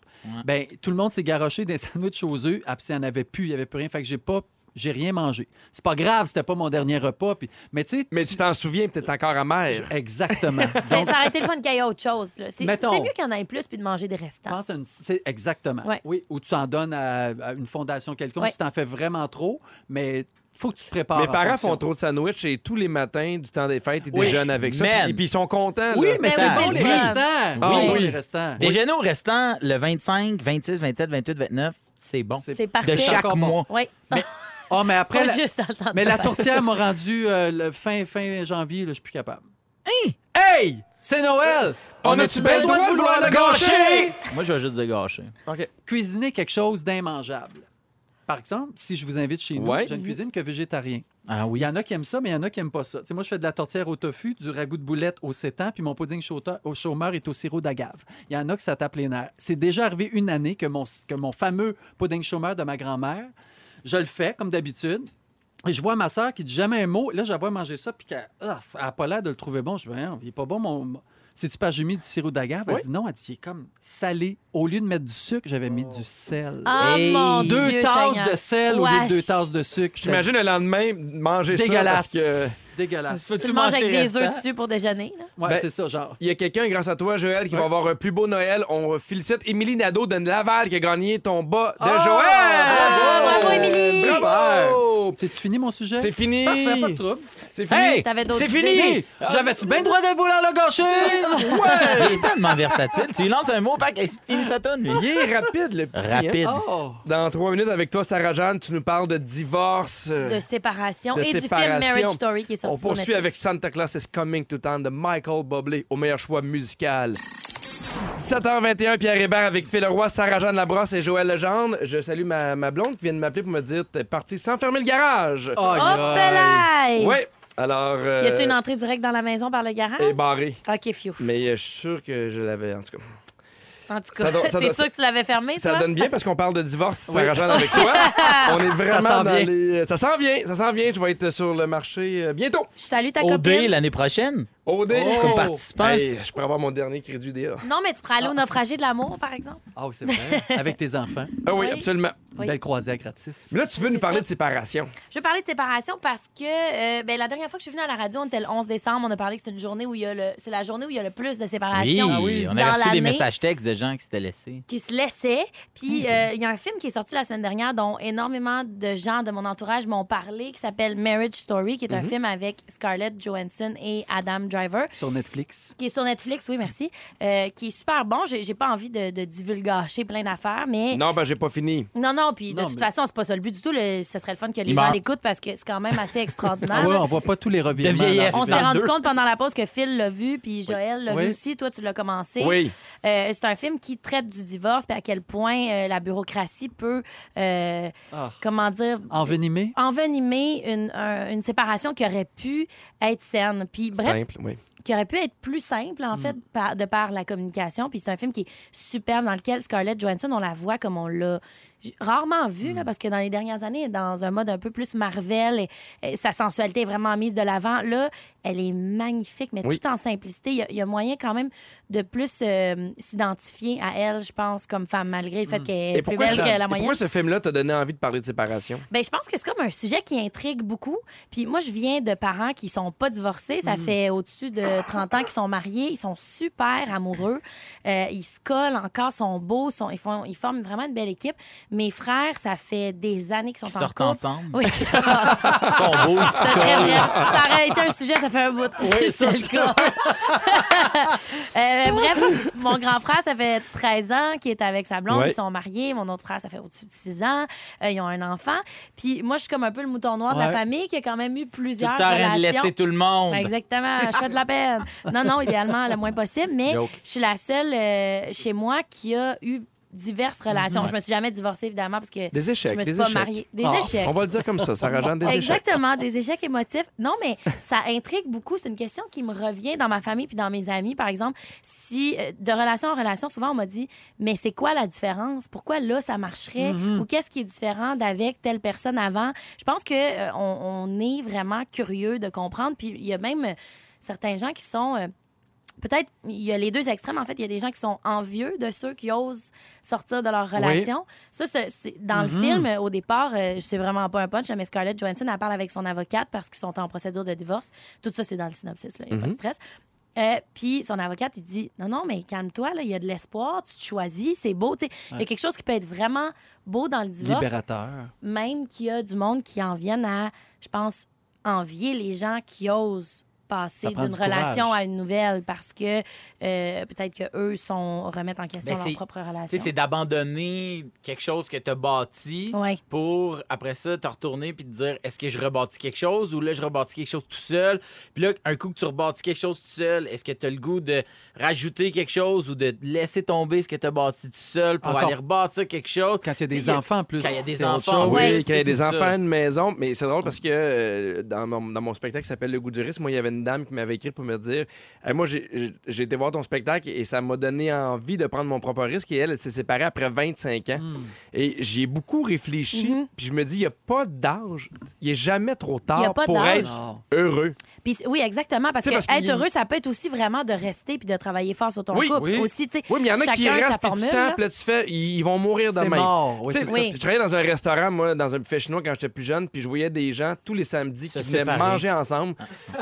Speaker 4: Ben, tout le monde s'est garoché des sandwichs aux œufs, ah, puis il n'y en avait plus, il n'y avait plus rien. Fait que j'ai pas. J'ai rien mangé. C'est pas grave, c'était pas mon dernier repas. Puis... Mais tu sais.
Speaker 1: Mais tu t'en souviens, peut-être encore amer.
Speaker 4: Exactement.
Speaker 3: Ben,
Speaker 4: Donc,
Speaker 3: ça aurait été le fun qu'il y ait autre chose. là. C'est
Speaker 4: Mettons. Ah,
Speaker 3: c'est mieux qu'il y en ait plus puis de manger des restants.
Speaker 4: pense à une- c'est exactement.
Speaker 3: Ouais.
Speaker 4: Oui, ou tu en donnes à, à une fondation quelconque
Speaker 3: Ouais.
Speaker 4: si tu en fais vraiment trop, mais faut que tu te prépares.
Speaker 1: Mes
Speaker 4: en
Speaker 1: parents
Speaker 4: fonction.
Speaker 1: font trop de sandwich et tous les matins du temps des fêtes, ils
Speaker 4: Oui.
Speaker 1: déjeunent avec ça.
Speaker 2: Man.
Speaker 1: Puis, puis ils sont contents.
Speaker 4: Oui,
Speaker 1: là.
Speaker 4: mais
Speaker 3: Ben
Speaker 4: c'est
Speaker 3: oui,
Speaker 4: bon
Speaker 3: c'est
Speaker 4: les
Speaker 3: bon.
Speaker 4: restants.
Speaker 1: Ah
Speaker 4: C'est bon,
Speaker 1: oui.
Speaker 4: les restants.
Speaker 2: Déjeuner au restant le 25, 26, 27, 28, 29, c'est bon.
Speaker 4: C'est-
Speaker 3: C'est parfait.
Speaker 2: De chaque
Speaker 4: encore bon.
Speaker 2: mois.
Speaker 3: Oui.
Speaker 4: Ah, mais après,
Speaker 3: Pas
Speaker 4: la-
Speaker 3: juste dans le temps de
Speaker 4: mais la
Speaker 3: faire.
Speaker 4: tourtière m'a rendu euh, le fin, fin janvier, là, je suis plus capable. Hey! C'est Noël! On a-tu bien le droit de vouloir le gâcher?
Speaker 2: Moi, je vais juste de gâcher.
Speaker 4: Cuisiner quelque chose d'immangeable. Par exemple, si je vous invite chez nous,
Speaker 1: Ouais.
Speaker 4: je ne cuisine que végétarien.
Speaker 2: Ah
Speaker 4: Il
Speaker 2: oui.
Speaker 4: y en a qui aiment ça, mais il y en a qui n'aiment pas ça. Tu sais, moi, je fais de la tortière au tofu, du ragoût de boulette au sétan, puis mon pudding chauta- au chômeur est au sirop d'agave. Il y en a qui ça tape les nerfs. C'est déjà arrivé une année que mon, que mon fameux pudding chômeur de ma grand-mère, je le fais comme d'habitude. Et je vois ma sœur qui dit jamais un mot. Là, je la vois manger ça, puis qu'elle ah, elle a pas l'air de le trouver bon. Je dis, Voyons, il est pas bon, mon. C'est-tu pas j'ai mis du sirop d'agave? Elle
Speaker 2: Oui.
Speaker 4: dit non, elle dit, il est comme salé. Au lieu de mettre du sucre, j'avais mis du sel.
Speaker 3: Ah,
Speaker 2: Hey.
Speaker 3: mon
Speaker 4: deux
Speaker 3: Dieu,
Speaker 4: tasses
Speaker 3: Seigneur.
Speaker 4: de sel au lieu de
Speaker 3: Wesh.
Speaker 4: deux tasses de sucre.
Speaker 1: J'imagine le lendemain manger ça
Speaker 4: Dégueulasse.
Speaker 1: parce que
Speaker 4: Dégueulasse.
Speaker 3: Tu le manges avec des œufs dessus pour déjeuner. là.
Speaker 4: Ouais,
Speaker 1: Ben-
Speaker 4: c'est ça, genre.
Speaker 1: il y a quelqu'un grâce à toi Joël qui va
Speaker 4: Ouais.
Speaker 1: avoir un plus beau Noël. On félicite Émilie Nadeau de Laval qui a gagné ton bas de
Speaker 4: Ah,
Speaker 1: Joël.
Speaker 3: bravo, bravo, Émilie.
Speaker 2: Oh!
Speaker 1: Bravo.
Speaker 4: C'est-tu fini, mon sujet?
Speaker 1: C'est fini.
Speaker 4: Parfait, pas de trouble.
Speaker 1: C'est fini.
Speaker 2: Hey!
Speaker 3: T'avais d'autres
Speaker 2: C'est
Speaker 3: idées?
Speaker 2: fini!
Speaker 4: Hey, J'avais-tu bien le droit de vouloir le gâcher?
Speaker 2: Il est tellement versatile. Tu lui lances un mot, pack, il finit sa tonne, lui.
Speaker 1: Il est rapide le petit. hein.
Speaker 2: Rapide.
Speaker 4: Oh!
Speaker 1: Dans trois minutes avec toi Sarah Jeanne, tu nous parles de divorce.
Speaker 3: De séparation
Speaker 1: de
Speaker 3: et
Speaker 1: séparation.
Speaker 3: du film Marriage Story qui est sorti
Speaker 1: On
Speaker 3: sur
Speaker 1: poursuit
Speaker 3: Netflix.
Speaker 1: avec Santa Claus is Coming to Town de Michael Bublé au meilleur choix musical. 7h21, Pierre Hébert avec Phil Roy, Sarah-Jeanne Labrosse et Joël Legendre. Je salue ma, ma blonde qui vient de m'appeler pour me dire t'es parti sans fermer le garage.
Speaker 4: Aïe,
Speaker 3: Hop
Speaker 4: aïe.
Speaker 3: là!
Speaker 1: Ouais, alors. euh,
Speaker 3: Y a-tu une entrée directe dans la maison par le garage?
Speaker 1: est barré.
Speaker 3: Ok, fiou.
Speaker 1: Mais euh, je suis sûr que je l'avais, en tout cas.
Speaker 3: En tout
Speaker 1: Ça
Speaker 3: cas,
Speaker 1: donne- ça
Speaker 3: t'es
Speaker 1: donne-
Speaker 3: sûr que tu l'avais fermé,
Speaker 1: Ça
Speaker 3: toi?
Speaker 1: donne bien parce qu'on parle de divorce,
Speaker 4: Oui.
Speaker 1: Sarah-Jeanne, avec toi. On est vraiment
Speaker 4: s'en
Speaker 1: dans
Speaker 4: vient.
Speaker 1: les- euh, Ça s'en vient, ça s'en vient. Je vais être sur le marché euh, bientôt.
Speaker 3: Je salue ta
Speaker 2: Au dé
Speaker 3: copine.
Speaker 2: l'année prochaine.
Speaker 1: OD.
Speaker 4: Oh. Comme
Speaker 2: participant.
Speaker 1: Hey, je pourrais avoir mon dernier crédit DA.
Speaker 3: Non, mais tu pourrais aller
Speaker 2: Ah,
Speaker 3: au naufragé de l'amour, par exemple.
Speaker 4: Ah oui, c'est vrai. Avec tes enfants.
Speaker 1: Ah oui,
Speaker 3: Oui.
Speaker 1: absolument.
Speaker 3: Oui.
Speaker 4: Belle croisière gratis.
Speaker 1: Mais là, tu veux nous
Speaker 3: C'est
Speaker 1: parler
Speaker 3: ça.
Speaker 1: de séparation.
Speaker 3: Je veux parler de séparation parce que euh, ben, la dernière fois que je suis venue à la radio, on était le 11 décembre. On a parlé que c'est une journée où il y a le, c'est la journée où il y a le plus de
Speaker 2: Ah Oui,
Speaker 3: séparation
Speaker 2: on
Speaker 3: dans
Speaker 2: a reçu des
Speaker 3: l'année.
Speaker 2: messages Mm. textes de gens qui s'étaient laissés.
Speaker 3: qui se laissaient. Puis euh, il y a un film qui est sorti la semaine dernière dont énormément de gens de mon entourage m'ont parlé, qui s'appelle Marriage Story, qui est
Speaker 2: Mm-hmm.
Speaker 3: un film avec Scarlett Johansson et Adam Driver
Speaker 4: Sur Netflix.
Speaker 3: qui est sur Netflix, oui, merci, euh, qui est super bon. J'ai j'ai pas envie de, de divulgacher plein d'affaires, mais...
Speaker 1: Non, ben, j'ai pas fini.
Speaker 3: Non, non, puis de
Speaker 4: Non,
Speaker 3: toute
Speaker 4: mais-
Speaker 3: façon, c'est pas ça le but du tout. Le- ce serait le fun que les
Speaker 2: Il
Speaker 3: gens
Speaker 2: meurt.
Speaker 3: l'écoutent parce que c'est quand même assez extraordinaire.
Speaker 4: Ah ouais, on voit pas tous les revirements.
Speaker 2: De vieillesse.
Speaker 3: On
Speaker 4: dans-
Speaker 2: C'est
Speaker 3: s'est
Speaker 2: en
Speaker 3: rendu
Speaker 2: deux.
Speaker 3: compte pendant la pause que Phil l'a vu, puis Joël l'a
Speaker 4: Oui.
Speaker 3: vu aussi. Toi, tu l'as commencé.
Speaker 1: Oui.
Speaker 3: Euh, c'est un film qui traite du divorce, puis à quel point euh, la bureaucratie peut, euh,
Speaker 4: Ah.
Speaker 3: comment dire,
Speaker 4: Envenimé.
Speaker 3: envenimer une, un- une séparation qui aurait pu être saine. Puis bref,
Speaker 1: Simple, oui.
Speaker 3: qui aurait pu être plus simple,
Speaker 1: Mm.
Speaker 3: en fait, par- de par la communication. Puis c'est un film qui est superbe, dans lequel Scarlett Johansson, on la voit comme on l'a j- rarement vue,
Speaker 1: Mm.
Speaker 3: là, parce que dans les dernières années, elle est dans un mode un peu plus Marvel, et, et sa sensualité est vraiment mise de l'avant. Là, elle est magnifique, mais
Speaker 1: Oui.
Speaker 3: tout en simplicité. Il y a- il y, a moyen quand même de plus euh, s'identifier à elle, je pense, comme femme, malgré le fait
Speaker 1: Mm.
Speaker 3: qu'elle
Speaker 1: Et
Speaker 3: est plus
Speaker 1: pourquoi,
Speaker 3: belle
Speaker 1: ça-
Speaker 3: que
Speaker 1: et
Speaker 3: la moyenne.
Speaker 1: pourquoi ce film-là t'a donné envie de parler de séparation?
Speaker 3: Ben, je pense que c'est comme un sujet qui intrigue beaucoup. Puis moi, je viens de parents qui sont pas divorcés. Ça fait au-dessus de 30 ans qu'ils sont mariés. Ils sont super amoureux. Euh, ils se collent encore, sont beaux. Sont, ils, font, ils forment vraiment une belle équipe. Mes frères, ça fait des années qu'ils sont
Speaker 2: Ils
Speaker 3: en
Speaker 2: sortent
Speaker 3: couple.
Speaker 2: ensemble.
Speaker 3: Oui, ils sortent ensemble.
Speaker 2: Ils sont beaux, ils se
Speaker 3: Ça serait
Speaker 2: collent.
Speaker 3: vrai. Ça aurait été un sujet, ça fait un bout. si c'est le cas. Euh, bref, mon grand frère, ça fait 13 ans qu'il est avec sa blonde.
Speaker 1: Ouais.
Speaker 3: Ils sont mariés. Mon autre frère, ça fait au-dessus de 6 ans. Euh, ils ont un enfant. Puis moi, je suis comme un peu le mouton noir de
Speaker 4: Ouais.
Speaker 3: la famille qui a quand même eu
Speaker 2: Tout
Speaker 3: plusieurs
Speaker 2: le temps, rien de
Speaker 3: relations. Ben,
Speaker 2: laisser tout le monde.
Speaker 3: Exactement, je fais de la peine. Non, non, idéalement, le moins possible, mais
Speaker 2: Joke.
Speaker 3: je suis la seule euh, chez moi qui a eu diverses relations. Je me suis jamais divorcée, évidemment, parce que
Speaker 1: Des échecs,
Speaker 3: je me suis
Speaker 1: des
Speaker 3: pas
Speaker 1: échecs.
Speaker 3: mariée. Des
Speaker 4: Ah,
Speaker 3: échecs.
Speaker 1: On va le dire comme ça, Sarah Jeanne, des échecs.
Speaker 3: Exactement, des échecs émotifs. Non, mais ça intrigue beaucoup. C'est une question qui me revient dans ma famille puis dans mes amis, par exemple. Si euh, de relation en relation, souvent on m'a dit, mais c'est quoi la différence Pourquoi là ça marcherait
Speaker 1: Mm-hmm.
Speaker 3: Ou qu'est-ce qui est différent d'avec telle personne avant Je pense que euh, on, on est vraiment curieux de comprendre. Puis il y a même euh, certains gens qui sont euh, Peut-être, il y a les deux extrêmes. En fait, il y a des gens qui sont envieux de ceux qui osent sortir de leur relation. Ça, c'est- c'est- dans le film, euh, au départ, euh, c'est vraiment pas un punch, mais Scarlett Johansson, elle parle avec son avocate parce qu'ils sont en procédure de divorce. Tout ça, c'est dans le synopsis, là. Il n'y a pas de stress. Euh, Puis son avocate, il dit Non, non, mais calme-toi, là, il y a de l'espoir, tu te choisis, c'est beau. Tu sais, Il y a quelque chose qui peut être vraiment beau dans le divorce
Speaker 4: Libérateur.
Speaker 3: même qu'il y a du monde qui en viennent à, je pense, envier les gens qui osent passer
Speaker 4: Ça prend
Speaker 3: d'une
Speaker 4: du courage.
Speaker 3: relation à une nouvelle parce que euh, peut-être que eux sont remettent en question
Speaker 2: Ben,
Speaker 3: leur
Speaker 2: c'est-
Speaker 3: propre
Speaker 2: Tu sais,
Speaker 3: relation.
Speaker 2: c'est d'abandonner quelque chose que t'as bâti
Speaker 3: Ouais.
Speaker 2: pour, après ça, te retourner puis te dire est-ce que je rebâtis quelque chose ou là, je rebâtis quelque chose tout seul. Puis là, un coup que tu rebâtis quelque chose tout seul, est-ce que tu as le goût de rajouter quelque chose ou de laisser tomber ce que tu as bâti tout seul pour
Speaker 4: Encore.
Speaker 2: aller rebâtir quelque chose?
Speaker 4: Quand il y
Speaker 2: Tu
Speaker 4: a des
Speaker 2: sais,
Speaker 4: enfants, en plus.
Speaker 2: quand il y a des
Speaker 4: c'est autre
Speaker 2: enfants,
Speaker 1: Ah
Speaker 4: chose.
Speaker 1: Oui,
Speaker 3: Ouais.
Speaker 1: qu'il y ait des
Speaker 2: C'est ça.
Speaker 1: enfants, une maison. Mais c'est drôle parce que euh, dans, mon, dans mon spectacle qui s'appelle Le goût du risque, moi, il y avait une une dame qui m'avait écrit pour me dire Hey, Moi, j'ai- j'ai j'ai été voir ton spectacle et ça m'a donné envie de prendre mon propre risque. Et elle, elle s'est séparée après 25 ans.
Speaker 2: Hmm.
Speaker 1: Et j'y ai beaucoup réfléchi. Puis je me dis Il n'y a pas d'âge. Il n'est jamais trop
Speaker 3: Mm-hmm. Il y a
Speaker 1: tard
Speaker 3: pas
Speaker 1: pour
Speaker 3: d'âge.
Speaker 1: être heureux.
Speaker 3: Puis c- oui, exactement. Parce
Speaker 1: Tu
Speaker 3: que
Speaker 1: sais, parce
Speaker 3: être
Speaker 1: qu'il-
Speaker 3: heureux, ça peut être aussi vraiment de rester puis de travailler fort sur ton
Speaker 1: Oui,
Speaker 3: couple.
Speaker 4: oui.
Speaker 3: Aussi, tu sais,
Speaker 1: Oui, mais il y en a qui
Speaker 3: chacun
Speaker 1: restent
Speaker 3: sa
Speaker 1: puis tu
Speaker 3: formule,
Speaker 1: sens,
Speaker 3: là.
Speaker 1: puis là, tu fais, ils, ils vont mourir
Speaker 4: C'est
Speaker 1: demain.
Speaker 4: mort. Oui,
Speaker 1: Tu sais,
Speaker 4: c'est ça.
Speaker 3: Oui.
Speaker 1: Je travaillais dans un restaurant, moi, dans un buffet chinois quand j'étais plus jeune, puis je voyais des gens tous les samedis
Speaker 2: Se
Speaker 1: qui venaient
Speaker 2: séparer.
Speaker 1: manger ensemble,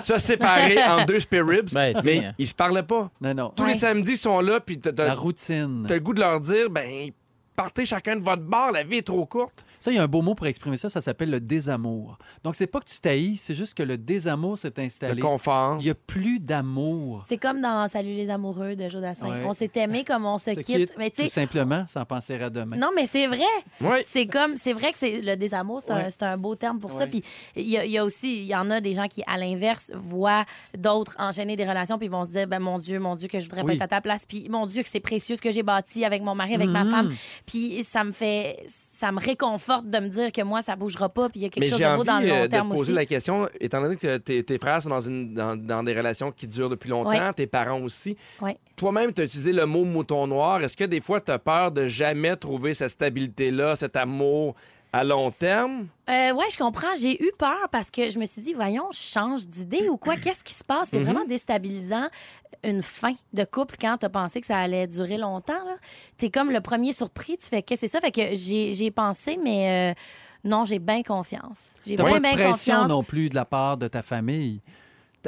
Speaker 1: se séparer en deux spare ribs,
Speaker 2: Ben, tiens.
Speaker 1: mais ils se parlaient pas.
Speaker 4: Non, non.
Speaker 1: Tous
Speaker 3: Ouais.
Speaker 1: les samedis, ils sont là, puis t'as
Speaker 4: La
Speaker 1: t'as-
Speaker 4: routine.
Speaker 1: t'as le goût de leur dire, ben, partez chacun de votre bar, la vie est trop courte.
Speaker 4: Ça, il y a un beau mot pour exprimer ça, ça s'appelle le désamour. Donc, c'est pas que tu t'haïs, c'est juste que le désamour s'est
Speaker 1: Le
Speaker 4: installé.
Speaker 1: confort.
Speaker 4: Il n'y a plus d'amour.
Speaker 3: C'est comme dans Salut les amoureux de Joe Dassin.
Speaker 4: Ouais.
Speaker 3: On s'est aimé comme on se
Speaker 4: Ce
Speaker 3: quitte.
Speaker 4: qui est
Speaker 3: Mais tu sais,
Speaker 4: tout simplement sans penser à demain.
Speaker 3: non, mais c'est vrai.
Speaker 1: Oui.
Speaker 3: C'est comme, c'est vrai que c'est le désamour, c'est un,
Speaker 4: Ouais.
Speaker 3: c'est un beau terme pour ça.
Speaker 4: Ouais.
Speaker 3: Puis il y, a- il y a aussi, il y en a des gens qui, à l'inverse, voient d'autres enchaîner des relations, puis ils vont se dire, ben mon Dieu, mon Dieu, que je voudrais pas
Speaker 4: Oui.
Speaker 3: être à ta place, puis mon Dieu, que c'est précieux ce que j'ai bâti avec mon mari, avec ma
Speaker 1: Mm-hmm.
Speaker 4: Mhm.
Speaker 3: femme. Puis ça me fait, ça me réconforte de me dire que moi, ça bougera pas, puis il y a quelque
Speaker 1: Mais
Speaker 3: chose
Speaker 1: j'ai
Speaker 3: de
Speaker 1: envie
Speaker 3: beau dans le
Speaker 1: euh,
Speaker 3: long
Speaker 1: de
Speaker 3: terme
Speaker 1: poser
Speaker 3: aussi.
Speaker 1: la question, étant donné que tes, tes frères sont dans, une, dans, dans des relations qui durent depuis longtemps,
Speaker 3: Ouais.
Speaker 1: tes parents aussi.
Speaker 3: Ouais.
Speaker 1: Toi-même, tu as utilisé le mot mouton noir. Est-ce que des fois, tu as peur de jamais trouver cette stabilité-là, cet amour à long terme?
Speaker 3: Euh, ouais, je comprends. J'ai eu peur parce que je me suis dit, voyons, je change d'idée ou quoi? Qu'est-ce qui se passe? C'est vraiment déstabilisant une fin de couple quand t'as pensé que ça allait durer longtemps. là. T'es comme le premier surpris. Tu fais, qu'est-ce que c'est ça? Fait que j'ai j'ai pensé, mais euh, non, j'ai bien confiance. J'ai
Speaker 4: T'as pas
Speaker 3: bien,
Speaker 4: de
Speaker 3: bien
Speaker 4: pression
Speaker 3: confiance.
Speaker 4: non plus de la part de ta famille.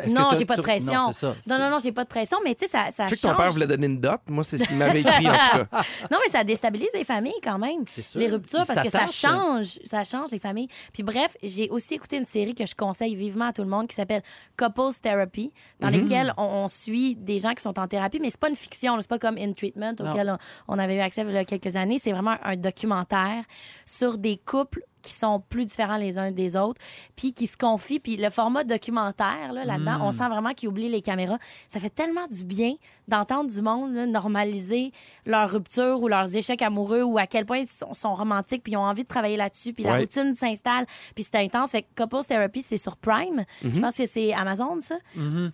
Speaker 4: Est-ce que
Speaker 3: Non,
Speaker 4: t'as-
Speaker 3: j'ai pas de
Speaker 4: tu-
Speaker 3: pression.
Speaker 4: Non, c'est ça.
Speaker 3: Non,
Speaker 4: C'est-
Speaker 3: non, non, j'ai pas de pression, mais tu sais, ça, ça
Speaker 1: Je sais que ton
Speaker 3: change.
Speaker 1: père voulait donner une dot. Moi, c'est ce qu'il m'avait écrit, en tout cas.
Speaker 3: Non, mais ça déstabilise les familles quand même.
Speaker 4: C'est sûr.
Speaker 3: Les ruptures,
Speaker 4: Ils
Speaker 3: parce que ça
Speaker 4: s'attachent.
Speaker 3: change. Ça change les familles. Puis bref, j'ai aussi écouté une série que je conseille vivement à tout le monde qui s'appelle Couples Therapy,
Speaker 4: Mhm.
Speaker 3: dans lesquelles on, on suit des gens qui sont en thérapie, mais c'est pas une fiction. là. C'est pas comme In Treatment,
Speaker 4: Non.
Speaker 3: auquel on, on avait eu accès il y a quelques années. C'est vraiment un documentaire sur des couples qui sont plus différents les uns des autres, puis qui se confient. Puis le format documentaire, là, là-dedans,
Speaker 2: Hmm.
Speaker 3: on sent vraiment qu'ils oublient les caméras. Ça fait tellement du bien d'entendre du monde là, normaliser leur rupture ou leurs échecs amoureux ou à quel point ils sont, sont romantiques, puis ils ont envie de travailler là-dessus, puis la
Speaker 1: Ouais.
Speaker 3: routine s'installe, puis c'est intense. Fait que Couples Therapy, c'est sur Prime.
Speaker 2: Mm-hmm.
Speaker 3: Je pense que c'est Amazon, ça.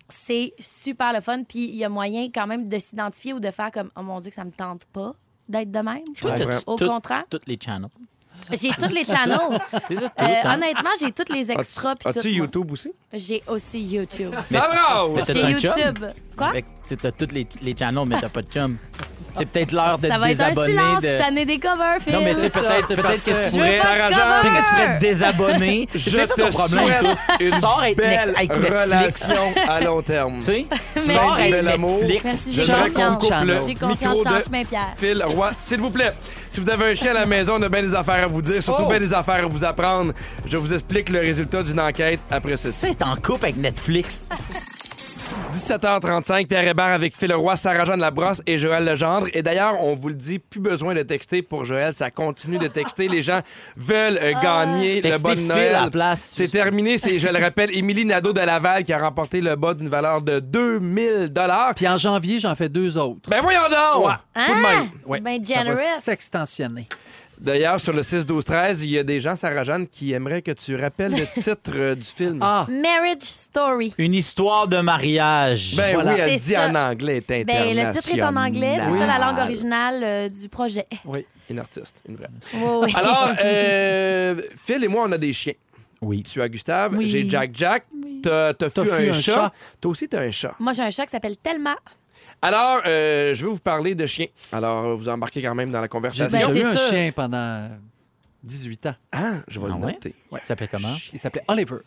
Speaker 3: C'est super le fun, puis il y a moyen quand même de s'identifier ou de faire comme « Oh mon Dieu, que ça me tente pas d'être de même. »
Speaker 2: Toi, t'as-tu
Speaker 3: Au
Speaker 2: tout-
Speaker 3: contraire,
Speaker 2: Tous les channels.
Speaker 3: j'ai tous les channels.
Speaker 2: C'est ça, tout,
Speaker 3: Euh,
Speaker 2: hein?
Speaker 3: honnêtement, j'ai toutes les extras. puis
Speaker 1: As-tu
Speaker 3: tout, moi.
Speaker 1: YouTube aussi?
Speaker 3: J'ai aussi YouTube.
Speaker 1: Ça brasse!
Speaker 2: T'as
Speaker 3: J'ai
Speaker 2: un chum?
Speaker 3: YouTube. Quoi?
Speaker 2: Fait que, tu sais, t'as tous les, les channels, mais t'as pas de chum. C'est peut-être l'heure de
Speaker 3: Ça
Speaker 2: te
Speaker 3: va être un
Speaker 2: désabonner.
Speaker 3: silence,
Speaker 2: de-
Speaker 3: je t'en ai des covers, Phil.
Speaker 2: Non, mais tu sais,
Speaker 4: ça,
Speaker 2: peut-être
Speaker 4: c'est
Speaker 2: peut-être que
Speaker 4: parfait.
Speaker 2: tu
Speaker 3: Je veux
Speaker 2: pourrais.
Speaker 3: pas de
Speaker 1: Sarah Jeanne,
Speaker 3: cover!
Speaker 2: Peut-être que tu pourrais te désabonner.
Speaker 1: Je
Speaker 2: C'est ça ton
Speaker 1: te
Speaker 2: problème, toi.
Speaker 1: souhaite une
Speaker 2: Sors avec Net-
Speaker 1: belle
Speaker 2: avec Netflix.
Speaker 1: relation à long terme.
Speaker 2: Tu sais,
Speaker 3: Merci.
Speaker 2: sors avec
Speaker 1: De l'amour.
Speaker 2: Netflix.
Speaker 3: Merci,
Speaker 1: Je
Speaker 3: j'ai
Speaker 1: voudrais qu'on
Speaker 3: confiance.
Speaker 1: coupe le
Speaker 3: J'ai
Speaker 1: micro
Speaker 3: confiance, je
Speaker 1: de-
Speaker 3: t'en chemin, Pierre.
Speaker 1: Phil Roy, s'il vous plaît. Si vous avez un chien à la maison, on a bien des affaires à vous dire, surtout
Speaker 4: Oh!
Speaker 1: bien des affaires à vous apprendre. Je vous explique le résultat d'une enquête après ceci.
Speaker 2: Tu sais, t'es en couple avec Netflix.
Speaker 1: 17h35, Pierre Hébert avec Phil Roy, Sarah-Jeanne Labrosse et Joël Legendre. Et d'ailleurs, on vous le dit, plus besoin de texter pour Joël. Ça continue de texter. Les gens veulent euh, gagner le
Speaker 2: Textez
Speaker 1: bon
Speaker 2: Ah! Phil
Speaker 1: Noël.
Speaker 2: à la place.
Speaker 1: C'est terminé. C'est, je le rappelle, Émilie Nadeau de Laval qui a remporté le bas d'une valeur de 2000 dollars.
Speaker 4: Puis en janvier, j'en fais deux autres.
Speaker 1: Ben voyons donc! Tout
Speaker 2: Hein?
Speaker 1: de
Speaker 3: Ah!
Speaker 1: même.
Speaker 4: Ouais.
Speaker 3: Ben
Speaker 4: ça va
Speaker 3: generous.
Speaker 4: s'extensionner.
Speaker 1: D'ailleurs, sur le 6-12-13, il y a des gens, Sarah-Jeanne, qui aimeraient que tu rappelles le titre euh, du film.
Speaker 4: Ah,
Speaker 3: Marriage Story.
Speaker 2: Une histoire de mariage.
Speaker 1: ben
Speaker 4: voilà.
Speaker 1: oui, elle
Speaker 3: C'est
Speaker 1: dit
Speaker 3: ça.
Speaker 1: en anglais, est
Speaker 3: Ben, le titre est en anglais, c'est ça la
Speaker 1: international.
Speaker 3: langue originale euh, du projet.
Speaker 1: Une artiste, une vraie.
Speaker 3: Oui, oui.
Speaker 1: Alors, euh, Phil et moi, on a des chiens.
Speaker 2: Oui.
Speaker 1: Tu as Gustave,
Speaker 2: Oui.
Speaker 1: j'ai Jack Jack, t'as t'as
Speaker 4: T'as
Speaker 1: fu
Speaker 4: fu
Speaker 1: un,
Speaker 4: un
Speaker 1: chat.
Speaker 4: chat.
Speaker 1: Toi aussi, t'as un chat.
Speaker 3: Moi, j'ai un chat qui s'appelle Thelma.
Speaker 1: Alors, euh, je vais vous parler de chiens. Alors, vous embarquez quand même dans la
Speaker 4: j'ai
Speaker 1: conversation.
Speaker 4: déjà
Speaker 3: Ben, c'est
Speaker 4: eu un
Speaker 3: sûr.
Speaker 4: chien pendant 18 ans.
Speaker 1: Ah, je vais
Speaker 2: Ah
Speaker 1: le
Speaker 2: ouais?
Speaker 1: noter.
Speaker 2: Ça s'appelait comment?
Speaker 4: Il s'appelait Oliver.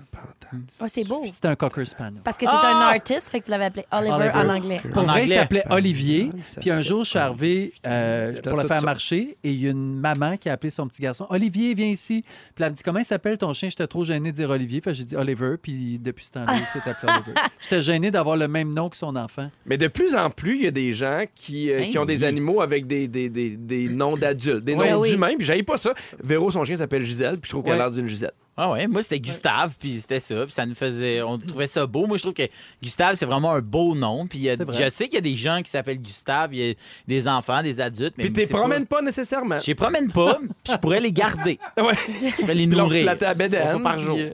Speaker 3: Oh, c'est beau.
Speaker 4: C'était un cocker spaniel.
Speaker 3: Parce que t'es
Speaker 2: Ah!
Speaker 3: un artiste, fait que tu l'avais appelé Oliver,
Speaker 4: Oliver.
Speaker 3: en anglais.
Speaker 4: Pour
Speaker 2: En
Speaker 4: vrai, il
Speaker 2: anglais.
Speaker 4: s'appelait Olivier.
Speaker 1: ça
Speaker 4: Puis un jour, je suis arrivé euh,
Speaker 1: J'étais
Speaker 4: pour le
Speaker 1: tout
Speaker 4: faire
Speaker 1: ça.
Speaker 4: marcher et il y a une maman qui a appelé son petit garçon Olivier, viens ici. Puis elle me dit Comment il s'appelle ton chien J'étais trop gêné de dire Olivier. Fait que j'ai dit Oliver. Puis depuis ce temps-là, il s'est appelé Oliver. J'étais gêné d'avoir le même nom que son enfant.
Speaker 1: Mais de plus en plus, il y a des gens qui, euh,
Speaker 2: Hein,
Speaker 1: qui ont des
Speaker 2: oui.
Speaker 1: animaux avec des, des, des, des noms d'adultes, des
Speaker 3: Ouais,
Speaker 1: noms
Speaker 3: oui.
Speaker 1: d'humains, puis j'aille pas ça. Véro, son chien s'appelle Gisèle, puis je trouve qu'elle a
Speaker 4: Ouais.
Speaker 1: l'air d'une Gisèle.
Speaker 2: Ah ouais, moi c'était Gustave, puis c'était ça, puis ça nous faisait, on trouvait ça beau. Moi je trouve que Gustave c'est vraiment un beau nom, puis il y a-
Speaker 4: C'est vrai.
Speaker 2: je sais qu'il y a des gens qui s'appellent Gustave, il y a des enfants, des adultes, mais
Speaker 1: Puis t'es
Speaker 2: c'est pas-
Speaker 1: promènes pas nécessairement.
Speaker 2: Je les promène pas, puis je pourrais les garder,
Speaker 1: Ouais.
Speaker 2: je pourrais les
Speaker 1: Puis là, on
Speaker 2: nourrir
Speaker 1: flattait à
Speaker 2: Une
Speaker 1: bédaine,
Speaker 2: fois par
Speaker 1: puis,
Speaker 2: jour.
Speaker 1: euh,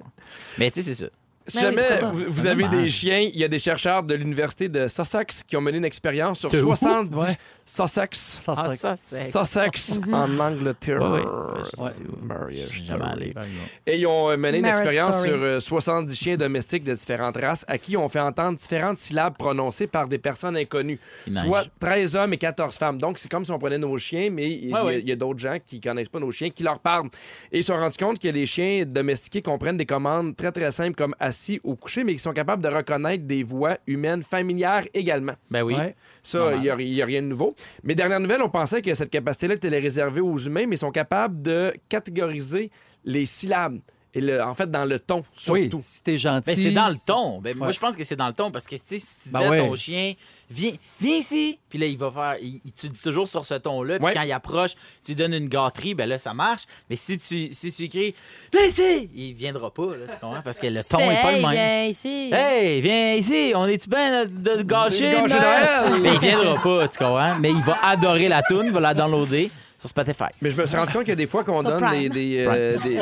Speaker 2: Mais tu sais c'est ça.
Speaker 1: Si
Speaker 3: Ben oui,
Speaker 1: jamais
Speaker 3: pourquoi pas.
Speaker 1: vous, vous avez des chiens, il y a des chercheurs de l'université de Sussex qui ont mené une expérience sur 70
Speaker 4: Ouais.
Speaker 1: Sussex.
Speaker 4: Ça,
Speaker 2: Ah,
Speaker 4: c'est-
Speaker 2: ça, c'est...
Speaker 1: Sussex en Angleterre.
Speaker 2: Ouais, ouais. Ouais, je sais où.
Speaker 1: Marriage
Speaker 2: Je suis jamais
Speaker 1: story.
Speaker 2: allé, par exemple.
Speaker 1: Et ils ont euh, mené une
Speaker 3: Marriage
Speaker 1: expérience
Speaker 3: story.
Speaker 1: sur euh, 70 chiens domestiques de différentes races à qui on fait entendre différentes syllabes prononcées par des personnes inconnues.
Speaker 2: Il
Speaker 1: Tu vois,
Speaker 2: mange.
Speaker 1: 13 hommes et 14 femmes. Donc, c'est comme si on prenait nos chiens, mais il y a-
Speaker 2: Ouais, ouais.
Speaker 1: il y a, d'autres gens qui connaissent pas nos chiens qui leur parlent. Et ils se sont rendus compte que les chiens domestiqués comprennent des commandes très, très simples comme assis ou couché, mais qui sont capables de reconnaître des voix humaines familières également.
Speaker 2: Ben oui.
Speaker 4: Ouais.
Speaker 1: Ça, il n'y a, rien de nouveau. Mais dernière nouvelle, on pensait que cette capacité-là était réservée aux humains, mais ils sont capables de catégoriser les syllabes. Et le- en fait, dans le ton,
Speaker 4: Oui,
Speaker 1: surtout.
Speaker 4: si t'es gentil.
Speaker 2: Ben, c'est dans le ton. Ben, Moi,
Speaker 4: Ouais.
Speaker 2: je pense que c'est dans le ton parce que tu sais, si tu dis
Speaker 4: Ben
Speaker 2: à
Speaker 4: ouais.
Speaker 2: ton chien, viens, viens ici, puis là, il va faire. Il, il- tu dis toujours sur ce ton-là, puis
Speaker 1: Ouais.
Speaker 2: quand il approche, tu lui donnes une gâterie, ben là, ça marche. Mais si tu, si tu écris, viens ici, il viendra pas, là, tu comprends? Parce que le ton est pas
Speaker 3: Hey,
Speaker 2: le même.
Speaker 3: viens ici.
Speaker 2: Hey, viens ici, on est-tu bien de, de gâcher?
Speaker 1: De gâcher Noël?
Speaker 2: Mais il viendra pas, tu comprends? Mais il va adorer la toune, il va la downloader sur Spotify.
Speaker 1: Mais je me suis rendu compte que des fois qu'on
Speaker 3: Sur
Speaker 1: donne des,
Speaker 3: Prime.
Speaker 1: des, euh, des-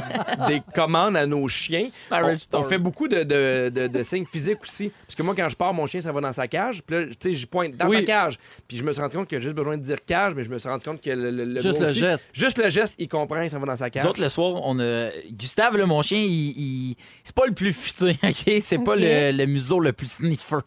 Speaker 1: des commandes à nos chiens, on,
Speaker 2: Marriage Story.
Speaker 1: on fait beaucoup de, de- de- de signes physiques aussi. Parce que moi, quand je pars, mon chien, ça va dans sa cage. Puis là, tu sais, je pointe dans
Speaker 4: Oui.
Speaker 1: ta cage. Puis je me suis rendu compte qu'il y a juste besoin de dire cage, mais je me suis rendu compte que le, le- le
Speaker 4: Juste
Speaker 1: mot
Speaker 4: le
Speaker 1: aussi-
Speaker 4: geste.
Speaker 1: Juste le geste, il comprend, ça va dans sa cage.
Speaker 2: Nous autres, le soir, on a. Gustave, là, mon chien, il. il- C'est pas le plus futé, OK? C'est pas
Speaker 3: OK.
Speaker 2: le, le museau le plus sniffer.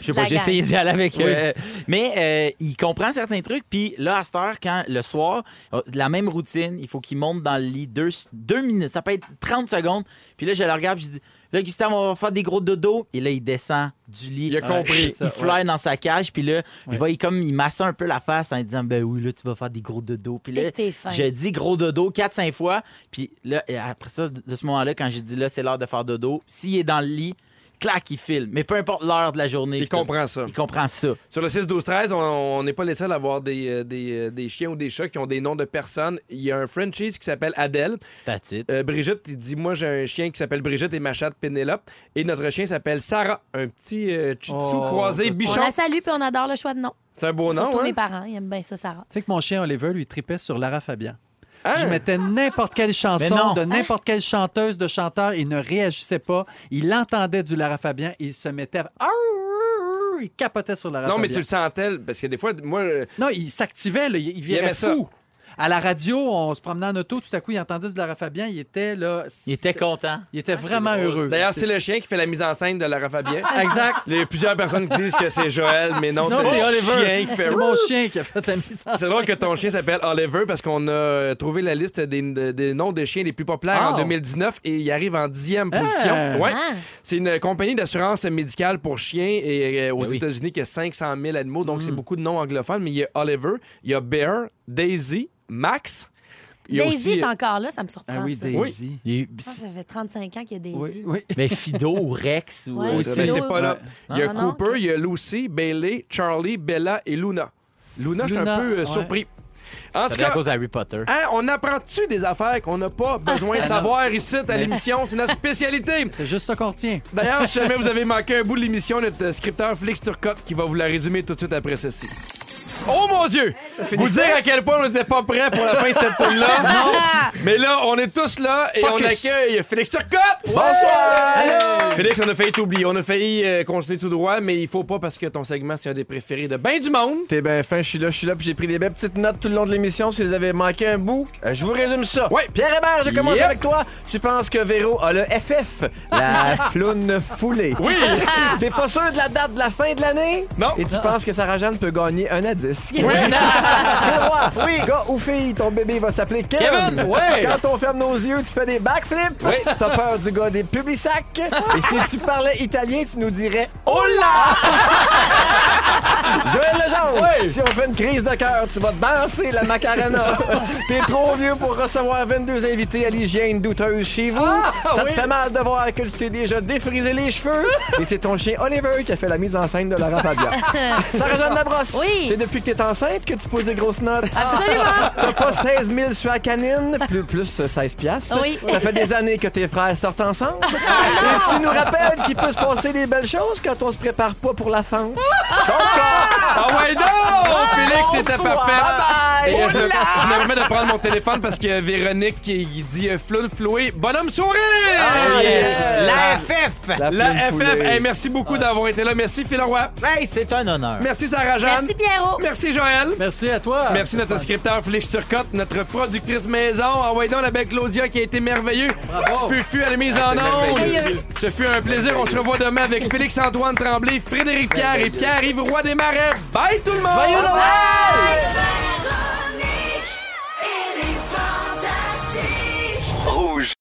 Speaker 2: Je sais pas,
Speaker 3: La
Speaker 2: j'ai
Speaker 3: gang.
Speaker 2: essayé d'y aller avec. euh, mais euh, il comprend certains trucs, puis là, à cette heure, quand le soir, euh, la même routine, il faut qu'il monte dans le lit deux, deux minutes. Ça peut être 30 secondes. Puis là, je le regarde, puis je dis. Là, Gustave, on va faire des gros dodos. Et là, il descend du lit.
Speaker 1: Il a compris.
Speaker 2: Il flaire dans sa cage. Puis là, je vois, il, comme, il massait un peu la face en lui disant Ben oui, là, tu vas faire des gros dodos. Puis là,
Speaker 3: Et t'es fin.
Speaker 2: je dit gros dodo 4-5 fois. Puis là, et après ça, de de ce moment-là, quand j'ai dit là, c'est l'heure de faire dodo, s'il est dans le lit, clac, il file. Mais peu importe l'heure de la journée.
Speaker 1: Il
Speaker 2: puis tout.
Speaker 1: comprend ça.
Speaker 2: Il comprend ça.
Speaker 1: Sur le 6-12-13, on- on n'est pas les seuls à avoir des, euh, des, euh, des chiens ou des chats qui ont des noms de personnes. Il y a un Frenchie qui s'appelle Adèle.
Speaker 2: That's it.
Speaker 1: Euh, Brigitte il dit Moi, j'ai un chien qui s'appelle Brigitte et ma chatte Pénélope. Et notre chien s'appelle Sarah, un petit euh, chitsu
Speaker 4: Oh,
Speaker 1: croisé
Speaker 4: petit.
Speaker 3: On
Speaker 1: bichon.
Speaker 3: la salue puis on adore le choix de nom.
Speaker 1: C'est un beau nom,
Speaker 3: Surtout
Speaker 1: hein?
Speaker 3: mes parents, ils aiment bien ça, Sarah.
Speaker 4: Tu sais que mon chien Oliver, lui, tripait sur Lara Fabian.
Speaker 1: Hein?
Speaker 4: Je mettais n'importe quelle
Speaker 2: Mais non.
Speaker 4: chanson de n'importe quelle chanteuse, de chanteur. Il ne réagissait pas. Il entendait du Lara Fabian et il se mettait. à- Il capotait sur Lara
Speaker 1: Non, mais tu
Speaker 4: Fabian.
Speaker 1: le sens tel, parce que des fois, moi, euh,
Speaker 4: Non, il s'activait, là, il, il virait
Speaker 1: aimait ça.
Speaker 4: fou. À la radio, on se promenait en auto, tout à coup, il entendait du Lara Fabian, il était là.
Speaker 2: Il était content.
Speaker 4: il était vraiment Ah, heureux.
Speaker 1: Ah, d'ailleurs, c'est le chien qui fait la mise en scène de Lara Fabien.
Speaker 4: Exact.
Speaker 1: Il y a plusieurs personnes qui disent que c'est Joël, mais non,
Speaker 4: Non,
Speaker 1: c'est
Speaker 4: c'est
Speaker 1: le
Speaker 4: Oliver.
Speaker 1: chien qui fait
Speaker 4: C'est mon chien qui a fait la mise en
Speaker 1: C'est
Speaker 4: scène.
Speaker 1: drôle que ton chien s'appelle Oliver parce qu'on a euh, trouvé la liste des, des noms de chiens les plus populaires en
Speaker 4: Oh.
Speaker 1: 2019 et il arrive en dixième
Speaker 4: Ah.
Speaker 1: position. Ouais.
Speaker 3: Ah.
Speaker 1: C'est une compagnie d'assurance médicale pour chiens et euh, aux
Speaker 2: Ben oui.
Speaker 1: États-Unis qui a 500 000 animaux, donc c'est
Speaker 4: Mm.
Speaker 1: beaucoup de noms anglophones. Mais il y a Oliver, il y a Bear, Daisy, Max. Il y a
Speaker 3: Daisy
Speaker 1: aussi, euh,
Speaker 3: est encore là, ça me surprend.
Speaker 4: Ah oui,
Speaker 3: ça.
Speaker 4: Daisy.
Speaker 2: Il-
Speaker 3: Je pense que Ça fait 35 ans qu'il y a Daisy.
Speaker 4: Oui, oui.
Speaker 2: Mais Fido ou Rex ou. euh,
Speaker 3: Ouais.
Speaker 1: Ben,
Speaker 4: Aussi.
Speaker 1: c'est pas là.
Speaker 4: Ouais.
Speaker 1: Il y a
Speaker 3: Ah, non,
Speaker 1: Cooper,
Speaker 3: ok.
Speaker 1: il y a Lucy, Bailey, Charlie, Bella et Luna. Luna, je suis un
Speaker 4: Luna,
Speaker 1: peu euh,
Speaker 4: ouais.
Speaker 1: surpris. En
Speaker 2: Ça
Speaker 1: tout
Speaker 2: vient à
Speaker 1: cas,
Speaker 2: cause d'Harry Potter.
Speaker 1: Hein, on apprend-tu des affaires qu'on n'a pas besoin de
Speaker 4: Ah,
Speaker 1: savoir ici à l'émission? C'est notre spécialité.
Speaker 4: C'est juste ça qu'on retient.
Speaker 1: D'ailleurs, si jamais vous avez manqué un bout de l'émission, notre euh, scripteur Félix Turcotte qui va vous la résumer tout de suite après ceci. Oh mon Dieu! Vous dire à quel point on n'était pas prêt pour la fin de cette tournée là Mais là, on est tous là et on
Speaker 4: Focus.
Speaker 1: accueille Félix Turcotte! Bonsoir! Félix, on a failli t'oublier. On a failli euh, continuer tout droit, mais il faut pas parce que ton segment, c'est un des préférés de bien du monde.
Speaker 10: T'es bien fin, je suis là, je suis là, puis j'ai pris des belles petites notes tout le long de l'émission. Si vous avez manqué un bout, euh, je vous résume ça.
Speaker 1: Ouais.
Speaker 10: Pierre Hébert, je commence
Speaker 1: Yep.
Speaker 10: avec toi. Tu penses que Véro a le FF, la floune foulée. Oui! T'es pas sûr de la date de la fin de l'année?
Speaker 1: Non.
Speaker 10: Et tu penses que Sarah-Jeanne peut gagner un à 10. Ah, Oui!
Speaker 2: Ah,
Speaker 10: Férois, oui! Gars ou fille, ton bébé va s'appeler Kevin.
Speaker 1: Kevin, ouais.
Speaker 10: Quand on ferme nos yeux, tu fais des backflips.
Speaker 1: Oui.
Speaker 10: T'as peur du gars des publisacs. Et si tu parlais italien, tu nous dirais « Hola! » Joël Legendre, si on fait une crise de cœur, tu vas danser la macarena. T'es trop vieux pour recevoir 22 invités à l'hygiène douteuse chez vous. Ça te fait mal de voir que tu t'es déjà défrisé les cheveux. Et c'est ton chien Oliver qui a fait la mise en scène de Lara Fabian. Sarah-Jeanne Labrosse,
Speaker 3: Oui.
Speaker 10: c'est depuis que t'es enceinte que tu poses des grosses notes.
Speaker 1: Ah.
Speaker 3: Absolument.
Speaker 10: T'as pas 16 000 sur la canine, plus, plus euh, 16 piastres.
Speaker 3: Oui.
Speaker 10: Ça fait des années que tes frères sortent ensemble. Et tu nous rappelles qu'il peut se passer des belles choses quand on se prépare pas pour la fente. Bonsoir!
Speaker 1: Ah ouais, non! Félix, c'était
Speaker 10: Bonsoir.
Speaker 1: parfait.
Speaker 10: Bye-bye.
Speaker 1: Et, euh, je, me, je me permets de prendre mon téléphone parce que Véronique qui qui dit euh, Floul Floué, bonhomme sourire!
Speaker 2: Ah, yes. La FF!
Speaker 1: La,
Speaker 2: La
Speaker 1: FF!
Speaker 2: Floule
Speaker 1: Hey, merci beaucoup d'avoir été là. Merci, Phil Roy.
Speaker 2: Hey, c'est un honneur.
Speaker 1: Merci, Sarah-Jeanne.
Speaker 3: Merci, Pierrot.
Speaker 1: Merci, Joël.
Speaker 4: Merci à toi.
Speaker 1: Merci notre scripteur Félix Turcotte, notre productrice maison. Envoyez donc la belle Claudia qui a été merveilleux.
Speaker 4: Bravo.
Speaker 1: Fufu à la mise en onde. Ce fut un plaisir. On se revoit demain avec Félix-Antoine Tremblay, Frédéric Pierre et Pierre-Yves Roy des Marais. Bye tout le monde!
Speaker 4: Joyeux Noël!
Speaker 6: Bye.